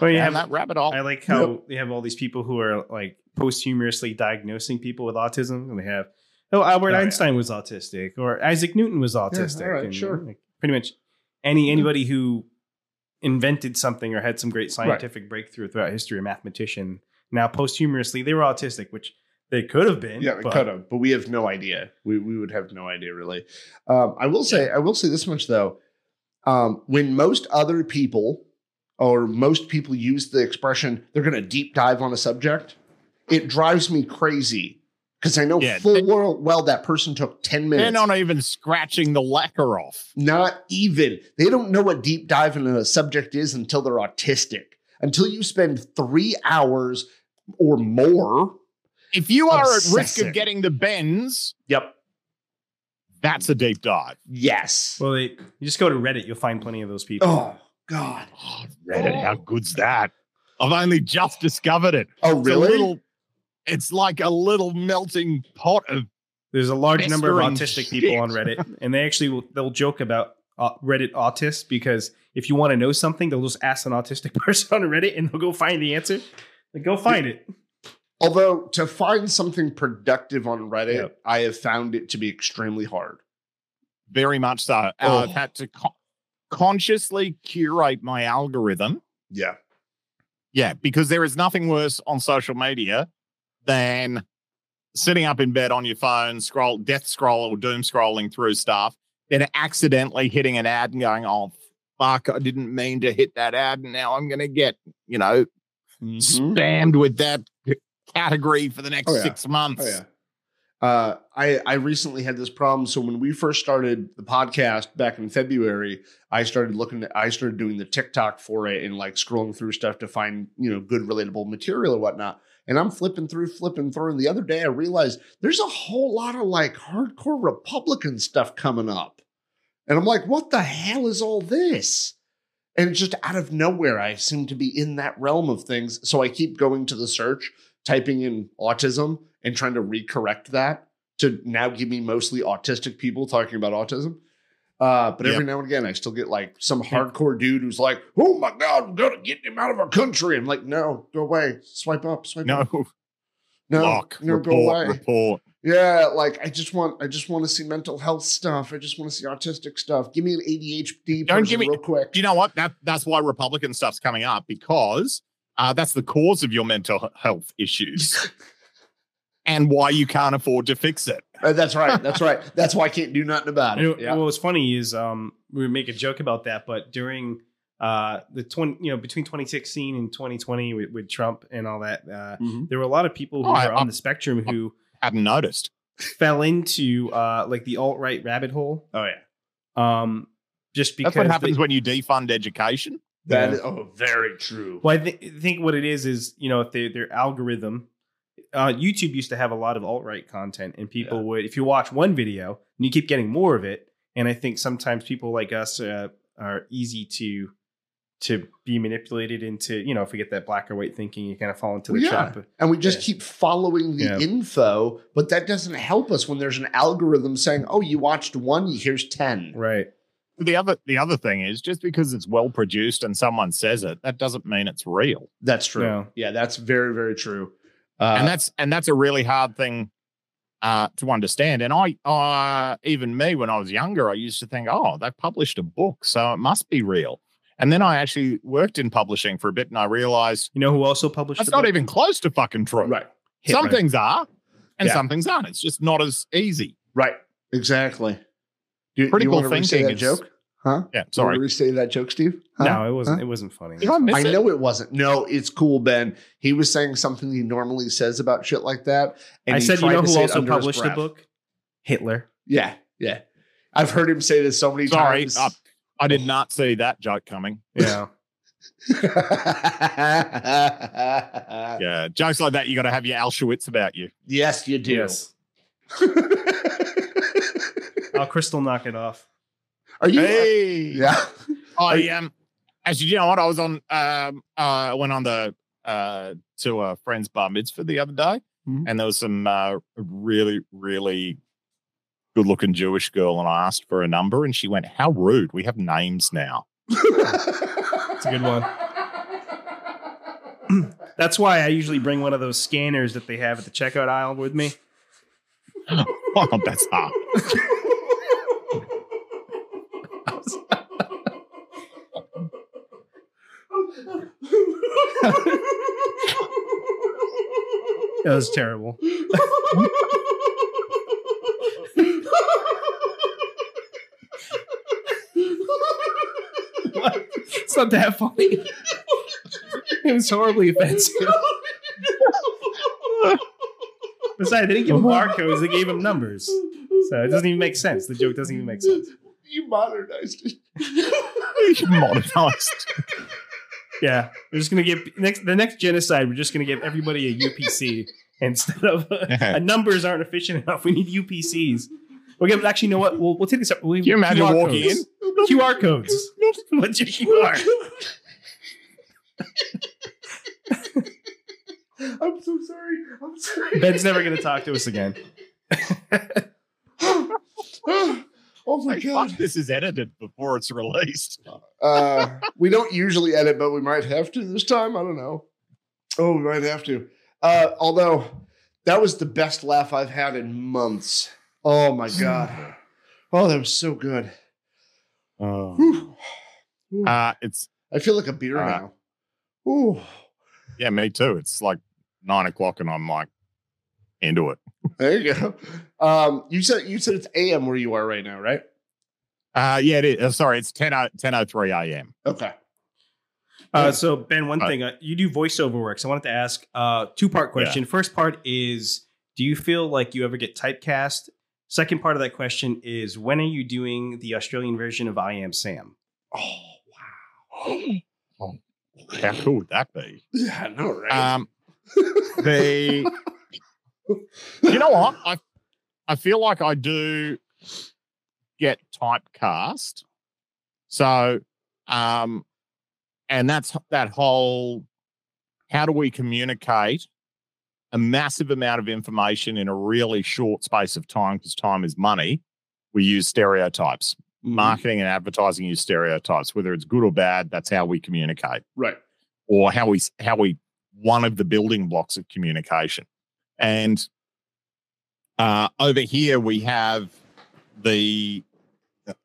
A: Well, you
C: Yeah,
A: have
C: that rabbit
B: Oh,
C: hole.
A: I like how they have all these people who are like posthumously diagnosing people with autism, and they have, oh, Albert
B: Oh, yeah.
A: Einstein was autistic, or Isaac Newton was autistic.
B: all right,
A: and,
B: sure. Mm-hmm.
A: like, pretty much any anybody who invented something or had some great scientific breakthrough throughout history, a mathematician, now posthumously they were autistic, which They could have been.
B: Yeah, we
A: but-
B: could have, but we have no idea. We we would have no idea really. Um, I will say, I will say this much though: um, when most other people or most people use the expression "they're going to deep dive on a subject," it drives me crazy because I know
C: Yeah,
B: full
C: they-
B: well, well that person took ten
C: They're
B: minutes.
C: not even scratching the lacquer off.
B: Not even. They don't know what deep dive into a subject is until they're autistic. Until you spend three hours or more.
C: If you are at risk
B: Obsessive.
C: of getting the bends,
B: Yep.
C: that's a deep dive.
B: Yes.
A: Well, they, you just go to Reddit, you'll find plenty of those people.
B: Oh God.
C: Oh, Reddit, how good's that? I've only just discovered it.
B: Oh
C: It's a
B: really?
C: little- it's like a little melting pot of
A: There's a large number of
C: Pestering
A: autistic
C: shit.
A: people on Reddit, and they actually will, they'll joke about uh, Reddit autists because if you want to know something, they'll just ask an autistic person on Reddit, and they'll go find the answer. Like, go find it.
B: Although to find something productive on Reddit,
A: Yep.
B: I have found it to be extremely hard.
C: very much so. Uh,
B: Oh.
C: I've had to con- consciously curate my algorithm.
B: Yeah.
C: Yeah, because there is nothing worse on social media than sitting up in bed on your phone, scroll, death scroll, or doom scrolling through stuff, then accidentally hitting an ad and going, "Oh fuck, I didn't mean to hit that ad, and now I'm gonna get you know Mm-hmm.
B: Mm-hmm.
C: spammed with that." c- Category for the next
B: Oh, yeah.
C: six months.
B: Oh yeah. Uh, I I recently had this problem. So when we first started the podcast back in February, I started looking. At, I started doing the TikTok for it and like scrolling through stuff to find you know good relatable material or whatnot. And I'm flipping through, flipping through. And the other day, I realized there's a whole lot of like hardcore Republican stuff coming up, and I'm like, what the hell is all this? And just out of nowhere, I seem to be in that realm of things. So I keep going to the search typing in autism and trying to recorrect that to now give me mostly autistic people talking about autism. Uh, but every now and again, I still get like some hardcore dude who's like, "Oh my god, I'm gonna get him out of our country." I'm like, "No, go away. Swipe up, swipe
C: No,
B: up. No,
C: block,
B: no, go
C: report,
B: away.
C: report.
B: Yeah, like I just want, I just want to see mental health stuff. I just want to see autistic stuff. Give me an ADHD
C: Don't
B: person
C: give me-
B: real quick.
C: Do you know what? That that's why Republican stuff's coming up because uh, that's the cause of your mental health issues and why you can't afford to fix it.
B: Uh, that's right. That's right. That's why I can't do nothing about
A: You know,
B: it. Yeah.
A: What was funny is um, we would make a joke about that, but during uh, the twenty, you know, between 2016 and 2020 with, with Trump and all that, uh,
B: Mhm.
A: there were a lot of people who
C: Oh, I-
A: were on the spectrum who
C: Hadn't noticed.
A: fell into uh, like the alt right rabbit hole.
B: Oh yeah.
A: Um, just because
C: that's what happens
A: they-
C: when you defund education.
B: That
A: Yeah.
B: is oh, very true.
A: Well, I thi- think what it is is you know if they, their algorithm, uh, YouTube used to have a lot of alt right content, and people
B: Yeah.
A: would if you watch one video and you keep getting more of it, and I think sometimes people like us uh, are easy to to be manipulated into you know if we get that black or white thinking, you kind of fall into the
B: Well, yeah.
A: trap. of-
B: and we just
A: Yeah.
B: keep following the
A: Yeah.
B: info, but that doesn't help us when there's an algorithm saying, "Oh, you watched one, here's 10.
A: Right.
C: The other the other thing is just because it's well produced and someone says it, that doesn't mean it's real.
B: That's true.
A: No.
B: Yeah, that's very very true. Uh,
C: and that's and that's a really hard thing uh, to understand. And I uh, even me when I was younger, I used to think, oh, they published a book, so it must be real. And then I actually worked in publishing for a bit, and I realized
A: You know who also published?
C: That's
A: the
C: not
A: book?
C: even close to fucking true.
B: right,
C: some
A: Hitler.
C: things are, and
B: Yeah.
C: some things aren't. It's just not as easy.
B: right, exactly. Do, do you
C: Critical
B: want to restate
C: thinking
B: that
C: is-
B: joke? Huh?
C: Yeah,
B: You
C: sorry.
B: want to restate that joke, Steve? Huh?
A: No, it wasn't.
B: Huh?
A: It wasn't funny.
C: Did I miss
B: I
C: it?
B: know it wasn't. No, it's cool, Ben. He was saying something he normally says about shit like that.
A: I
B: he
A: said you
B: tried
A: know
B: to
A: who
B: say it
A: also
B: under his
A: published the
B: breath.
A: book? Hitler.
B: Yeah, yeah. I've heard him say this so many
C: Sorry,
B: times.
C: uh, I did not see that joke coming.
A: Yeah.
C: Yeah, jokes like that, you got to have your Auschwitz about you.
B: Yes, you do.
A: yes. I'll crystal knock it off.
B: Are you?
C: Hey,
B: Yeah.
C: I um, actually, you know what? I was on um, uh, I went on the uh to a friend's bar mitzvah the other day,
B: Mhm.
C: and there was some uh really really good looking Jewish girl, and I asked for a number, and she went, "How rude! We have names now."
B: It's
A: a good one. That's why I usually bring one of those scanners that they have at the checkout aisle with me.
C: Oh, that's hard.
A: That was terrible.
E: It's not that funny. It was horribly offensive.
A: Besides, they didn't give him barcodes; they gave him numbers. So it doesn't even make sense. The joke doesn't even make sense.
B: You modernized it.
C: Modernized.
A: Yeah, we're just gonna give next the next genocide. We're just gonna give everybody a UPC instead of uh, numbers aren't efficient enough. We need UPCs. We're gonna actually you know what we'll, we'll take this up. We,
C: Can you imagine walking
A: in QR codes? What's your QR?
B: I'm so sorry. I'm sorry.
A: Ben's never gonna talk to us again.
B: oh my
C: Like, fuck,
B: god.
C: this is edited before it's released.
B: Uh, we don't usually edit, but we might have to this time. I don't know. Oh, we might have to. Uh, although that was the best laugh I've had in months. Oh my god. Oh, that was so good. Whew. Whew.
C: Uh, it's
B: I feel like a beer
C: uh,
B: now. Ooh.
C: yeah, me too. It's like nine o'clock, and I'm like into it.
B: There you go. Um, you said you said it's AM where you are right now, right?
C: Uh, yeah, it is. Uh, sorry, it's 10, 10.03 a.m.
B: Okay.
A: Uh, so Ben, one
C: Uh,
A: thing uh, you do voiceover work. So I wanted to ask uh, two part question. First part is, do you feel like you ever get typecast? Second part of that question is, when are you doing the Australian version of I Am Sam?
B: Oh
C: How cool would that be?
B: yeah, I know, right?
C: Um, the you know what I I feel like I do get typecast. So, um, and that's that whole how do we communicate a massive amount of information in a really short space of time because time is money. We use stereotypes. Marketing and advertising use stereotypes, whether it's good or bad. That's how we communicate
B: right.
C: or how we how we one of the building blocks of communication. And uh, over here we have the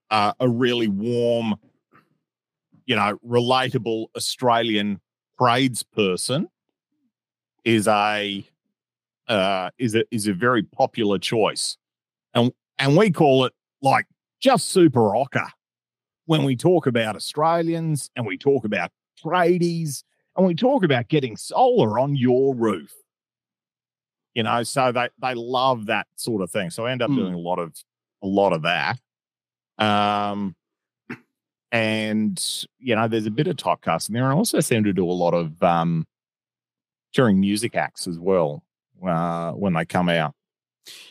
C: uh, a really warm, you know, relatable Australian tradesperson is a uh, is a is a very popular choice, and and we call it like just super rocker when we talk about Australians and we talk about tradies and we talk about getting solar on your roof. You know, so they they love that sort of thing. So I end up
A: Hmm.
B: Mm.
C: doing a lot of a lot of that. Um and you know, there's a bit of typecasting there. And I also seem to do a lot of um during music acts as well, uh, when they come out.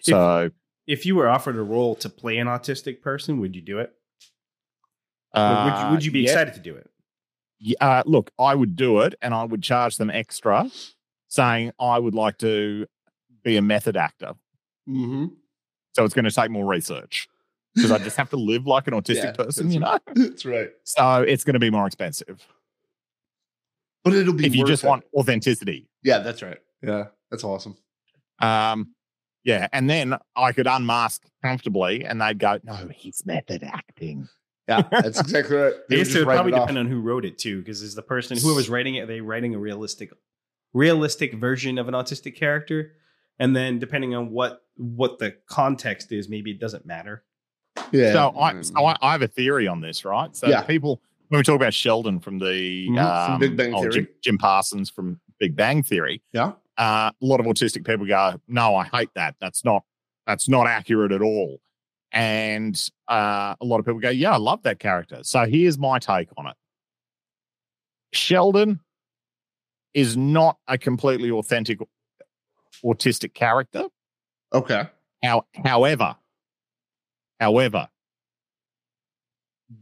C: So
A: If you were offered a role to play an autistic person, would you do it? Would- would,
C: uh,
A: you, would you be
C: yeah.
A: excited to do it?
C: y- uh, look, I would do it and I would charge them extra, saying I would like to be a method actor.
B: Mm-hmm.
C: So it's going to take more research because I just have to live like an autistic
B: Yeah,
C: person,
B: that's
C: you know?
B: That's right.
C: So it's going to be more expensive
B: But it'll be
C: if you
B: worth
C: just
B: it.
C: want authenticity.
B: Yeah, that's right. Yeah, that's awesome.
C: Um, yeah. And then I could unmask comfortably and they'd go, no, he's method acting.
B: Yeah, that's exactly right.
A: I
B: They
A: guess
B: just
A: it would
B: write
A: probably
B: it off.
A: depend on who wrote it too, because is the person whoever's writing it, are they writing a realistic, realistic version of an autistic character? And then depending on what what the context is, maybe it doesn't matter.
B: Yeah. mm.
C: So I, so I, I have a theory on this, right? So
B: Yeah.
C: people, when we talk about Sheldon from the
B: Mhm, from
C: um,
B: Big Bang
C: oh, Jim,
B: Theory.
C: Jim Parsons from Big Bang Theory,
B: yeah.
C: uh, a lot of autistic people go, "No, I hate that. That's not that's not accurate at all." And uh, a lot of people go, "Yeah, I love that character." So here's my take on it: Sheldon is not a completely authentic autistic character.
B: Okay.
C: How, however, however,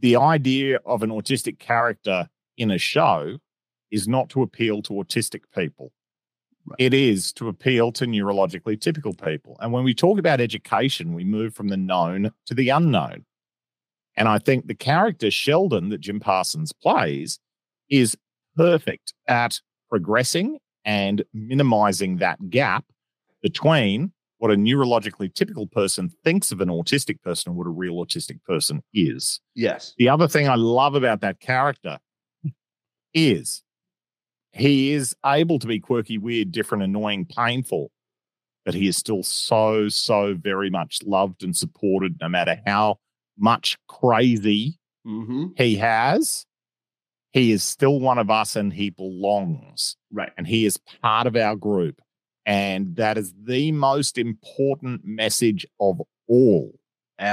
C: the idea of an autistic character in a show is not to appeal to autistic people. It is to appeal to neurologically typical people. And when we talk about education, we move from the known to the unknown. And I think the character Sheldon that Jim Parsons plays is perfect at progressing and minimizing that gap between what a neurologically typical person thinks of an autistic person and what a real autistic person is.
B: Yes.
C: The other thing I love about that character is he is able to be quirky, weird, different, annoying, painful, but he is still so, so very much loved and supported, no matter how much crazy
B: Mm-hmm.
C: he has. He is still one of us and he belongs
B: Right.
C: and he is part of our group. And that is the most important message of all.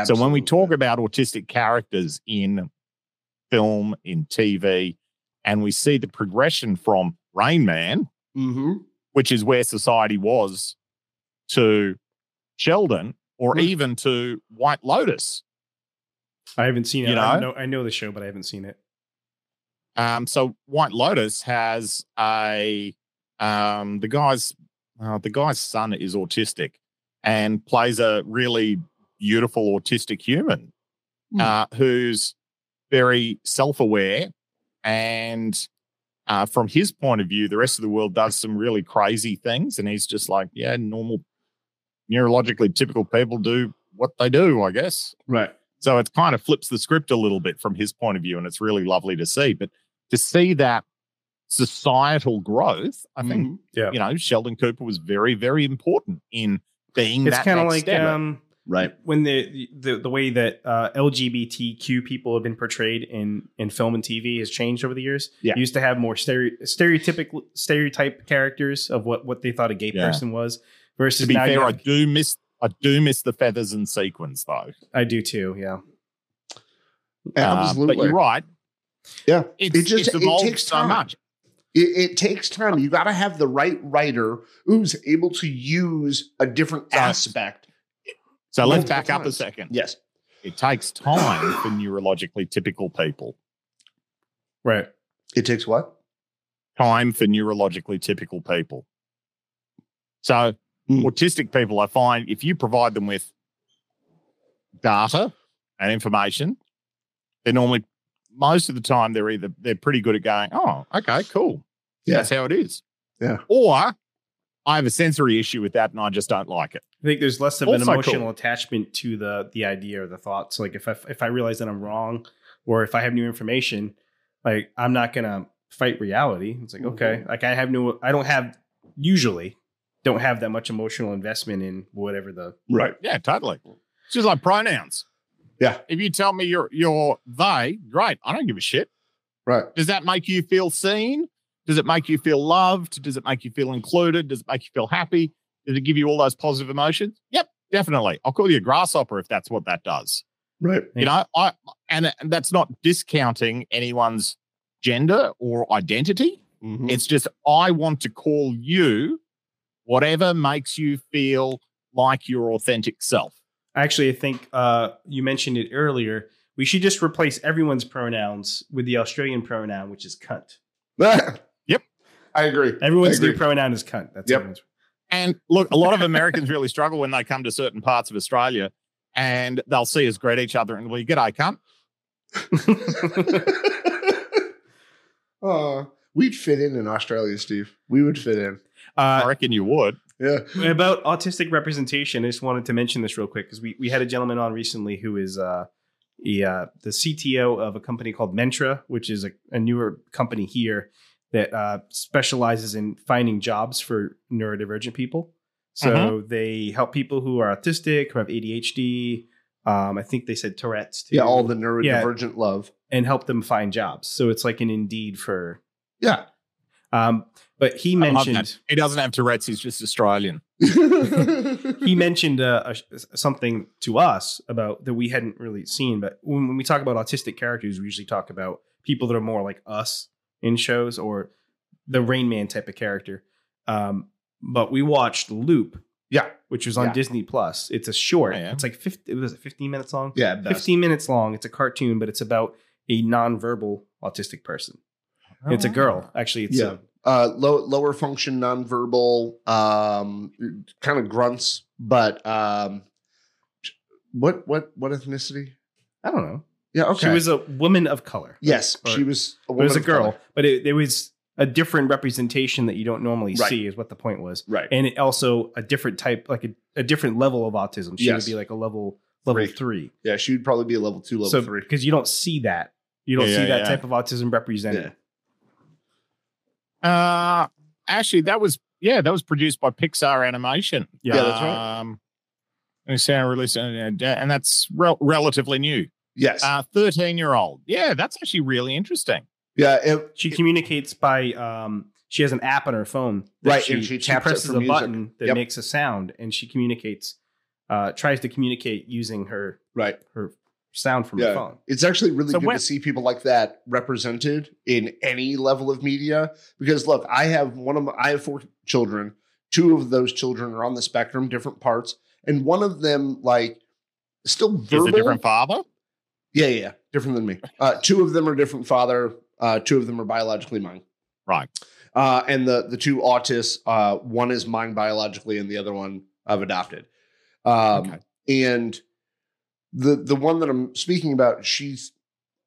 C: So when we talk about autistic characters in film, in TV, and we see the progression from Rain Man,
B: Mm-hmm.
C: which is where society was, to Sheldon, or
B: Hmm.
C: even to White Lotus.
A: I haven't seen it.
C: You
A: I
C: know?
A: know I know the show, but I haven't seen it.
C: Um, so White Lotus has a um, the guy's uh, the guy's son is autistic and plays a really beautiful autistic human
B: Hmm.
C: uh, who's very self aware and uh, from his point of view, the rest of the world does some really crazy things, and he's just like, yeah, normal neurologically typical people do what they do, I guess.
B: Right.
C: So it kind of flips the script a little bit from his point of view, and it's really lovely to see. But to see that societal growth, I think
B: Mhm.
A: Mm-hmm. Yeah.
C: you know Sheldon Cooper was very, very important in being
A: It's
C: that
A: kind of
C: next
A: like
C: step.
A: um
B: Right.
A: when the the, the way that uh, LGBTQ people have been portrayed in in film and TV has changed over the years.
C: Yeah.
A: You used to have more stereo, stereotypical stereotype characters of what what they thought a gay
C: Yeah.
A: person was versus
C: to be
A: now you
C: fair, I
A: have-
C: do miss I do miss the feathers and sequins though.
A: I do too. Yeah.
C: Uh, but
B: Absolutely.
C: you're right.
B: Yeah.
C: It's,
B: It just-
C: it's
B: it
C: evolved
B: takes
C: so
B: time.
C: much.
B: It, it takes time. You got to have the right writer who's able to use a different
C: So-
B: aspect.
C: So
B: Multiple
C: let's back up a
B: times.
C: second.
B: Yes.
C: It takes time for neurologically typical people.
A: Right.
B: It takes what?
C: Time for neurologically typical people. So
B: Hmm.
C: autistic people, I find if you provide them with data and information, they're normally most of the time they're either they're pretty good at going, oh, okay, cool.
B: Yeah.
C: That's how it is.
B: Yeah.
C: Or I have a sensory issue with that and I just don't like it.
A: I think there's less of an
C: Also
A: emotional
C: cool.
A: attachment to the the idea or the thoughts. Like if I if I realize that I'm wrong or if I have new information, like I'm not gonna fight reality. It's like okay,
B: Mm-hmm.
A: like I have no, I don't have usually don't have that much emotional investment in whatever the
B: Right.
C: Yeah, totally. It's just like pronouns.
B: Yeah.
C: If you tell me you're you're they, great. I don't give a shit.
B: Right.
C: Does that make you feel seen? Does it make you feel loved? Does it make you feel included? Does it make you feel happy? Does it give you all those positive emotions? Yep, definitely. I'll call you a grasshopper if that's what that does.
B: Right.
C: You know, I and and that's not discounting anyone's gender or identity.
B: Mhm.
C: It's just I want to call you whatever makes you feel like your authentic self.
A: Actually, I think uh, you mentioned it earlier. We should just replace everyone's pronouns with the Australian pronoun, which is cunt.
C: Yep.
B: I agree.
A: Everyone's
B: I agree.
A: new pronoun is cunt. That's
B: Yep.
A: everyone's-
C: And look, a lot of Americans really struggle when they come to certain parts of Australia and they'll see us greet each other and we get I can't.
B: uh, we'd fit in in Australia, Steve. We would fit in.
A: Uh,
C: I reckon you would.
B: Yeah.
A: about autistic representation, I just wanted to mention this real quick because we, we had a gentleman on recently who is uh, he, uh, the CTO of a company called Mentra, which is a, a newer company here that uh, specializes in finding jobs for neurodivergent people. So
C: Mm-hmm.
A: they help people who are autistic, who have ADHD. Um, I think they said Tourette's too.
B: Yeah. All the neurodivergent love.
A: and help them find jobs. So it's like an Indeed for.
B: Yeah.
A: Um, but he
C: I love
A: mentioned
C: that. He doesn't have Tourette's, he's just Australian.
A: he mentioned uh, a, something to us about that we hadn't really seen. But when, when we talk about autistic characters, we usually talk about people that are more like us in shows or the Rain Man type of character. Um, but we watched Loop,
B: yeah.
A: which was on
B: Yeah.
A: Disney Plus. It's a short.
C: Oh, yeah.
A: It's like 50, was it 15 minutes long.
B: Yeah. at best.
A: 15 minutes long. It's a cartoon, but it's about a nonverbal autistic person. And
C: Oh.
A: it's a girl. Actually, it's
B: Oh. Yeah. Uh, low, lower function, nonverbal, um, kind of grunts, but um, what what what ethnicity?
A: a, I don't know.
B: Yeah. Okay.
A: She was a woman of color.
B: yes.
A: or-
B: she was. A
A: It was a
B: woman of
A: girl,
B: color.
A: but it, it was a different representation that you don't normally
B: Right.
A: see, is what the point was.
B: Right.
A: And it also a different type, like a, a different level of autism. She
B: Yes.
A: would be like a level level
B: Three.
A: three,
B: yeah. She would probably be a level two, level
A: so
B: three.
A: because you don't see that, you don't
C: Yeah,
A: see
C: yeah,
A: that
C: yeah.
A: type of autism represented.
B: Yeah.
C: Uh actually that was yeah, that was produced by Pixar Animation.
A: Yeah.
B: Yeah, that's right.
C: Um, and sound release, and, and that's rel- relatively new.
B: Yes.
C: Uh, 13 year old. Yeah, that's actually really interesting.
B: yeah. it-
A: She communicates by um she has an app on her phone. that
B: Right,
A: She,
B: and she
A: she,
B: taps it
A: presses
B: for
A: a
B: music.
A: button that
B: Yep.
A: makes a sound and she communicates uh tries to communicate using her
B: right.
A: her sound from
B: Yeah.
A: her phone.
B: It's actually really
C: So
B: good
C: when-
B: to see people like that represented in any level of media. Because look, I have one of my, I have four children. Two of those children are on the spectrum, different parts, and one of them like still verbal.
C: Is a different father?
B: yeah, yeah, yeah, different than me. Uh, two of them are different father. Uh, two of them are biologically mine.
C: Right.
B: uh, and the the two autists, uh, one is mine biologically, and the other one I've adopted. Um,
C: Okay.
B: And the the one that I'm speaking about, she's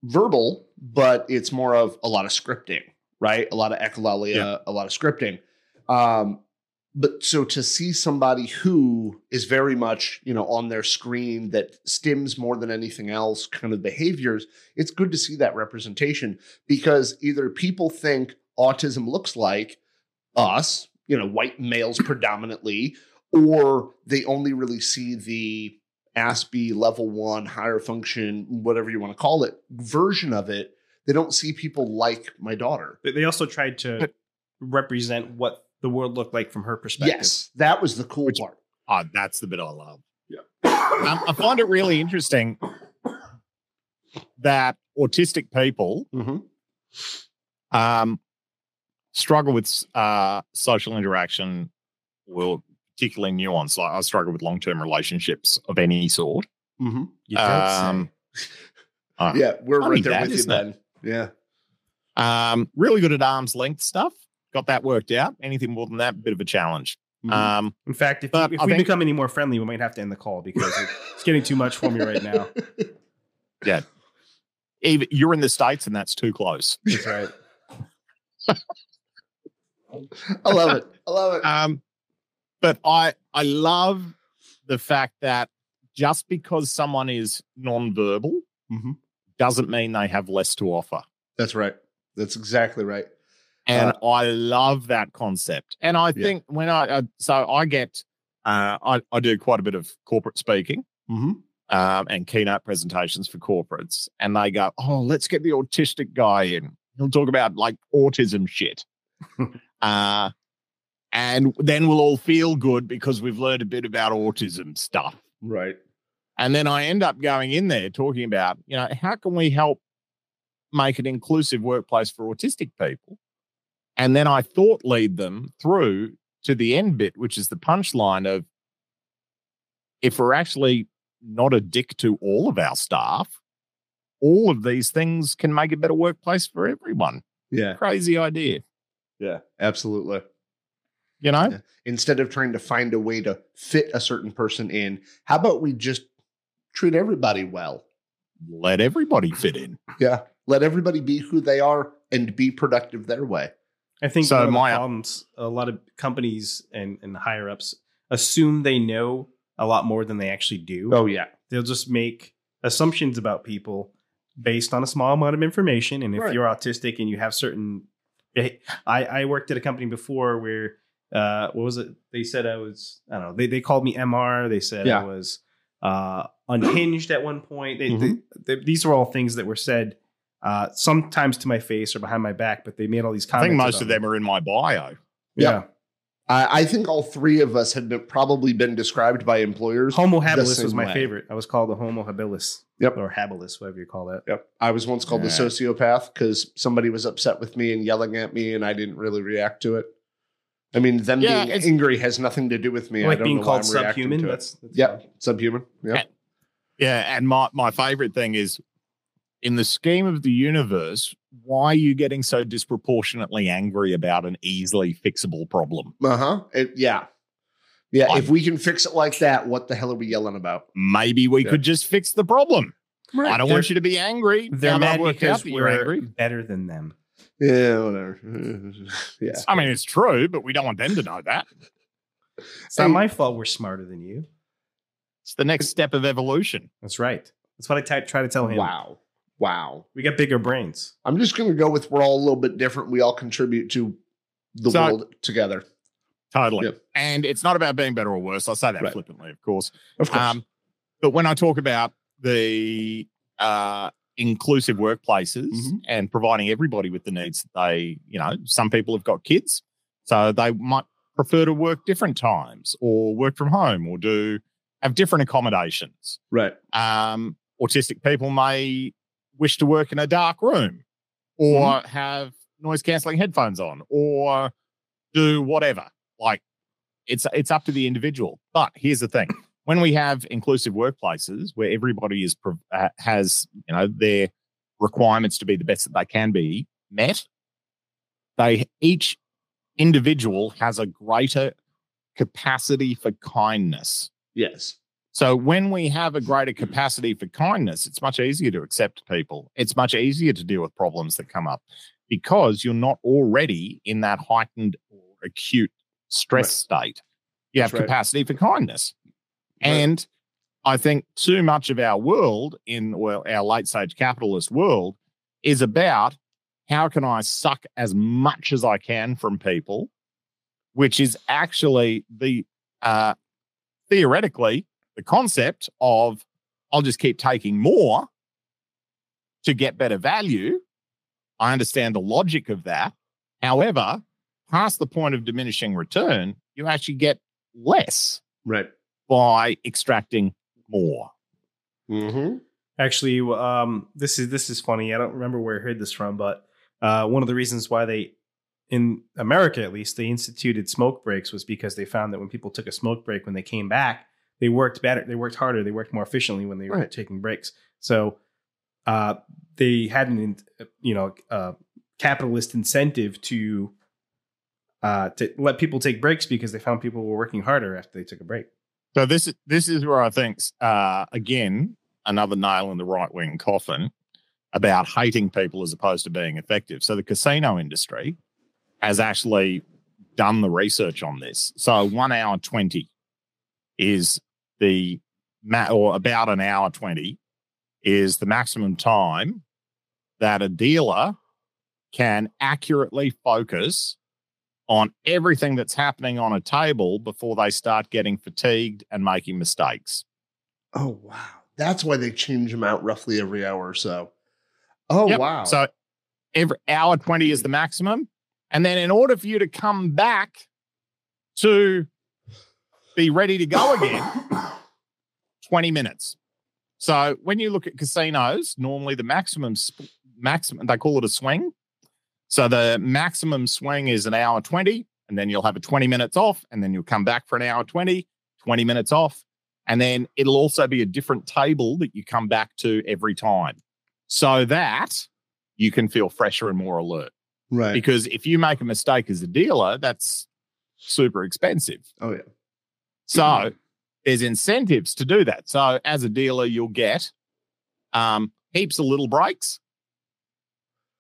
B: verbal, but it's more of a lot of scripting, right? A lot of echolalia,
C: Yeah.
B: a lot of scripting. Um, but so to see somebody who is very much you know on their screen that stims more than anything else kind of behaviors it's good to see that representation because either people think autism looks like us, you know, white males predominantly, or they only really see the Aspie level one, higher function, whatever you want to call it, version of it. They don't see people like my daughter.
A: They- They also tried to represent what the world looked like from her perspective.
B: Yes, that was the cool
C: Which-
B: part.
C: Oh, that's the bit I love. Um, I find it really interesting that autistic people
B: Mhm.
A: Mm-hmm.
C: um, struggle with uh, social interaction, well, particularly nuance. Like I struggle with long term relationships of any sort.
B: Mhm.
A: You don't
C: Um, uh,
B: Yeah, we're
C: Funny
B: right there
C: that,
B: with you,
C: isn't
B: Ben. Yeah,
C: um, really good at arm's length stuff. Got that worked out. Anything more than that, bit of a challenge.
A: Mm-hmm.
B: Mhm.
C: Um,
A: say. In fact, if,
C: But
A: if
C: I
A: we
C: think-
A: become any more friendly, we might have to end the call because it's getting too much for me right now.
C: even you're in the states, and that's too close.
A: That's right.
B: I love it. I love it.
C: um but i i love the fact that just because someone is nonverbal
B: Mhm.
C: doesn't mean they have less to offer
B: That's right. That's exactly right.
C: and i love that concept and i
B: Yeah.
C: think when i uh, so i get uh I, I do quite a bit of corporate speaking
B: Mhm.
C: um, and keynote presentations for corporates and they go oh let's get the autistic guy in he'll talk about like autism shit uh and then we'll all feel good because we've learned a bit about autism stuff
B: Right.
C: and then I end up going in there talking about, you know, how can we help make an inclusive workplace for autistic people? And then I thought lead them through to the end bit, which is the punchline of if we're actually not a dick to all of our staff, all of these things can make a better workplace for everyone.
B: Yeah.
C: Crazy idea,
B: Yeah. Absolutely.
C: you know?
B: Yeah. instead of trying to find a way to fit a certain person in, how about we just treat everybody well?
C: Let everybody fit in.
B: Yeah. Let everybody be who they are and be productive their way.
A: I think
C: So
A: one of the
C: my- uh,
A: problems a lot of companies and, and higher ups assume they know a lot more than they actually do.
C: Oh,
B: yeah.
A: They'll just make assumptions about people based on a small amount of information. And if
B: Right.
A: you're autistic and you have certain, I I worked at a company before where uh, what was it? They said I was I don't know. They they called me MR. They said I
B: Yeah.
A: was uh, unhinged at one point. They, they-
B: Mm-hmm.
A: they- these were all things that were said. Uh, sometimes to my face or behind my back, but they made all these
C: I
A: comments.
C: think most
A: about
C: of
A: me.
C: them are in my bio.
A: Yeah.
B: Yeah. I, I think all three of us had been, probably been described by employers.
A: Homo
B: the
A: habilis
B: same
A: was my
B: way.
A: favorite. I was called a Homo habilis.
B: Yep.
A: Or habilis, whatever you call that.
B: Yep. I was once called a
C: Yeah.
B: sociopath because somebody was upset with me and yelling at me, and I didn't really react to it. I mean, them
C: Yeah,
B: being
C: it's-
B: angry has nothing to do with me. I
A: like
B: don't
A: being
B: know why
A: called
B: I'm reacting
A: subhuman.
B: to it.
A: That's, that's
B: yep, subhuman. Yep.
C: Yeah, and my my favorite thing is in the scheme of the universe, why are you getting so disproportionately angry about an easily fixable problem?
B: Uh huh. Yeah. Yeah.
C: Fine.
B: If we can fix it like that, what the hell are we yelling about?
C: Maybe we
B: Yeah.
C: could just fix the problem. I don't want
A: They're-
C: you to be angry.
A: They're
C: Now that
A: mad
C: I've worked out
A: because
C: that you're
A: we're better than them.
B: Yeah, whatever. yeah.
C: I mean, it's true, but we don't want them to know that.
A: It's not
B: Hey.
A: my fault we're smarter than you.
C: It's the next step of evolution.
A: That's right. That's what I ty- try to tell him.
B: Wow. Wow.
A: We got bigger brains.
B: I'm just going to go with we're all a little bit different. We all contribute to the
C: So-
B: world together.
C: Totally.
B: Yep.
C: And it's not about being better or worse. I say that
B: Right.
C: flippantly, of course.
B: Of course.
C: Um, but when I talk about the uh, inclusive workplaces
B: Mm-hmm.
A: Mhm.
C: and providing everybody with the needs that they, you know, some people have got kids, so they might prefer to work different times or work from home or do have different accommodations.
B: right.
C: Um, autistic people may wish to work in a dark room or
B: Mm-hmm.
C: have noise cancelling headphones on or do whatever. Like it's it's up to the individual. But here's the thing: when we have inclusive workplaces where everybody is pro- uh, has you know their requirements to be the best that they can be met, they each individual has a greater capacity for kindness.
B: Yes.
C: So when we have a
B: Hmm.
C: greater capacity for kindness, it's much easier to accept people. It's much easier to deal with problems that come up because you're not already in that heightened or acute stress state. You have
B: That's right.
C: capacity for kindness.
B: Right.
C: And I think too much of our world in well, our late stage capitalist world is about how can I suck as much as I can from people, which is actually the uh, theoretically the concept of I'll just keep taking more to get better value. I understand the logic of that. However, past the point of diminishing return, you actually get less
B: Right.
C: by extracting more.
B: Mm-hmm.
A: Actually, um, this is this is funny. I don't remember where I heard this from, but uh, one of the reasons why they, in America at least, they instituted smoke breaks was because they found that when people took a smoke break, when they came back, they worked better, they worked harder, they worked more efficiently when they were
B: Right.
A: taking breaks. So uh, they had an, in- you know, uh, capitalist incentive to uh, to let people take breaks because they found people were working harder after they took a break.
C: So this is this is where I think uh, again another nail in the right wing coffin about hating people as opposed to being effective. So the casino industry has actually done the research on this. So one hour twenty is the ma- or about an hour twenty is the maximum time that a dealer can accurately focus on everything that's happening on a table before they start getting fatigued and making mistakes.
B: Oh wow. That's why they change them out roughly every hour or so. Oh
C: Yep.
B: wow.
C: So every hour 20 is the maximum. And then in order for you to come back to be ready to go again, 20 minutes. So when you look at casinos, normally the maximum sp- maximum they call it a swing. So the maximum swing is an hour 20 and then you'll have a 20 minutes off and then you'll come back for an hour 20, 20 minutes off and then it'll also be a different table that you come back to every time. So that you can feel fresher and more alert
B: right.
C: because if you make a mistake as a dealer, that's super expensive.
B: oh yeah.
C: So there's incentives to do that. So as a dealer, you'll get um, heaps of little breaks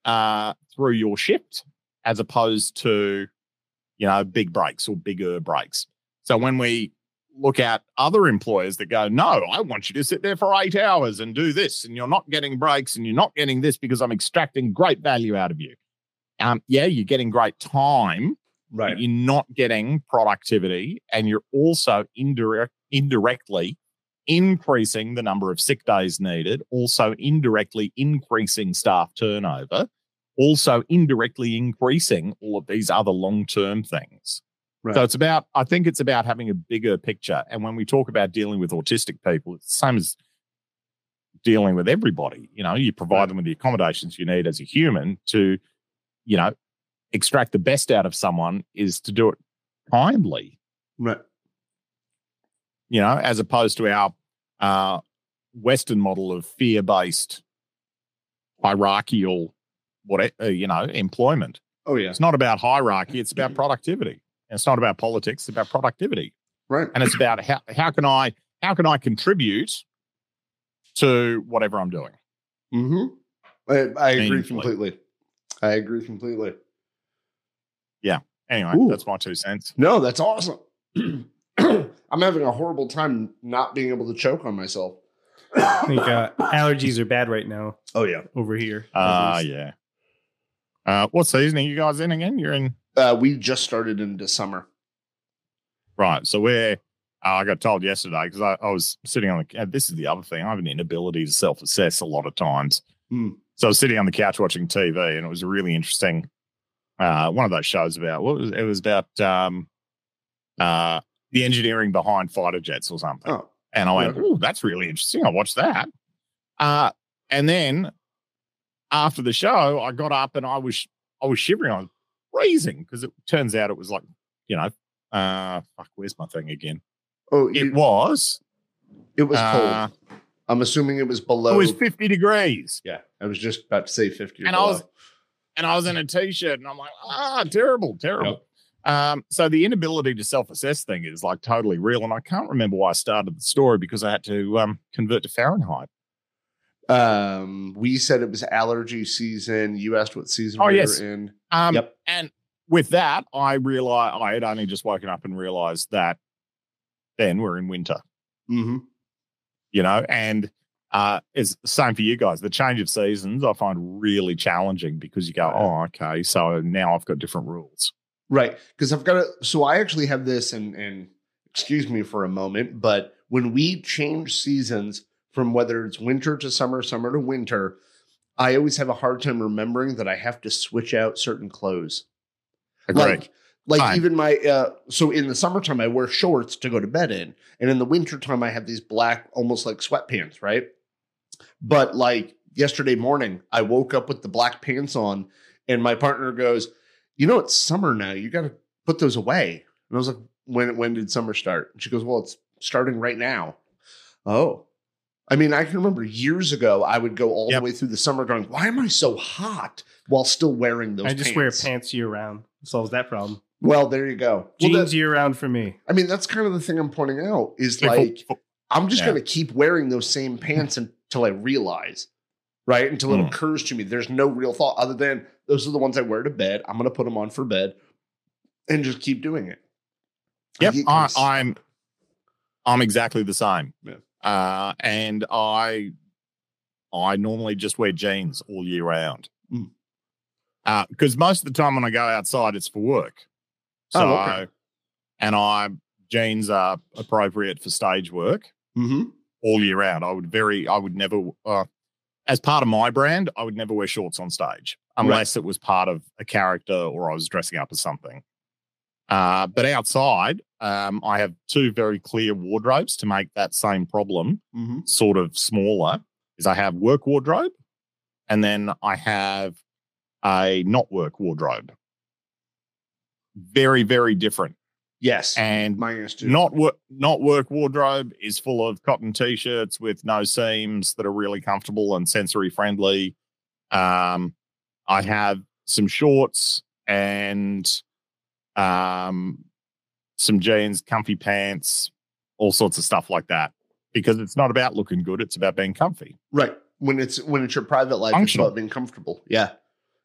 C: uh, through your shift, as opposed to you know big breaks or bigger breaks. So when we look at other employers that go, no, I want you to sit there for eight hours and do this, and you're not getting breaks, and you're not getting this because I'm extracting great value out of you. Um, yeah, you're getting great time,
B: Right.
C: you're not getting productivity and you're also indirect indirectly increasing the number of sick days needed also indirectly increasing staff turnover also indirectly increasing all of these other long-term things
B: Right.
C: so it's about i think it's about having a bigger picture and when we talk about dealing with autistic people it's the same as dealing with everybody you know you provide them with the accommodations you need as a human to you know extract the best out of someone is to do it kindly,
B: right.
C: you know, as opposed to our uh, Western model of fear based hierarchical, what uh, you know, employment.
B: Oh yeah.
C: It's not about hierarchy; it's about productivity. And it's not about politics; it's about productivity,
B: Right.
C: and it's about how how can I how can I contribute to whatever I'm doing.
B: Mm-hmm. I, I agree
C: Meaningfully.
B: completely. I agree completely.
C: Anyway,
B: Ooh.
C: that's my two cents.
B: No, that's awesome. I'm having a horrible time not being able to choke on myself.
A: I think uh, allergies are bad right now
B: oh yeah.
A: over here.
C: Ah, yeah. Uh, what season are you guys in again? You're in
B: Uh, we just started into summer.
C: Right. So we're, uh, I got told yesterday because I, I was sitting on the, uh, this is the other thing. I have an inability to self assess a lot of times.
B: Hmm.
C: So I was sitting on the couch watching TV and it was a really interesting, uh, one of those shows about what was, it was about, um, uh, the engineering behind fighter jets or something.
B: Oh,
C: And I went,
B: Yeah.
C: "Ooh, that's really interesting. I watched that. Uh, and then after the show, I got up and I was I was shivering. I was freezing because it turns out it was like you know, uh, fuck. Where's my thing again?
B: oh,
C: It
B: it,
C: was.
B: it was
C: uh,
B: cold. I'm assuming it was below.
C: It was fifty degrees,
B: yeah, I was just about to say 50. or
C: And I was-
B: below.
C: and I was in a t-shirt, and I'm like, ah, terrible, terrible. Um, so the inability to self-assess thing is like totally real, and I can't remember why I started the story because I had to um, convert to Fahrenheit.
B: Um, we said it was allergy season. You asked what season
C: Oh,
B: we
C: yes.
B: were in.
C: Um,
B: Yep.
C: And with that, I realized I had only just woken up and realized that then we're in winter,
B: Mm-hmm.
C: you know, and uh, it's the same for you guys. The change of seasons I find really challenging because you go,
B: Yeah.
C: oh, okay, so now I've got different rules.
B: Right. Because I've got to, so I actually have this, and, and excuse me for a moment, but when we change seasons from whether it's winter to summer, summer to winter, I always have a hard time remembering that I have to switch out certain clothes. Like, like
C: Fine.
B: even my, uh, so in the summertime, I wear shorts to go to bed in. And in the wintertime, I have these black, almost like sweatpants, right? But like yesterday morning, I woke up with the black pants on, and my partner goes, "You know it's summer now. You got to put those away." And I was like, "When when did summer start?" And she goes, "Well, it's starting right now." Oh, I mean, I can remember years ago I would go all
C: Yep.
B: the way through the summer going, "Why am I so hot?" While still wearing those.
A: I just wear pants year round. Solves that problem.
B: Well, there you go. Well,
A: Jeans
B: that-
A: year round for me.
B: I mean, that's kind of the thing I'm pointing out is
C: Like,
B: like I'm just
C: Yeah.
B: going to keep wearing those same pants until I realize, right? Until it
C: Mm.
B: occurs to me. There's no real thought other than those are the ones I wear to bed. I'm going to put them on for bed and just keep doing it.
C: Yep,
B: get
C: I,
B: kinda
C: I'm. I'm exactly the same.
B: Yeah.
C: Uh, and I, I normally just wear jeans all year round.
B: Mm.
C: Because most of the time when I go outside, it's for work. So,
B: Oh, okay.
C: I- and I jeans are appropriate for stage work
B: Mhm.
C: all year round. I would very, I would never, uh, as part of my brand, I would never wear shorts on stage unless it was part of a character or I was dressing up as something. Uh, but outside, um, I have two very clear wardrobes to make that same problem
B: Mhm.
C: sort of smaller. Is I have work wardrobe, and then I have a not work wardrobe. Very, very different.
B: Yes.
C: And
B: Mine is too.
C: not work not work wardrobe is full of cotton t-shirts with no seams that are really comfortable and sensory friendly um i have some shorts and um some jeans comfy pants all sorts of stuff like that because it's not about looking good it's about being comfy
B: right. When it's when it's your private life,
C: Functional.
B: it's about being comfortable. Yeah.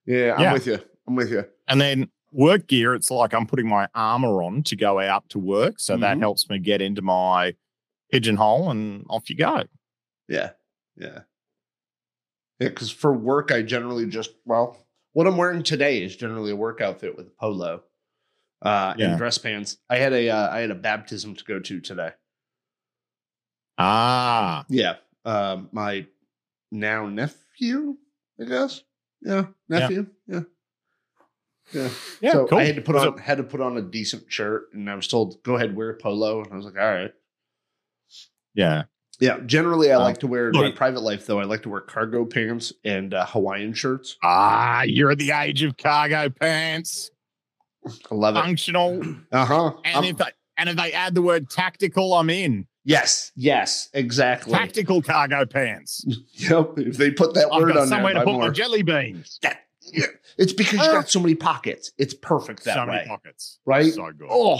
B: Yeah, I'm
C: Yeah.
B: with you. I'm with you.
C: and then work gear it's like i'm putting my armor on to go out to work so that
B: Mhm.
C: helps me get into my pigeonhole and off you go
B: Yeah. Yeah. Yeah, because for work, I generally just well, what I'm wearing today is generally a work outfit with a polo, uh,
C: Yeah.
B: and dress pants. I had a uh, I had a baptism to go to today.
C: ah
B: Yeah, um, my now nephew, I guess. Yeah, nephew. Yeah, yeah.
C: Yeah,
B: so
C: cool.
B: I had to put
C: So-
B: on had to put on a decent shirt, and I was told go ahead wear a polo, and I was like, all right.
C: Yeah.
B: Yeah, generally I
C: Uh,
B: like to wear in my
A: look-
B: private life though. I like to wear cargo pants and uh, Hawaiian shirts.
C: Ah, you're at the age of cargo pants,
B: I love it.
C: functional,
B: Uh huh.
C: and if they, and if they add the word tactical, I'm in.
B: Yes, yes, exactly.
C: Tactical cargo pants.
B: Yep. If they put that
C: I've
B: word
C: got
B: on there,
C: somewhere to
B: buy
C: put my
B: more.
C: jelly beans.
B: Yeah. It's because you
C: Ah.
B: got so many pockets. It's perfect that
C: so
B: way,
C: many pockets.
B: right?
C: So good.
B: Oh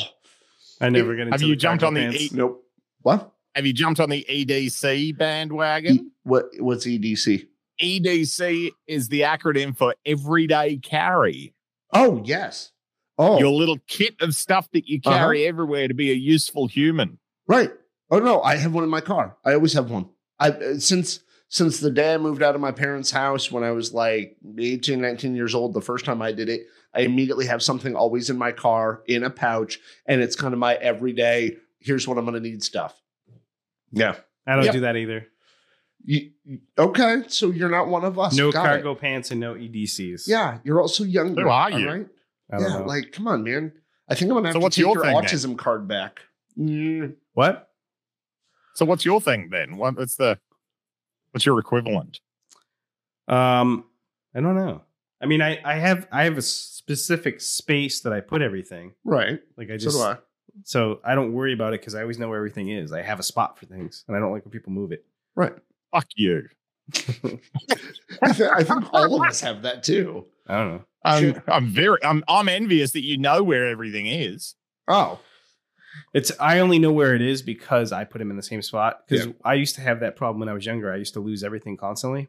A: I never get into
C: Have you
A: the
C: jumped
A: cargo
C: on the
A: pants.
C: eight-
B: nope. What?
C: Have you jumped on the EDC
B: E-
C: bandwagon?
B: what? What's EDC?
C: EDC is the acronym for everyday carry.
B: Oh yes. Oh
C: Your little kit of stuff that you
B: Uh-huh.
C: carry everywhere to be a useful human.
B: right. Oh no, I have one in my car. I always have one. I uh, since since the day I moved out of my parents' house when I was like 18, 19 years old, the first time I did it, I immediately have something always in my car in a pouch, and it's kind of my everyday. Here's what I'm going to need stuff. Yeah.
A: I don't
B: Yep.
A: do that either.
B: You, you- okay, so you're not one of us.
A: No
B: Oh, Got it.
A: cargo pants and no EDCs.
B: Yeah, you're also younger.
C: Who are
B: all
C: you?
B: right?
A: I don't
B: Yeah,
A: know.
B: like come on, man. I think I'm gonna have
C: So
B: to
C: what's
B: take your,
C: your thing, then?
B: autism card back. Mm,
A: what?
C: So what's your thing then? What, what's the what's your equivalent?
A: Um, I don't know. I mean, I, I have I have a specific space that I put everything.
B: right.
A: Like I just
B: so do I.
A: so I don't worry about it because I always know where everything is. I have a spot for things, and I don't like when people move it.
B: Right.
C: Fuck you.
B: I, thi- I think
C: Oh,
B: all of us have that too.
A: I don't know.
C: I'm,
B: Sure.
C: I'm very I'm I'm envious that you know where everything is.
B: Oh,
A: It's I only know where it is because I put them in the same spot. Because I used to have that problem when I was younger. I used to lose everything constantly,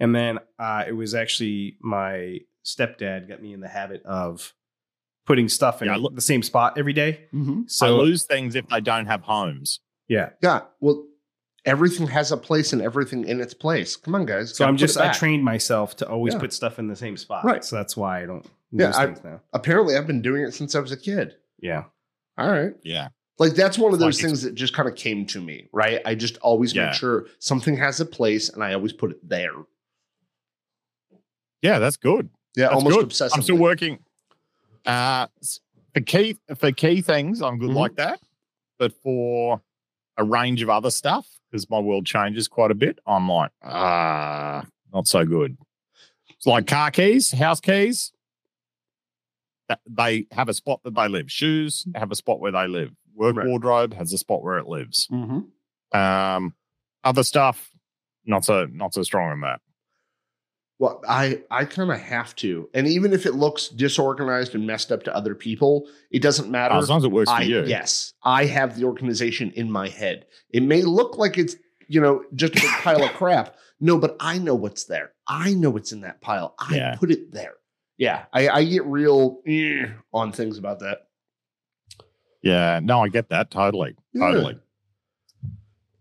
A: and then uh, it was actually my stepdad got me in the habit of putting stuff in
C: Yeah, I look-
A: the same spot every day.
B: mhm.
A: So
C: I lose things if they don't have homes.
A: yeah.
B: yeah. Well, everything has a place and everything in its place. Come on, guys.
A: So
B: Gotta
A: I'm
B: put
A: just
B: it
A: I
B: back.
A: trained myself to always
B: Yeah.
A: put stuff in the same spot.
B: Right.
A: So that's why I don't
B: Yeah,
A: lose
B: I-
A: things now.
B: Apparently, I've been doing it since I was a kid.
A: Yeah.
B: All right.
C: Yeah.
B: Like that's one of
C: Like,
B: those
C: it's-
B: things that just kind of came to me, right? I just always
C: Yeah.
B: make sure something has a place, and I always put it there.
C: Yeah, that's good.
B: Yeah,
C: That's
B: almost
C: good.
B: obsessively.
C: I'm still working. Uh s- for key for key things, I'm good
B: Mhm.
C: like that. But for a range of other stuff, because my world changes quite a bit, I'm like, ah, not so good. It's like car keys, house keys. That they have a spot that they live. Shoes have a spot where they live. Work
B: Right.
C: wardrobe has a spot where it lives.
A: Mm-hmm.
B: Mhm.
C: Um, other stuff, not so not so strong on that.
B: Well, I I kind of have to, and even if it looks disorganized and messed up to other people, it doesn't matter.
C: Uh, As long as it works for
B: I,
C: you.
B: yes, I have the organization in my head. It may look like it's you know just a big pile of crap. No, but I know what's there. I know what's in that pile. I
C: Yeah.
B: put it there. Yeah, I, I get real eh, on things about that.
C: Yeah. No, I get that totally. Totally.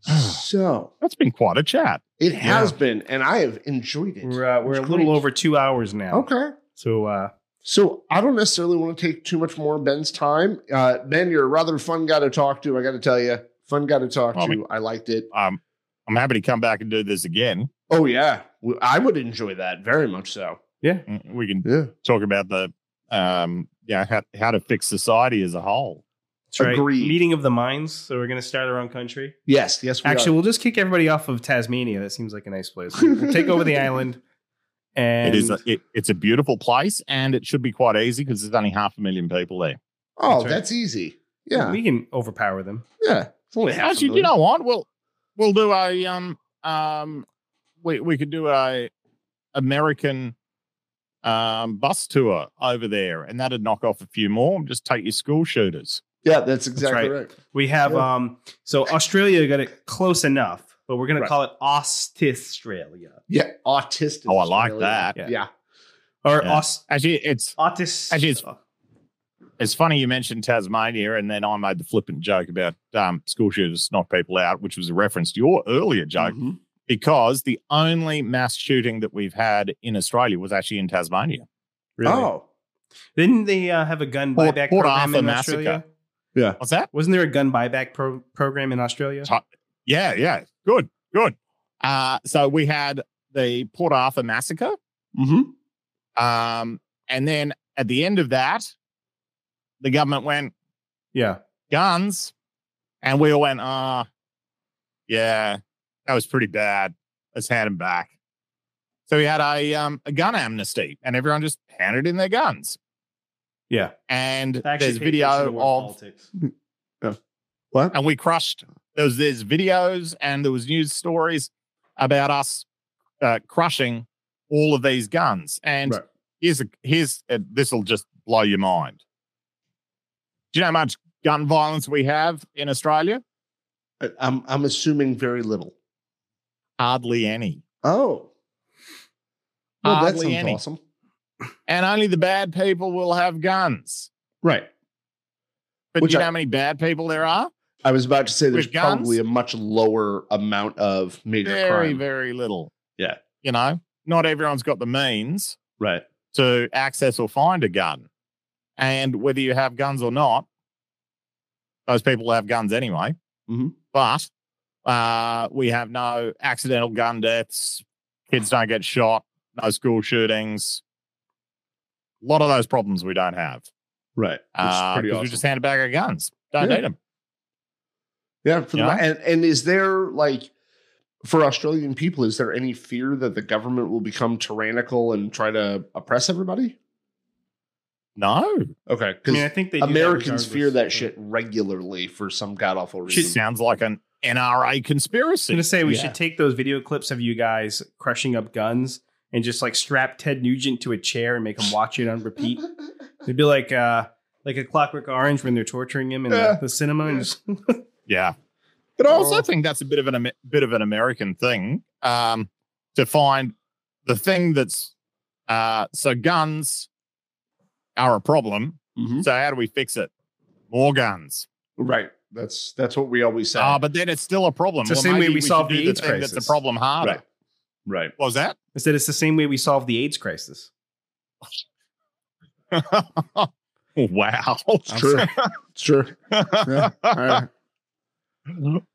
B: Yeah. so
C: That's been quite a chat.
B: it has been, and I have enjoyed it.
A: We're uh, we're a
B: It's
A: little
B: great.
A: over two hours now.
B: Okay.
A: So uh
B: So I don't necessarily want to take too much more of Ben's time. Uh, ben, you're a rather fun guy to talk to. I got to tell you, fun guy to talk
C: Well, I
B: to.
C: mean-
B: I liked it.
C: Um, I'm happy to come back and do this again.
B: Oh yeah, W- I would enjoy that very much. So
C: Mm, We can
B: yeah,
C: talk about the um, yeah, how, how to fix society as a whole.
A: that's right.
B: Agreed.
A: Meeting of the minds. So we're gonna start our own country.
B: yes, yes. We
A: Actually,
B: are.
A: we'll just kick everybody off of Tasmania. That seems like a nice place. We'll take over the island. And
C: it is a, it, it's a beautiful place, and it should be quite easy because there's only half a million people there.
B: oh,
A: that's
B: that's,
A: right.
B: easy. Yeah,
A: we can overpower them.
B: yeah. It's only half a
C: Actually, you
B: million.
C: know what? We'll we'll do a um um we we could do a American um bus tour over there, and that'd knock off a few more. Just take your school shooters.
B: Yeah, that's exactly
A: right.
B: right.
A: We have
B: Yeah.
A: um so Australia got it close enough, but we're gonna
B: Right.
A: call it Australia.
B: Yeah, autistic.
C: Oh, I like
B: Australia.
C: that.
B: Yeah.
A: Or
C: Yeah.
A: Aus
C: Actually, it's
A: Autis
C: Actually, it's- it's funny you mentioned Tasmania, and then I made the flippant joke about um, school shooters knock people out, which was a reference to your earlier joke,
B: Mhm.
C: because the only mass shooting that we've had in Australia was actually in Tasmania.
A: really.
B: Oh,
A: Didn't they uh, have a gun
C: Port-
A: buyback
C: Port
A: program
C: Arthur
A: in
C: massacre.
A: Australia?
C: What's that?
A: Wasn't there a gun buyback pro- program in Australia?
C: Ti- Yeah, yeah. Good, good. Uh, so we had the Port Arthur massacre.
B: hmm
C: Um, and then at the end of that, the government went
A: Yeah.
C: guns. And we all went, ah, yeah, that was pretty bad. Let's hand them back. So we had a, um, a gun amnesty and everyone just handed in their guns.
A: Yeah.
C: And there's video of
B: what?
C: and we crushed. There was there's videos and there was news stories about us uh, crushing all of these guns. And
B: Right.
C: here's a, here's uh this will just blow your mind. Do you know how much gun violence we have in Australia?
B: I- I'm I'm assuming very little.
C: Hardly any.
B: Oh, well, that
C: Hardly
B: sounds
C: any.
B: awesome.
C: And only the bad people will have guns.
B: Right.
C: But
B: Which
C: do you know
B: I-
C: how many bad people there are?
B: I was about to say there's
C: With guns?
B: probably a much lower amount of major
C: Very,
B: crime.
C: very little.
B: Yeah.
C: You know, not everyone's got the means
B: Right.
C: to access or find a gun. And whether you have guns or not, those people have guns anyway.
B: Mhm.
C: But uh, we have no accidental gun deaths. Kids don't get shot. No school shootings. A lot of those problems we don't have.
B: Right. Which is
C: Uh,
B: pretty
C: 'cause We
B: awesome.
C: just handed back our guns. Don't
B: Yeah.
C: need them.
B: Yeah, for the,
C: Yeah.
B: and and is there like for Australian people, is there any fear that the government will become tyrannical and try to oppress everybody?
C: No.
B: Okay,
A: I
B: because
A: mean, I think they do that
B: Americans fear
A: regardless.
B: that shit regularly for some god awful
C: She
B: reason.
C: sounds like an NRA
A: I was
C: conspiracy.
A: gonna say we
B: Yeah.
A: should take those video clips of you guys crushing up guns and just like strap Ted Nugent to a chair and make him watch it on repeat. It'd be like uh like a Clockwork Orange when they're torturing him in
B: Yeah.
A: the, the cinema. And
B: Yeah.
A: just,
C: Yeah. But I also
B: Well-
C: think that's a bit of an Am- bit of an American thing um, to find the thing that's uh, so guns are a problem.
B: Mhm.
C: So how do we fix it? More guns.
B: Right. That's that's what we always say.
C: Ah, but then it's still a problem.
A: It's the same way
C: maybe
A: we
C: should
A: solved
C: do
A: the AIDS
C: thing That's
A: crisis.
C: a problem harder.
B: right. Right.
C: What was that?
A: I said it's the same way we solved the AIDS crisis.
C: wow.
B: It's true. it's true. Yeah. All right.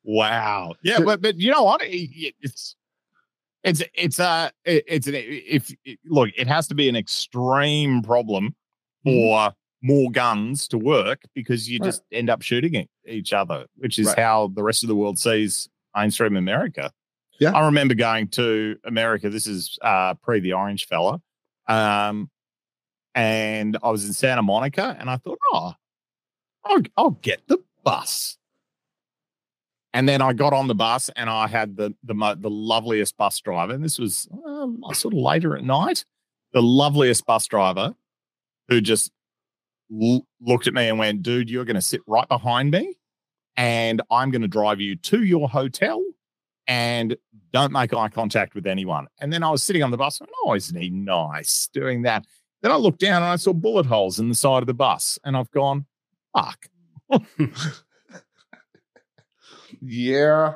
C: Wow. Yeah,
B: So-
C: but but you know what? It- it- It's it's it's uh it- it's an if it- look, it has to be an extreme problem for more guns to work because you
B: Mm-hmm. Right.
C: just end up shooting e- each other, which is
B: Right.
C: how the rest of the world sees mainstream America.
B: Yeah.
C: I remember going to America. This is uh pre the orange fella. Um and I was in Santa Monica and I thought, oh, I'll, I'll get the bus. And then I got on the bus and I had the the mo- the loveliest bus driver. And this was um, sort of later at night. The loveliest bus driver who just l- looked at me and went, "Dude, you're going to sit right behind me, and I'm going to drive you to your hotel, and don't make eye contact with anyone." And then I was sitting on the bus and oh, isn't he nice doing that? Then I looked down and I saw bullet holes in the side of the bus, and I've gone, "Fuck."
B: Yeah.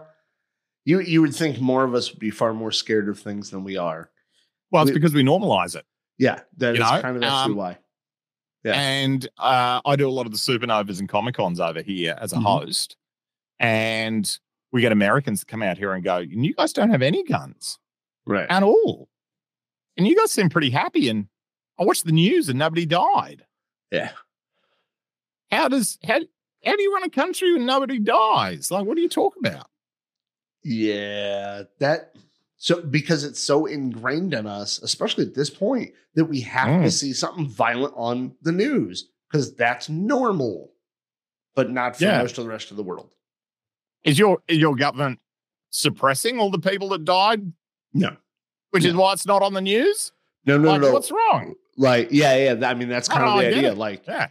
B: You you would think more of us would be far more scared of things than we are.
C: Well, it's
B: We-
C: because we normalize it.
B: Yeah, that is
C: You know,
B: kind of actually
C: um,
B: why. Yeah.
C: And uh, I do a lot of the supernovas and comic cons over here as a
B: Mhm.
C: host. And we get Americans that come out here and go, "And you guys don't have any guns
B: Right.
C: at all. And you guys seem pretty happy. And I watched the news and nobody died.
B: Yeah.
C: How does how how do you run a country when nobody dies? Like, what do you talk about?
B: Yeah, that so because it's so ingrained in us, especially at this point, that we have to
C: Mm.
B: see something violent on the news because that's normal, but not for
C: Yeah.
B: most of the rest of the world.
C: Is your is your government suppressing all the people that died?
B: No.
C: Which is why it's not on the news?
B: No, no,
C: like,
B: no, no.
C: what's wrong?
B: Like, yeah, yeah. that- I mean, that's
C: No,
B: kind of
C: no,
B: the
C: Oh, I get
B: idea.
C: it.
B: Like,
C: Yeah.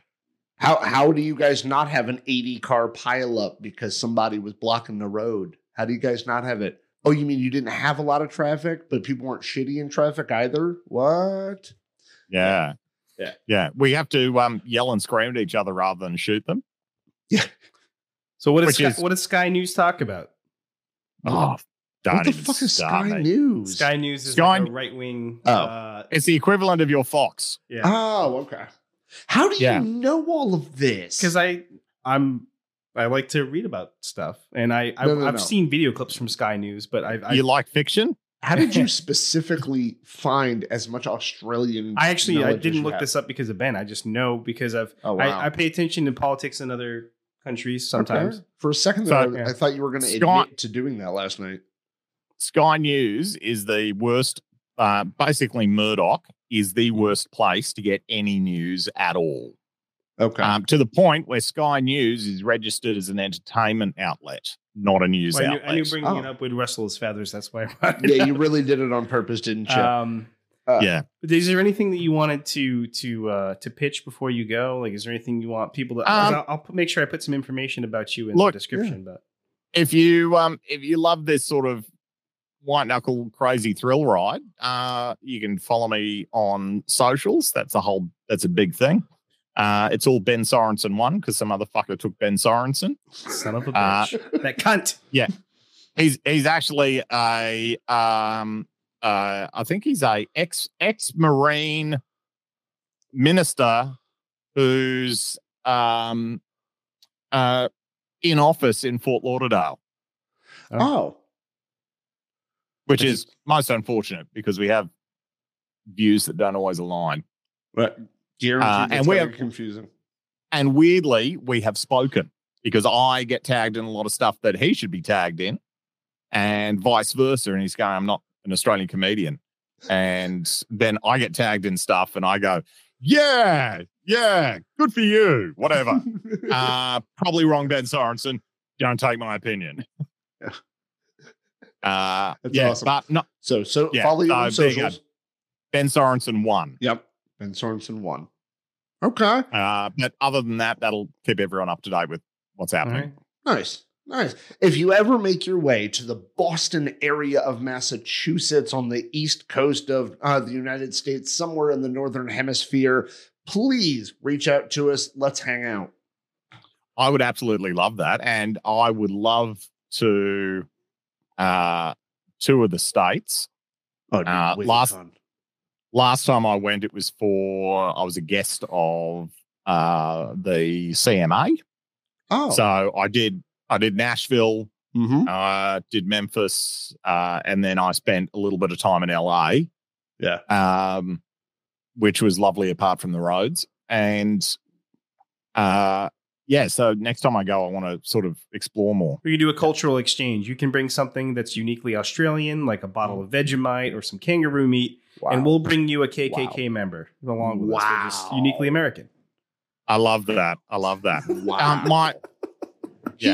B: how how do you guys not have an 80 car pileup because somebody was blocking the road? How do you guys not have it? Oh, you mean you didn't have a lot of traffic, but people weren't shitty in traffic either? What?
C: Yeah.
B: Yeah.
C: Yeah. We have to um, yell and scream at each other rather than shoot them.
A: So what does
C: Which
A: Sky,
C: is-
A: what does Sky News talk about?
C: Oh, don't
B: what the
C: even
B: fuck is
C: start,
B: Sky
C: mate.
B: News?
A: Sky News is
C: Sky-
A: like a right wing.
B: Oh.
A: uh,
C: It's the equivalent of your Fox.
A: yeah,
B: Oh, okay. How do
C: Yeah.
B: you know all of this?
A: because I I'm I like to read about stuff, and I, I
B: No, no,
A: I've
B: no.
A: seen video clips from Sky News, but I I,
C: you like fiction?
B: how did you specifically find as much Australian?
A: I actually I
B: knowledge as
A: didn't
B: you
A: look
B: have?
A: this up because of Ben. I just know because I've
B: Oh
A: I, I pay attention to politics in other countries sometimes.
B: Okay. For a second,
C: So,
B: there, I
A: yeah.
B: thought you were going to
C: Scott-
B: admit to doing that last night.
C: Sky News is the worst. Uh, basically, Murdoch is the worst place to get any news at all.
B: Okay.
C: Um, to the point where Sky News is registered as an entertainment outlet, not a news
A: Well, I, knew,
C: outlet.
A: I knew bringing it
B: Oh.
A: up would rustle his feathers. That's why. I brought it
B: yeah, you
A: up.
B: really did it on purpose, didn't you?
A: Um,
B: Uh,
C: yeah.
A: But is there anything that you wanted to to uh, to pitch before you go? Like, is there anything you want people to? 'cause
C: Um,
A: I'll, I'll put- make sure I put some information about you in
C: Look,
A: the description. But
C: if you um if you love this sort of white knuckle crazy thrill ride, uh, you can follow me on socials. That's a whole that's a big thing. Uh, it's all Ben Sorensen one because some other fucker took Ben Sorensen.
A: Son of a
C: Uh,
A: bitch. that cunt.
C: He's he's actually a um uh I think he's a ex ex marine minister who's um uh in office in Fort Lauderdale,
B: Oh,
C: which is most unfortunate because we have views that don't always align.
B: but guaranteed
C: Uh,
B: it's
C: and we
B: gonna
C: have-
B: be confusing.
C: And weirdly, we have spoken because I get tagged in a lot of stuff that he should be tagged in, and vice versa. And he's going, I'm not an Australian comedian. And then I get tagged in stuff and I go, Yeah, yeah, good for you, whatever. uh, probably wrong, Ben Sorensen. Don't take my opinion.
B: Yeah.
C: Uh,
B: That's
C: yeah,
B: awesome.
C: but no,
B: so so
C: yeah,
B: follow you on
C: uh, there you go.
B: socials.
C: Ben Sorensen won.
B: Yep, Ben Sorensen won. Okay,
C: Uh, but other than that, that'll keep everyone up to date with what's
A: All
C: happening.
A: right.
B: nice, nice. If you ever make your way to the Boston area of Massachusetts on the east coast of uh, the United States, somewhere in the northern hemisphere, please reach out to us. Let's hang out.
C: I would absolutely love that, and I would love to uh, tour the states.
B: Oh, dude,
C: Uh,
B: wicked
C: last-
B: fun.
C: Last time I went, it was for I was a guest of uh, the CMA,
B: Oh,
C: so I did I did Nashville,
B: mhm.
C: uh, did Memphis, uh, and then I spent a little bit of time in LA.
B: Yeah.
C: Um, which was lovely apart from the roads. And uh, yeah, so next time I go, I want to sort of explore more.
A: We can do a cultural exchange. You can bring something that's uniquely Australian, like a
B: Mm.
A: bottle of Vegemite or some kangaroo meat, and we'll bring you a KKK member along with us. We're just
B: Wow.
A: uniquely American.
C: I love that. I love that.
B: Wow.
C: Um, my yeah,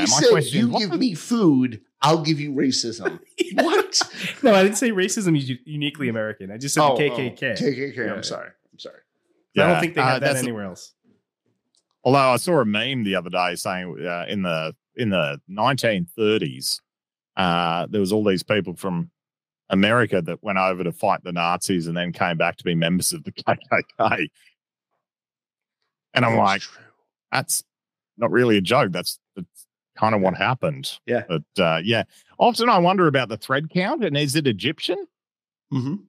B: he
C: my
B: said,
C: question.
B: "You
C: what
B: give
C: the-
B: me food, I'll give you racism." what? Oh,
A: No, I didn't say racism is u- uniquely American. I just said the KKK.
B: KKK.
A: Yeah, yeah.
B: I'm sorry. I'm
A: I
B: sorry.
C: Yeah,
A: don't think they
C: uh,
A: have that
C: that's-
A: anywhere else.
C: Although I saw a meme the other day saying uh, in the in the 1930s, uh, there was all these people from America that went over to fight the Nazis and then came back to be members of the KKK. And
B: That's
C: I'm like,
B: true.
C: that's not really a joke. That's, that's kind of what happened.
B: Yeah.
C: But uh, yeah, often I wonder about the thread count and is it Egyptian?
B: Mhm.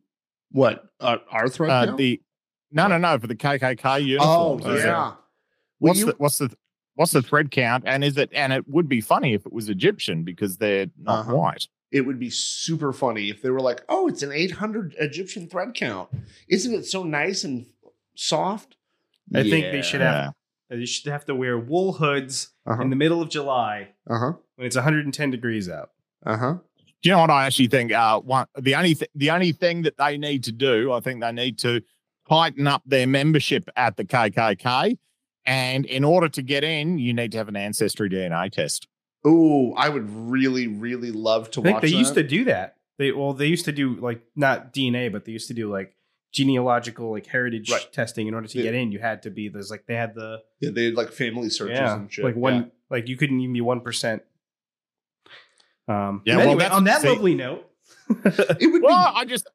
B: what uh, our threat?
C: uh,
B: now?
C: the uh, no, no, no, for the KKK
B: oh
C: uniforms.
B: yeah.
C: Is it-
B: Well,
C: What's
B: you,
C: the what's the what's the thread count? And is it and it would be funny if it was Egyptian because they're not
B: Uh-huh.
C: white.
B: it would be super funny if they were like, "Oh, it's an 800 Egyptian thread count. Isn't it so nice and soft?"
A: I think they should
B: Yeah.
A: have you should have to wear wool hoods
B: Uh-huh.
A: in the middle of July
B: Uh
C: Uh-huh.
B: huh.
A: when it's 110 degrees out.
B: Uh huh.
C: Do you know what I actually think? Uh, one the only th- the only thing that they need to do, I think they need to tighten up their membership at the KKK. And in order to get in, you need to have an ancestry DNA test.
B: Ooh, I would really, really love to
A: I think
B: watch.
A: they used to
B: that.
A: do that. They well, they used to do like not DNA, but they used to do like genealogical like heritage
B: Right.
A: testing in order to
B: Yeah.
A: get in. You had to be there's like they had the
B: Yeah, they had like family searches
A: yeah,
B: and shit.
A: like one like you couldn't even be one percent. Um,
C: Yeah,
A: yeah.
C: well,
A: Anyway,
C: that's-
A: on that
C: see-
A: lovely note,
B: Yeah. It would.
C: Well,
B: be,
C: I just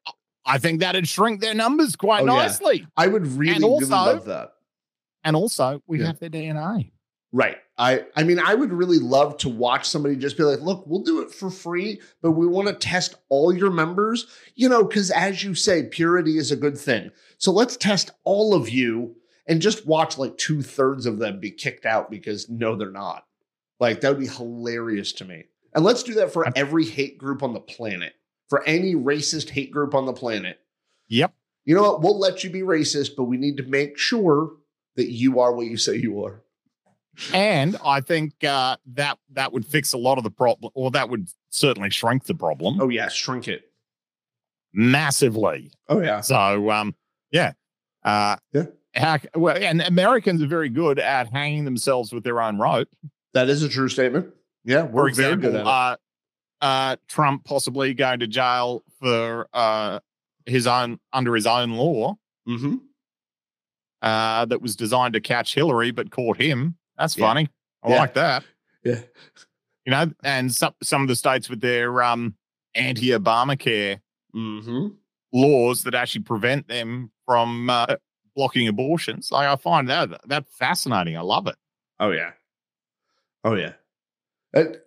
C: I think that'd shrink their numbers quite
B: Oh, yeah.
C: nicely.
B: I would really,
C: and
B: really
C: also-
B: love that.
C: And also, we
B: Yeah.
C: have their DNA.
B: Right. I I mean I would really love to watch somebody just be like, "Look, we'll do it for free, but we want to test all your members." You know, cuz as you say, purity is a good thing. So let's test all of you and just watch like two-thirds of them be kicked out because no they're not. Like that would be hilarious to me. And let's do that for
C: I'm-
B: every hate group on the planet. For any racist hate group on the planet.
C: Yep.
B: You know what? We'll let you be racist, but we need to make sure that you are what you say you are.
C: And I think uh, that that would fix a lot of the problem, or that would certainly shrink the problem
B: Oh yeah, shrink it.
C: massively.
B: Oh yeah.
C: So, um, yeah, uh,
B: Yeah.
C: How, c- well, and Americans are very good at hanging themselves with their own rope.
B: That is a true statement. Yeah, we're
C: For
B: very good
C: example,
B: at it.
C: uh, uh, Trump possibly going to jail for uh, his own under his own law
B: Mhm.
C: uh, that was designed to catch Hillary, but caught him. That's
B: Yeah.
C: funny. I
B: Yeah.
C: like that.
B: Yeah.
C: you know, and some some of the states with their um, anti-Obamacare
B: Mhm.
C: laws that actually prevent them from uh, blocking abortions. Like I find that that fascinating. I love it.
B: Oh yeah. Oh yeah. And-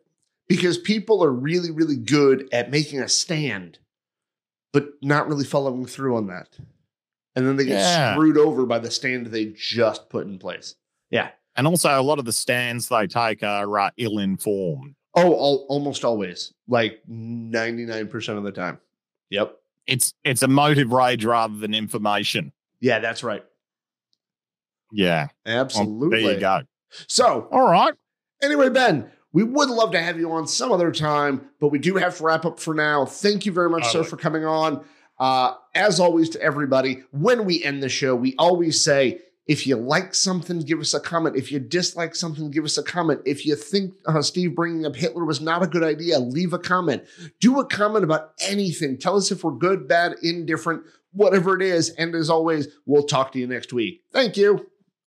B: because people are really, really good at making a stand, but not really following through on that. And then they get
C: Yeah.
B: screwed over by the stand they just put in place.
C: And also, a lot of the stands they take are uh, ill informed.
B: Oh, all, almost always. Like 99% of the time. Yep.
C: It's it's emotive rage rather than information.
B: Yeah, that's right.
C: Yeah, Well,
B: Absolutely.
C: there you go.
B: So,
C: All right.
B: Anyway, Ben, we would love to have you on some other time, but we do have to wrap up for now. Thank you very much,
C: All
B: sir,
C: right.
B: for coming on. Uh, as always, to everybody, when we end the show, we always say, if you like something, give us a comment. If you dislike something, give us a comment. If you think uh, Steve bringing up Hitler was not a good idea, leave a comment. Do a comment about anything. Tell us if we're good, bad, indifferent, whatever it is. And as always, we'll talk to you next week. Thank you.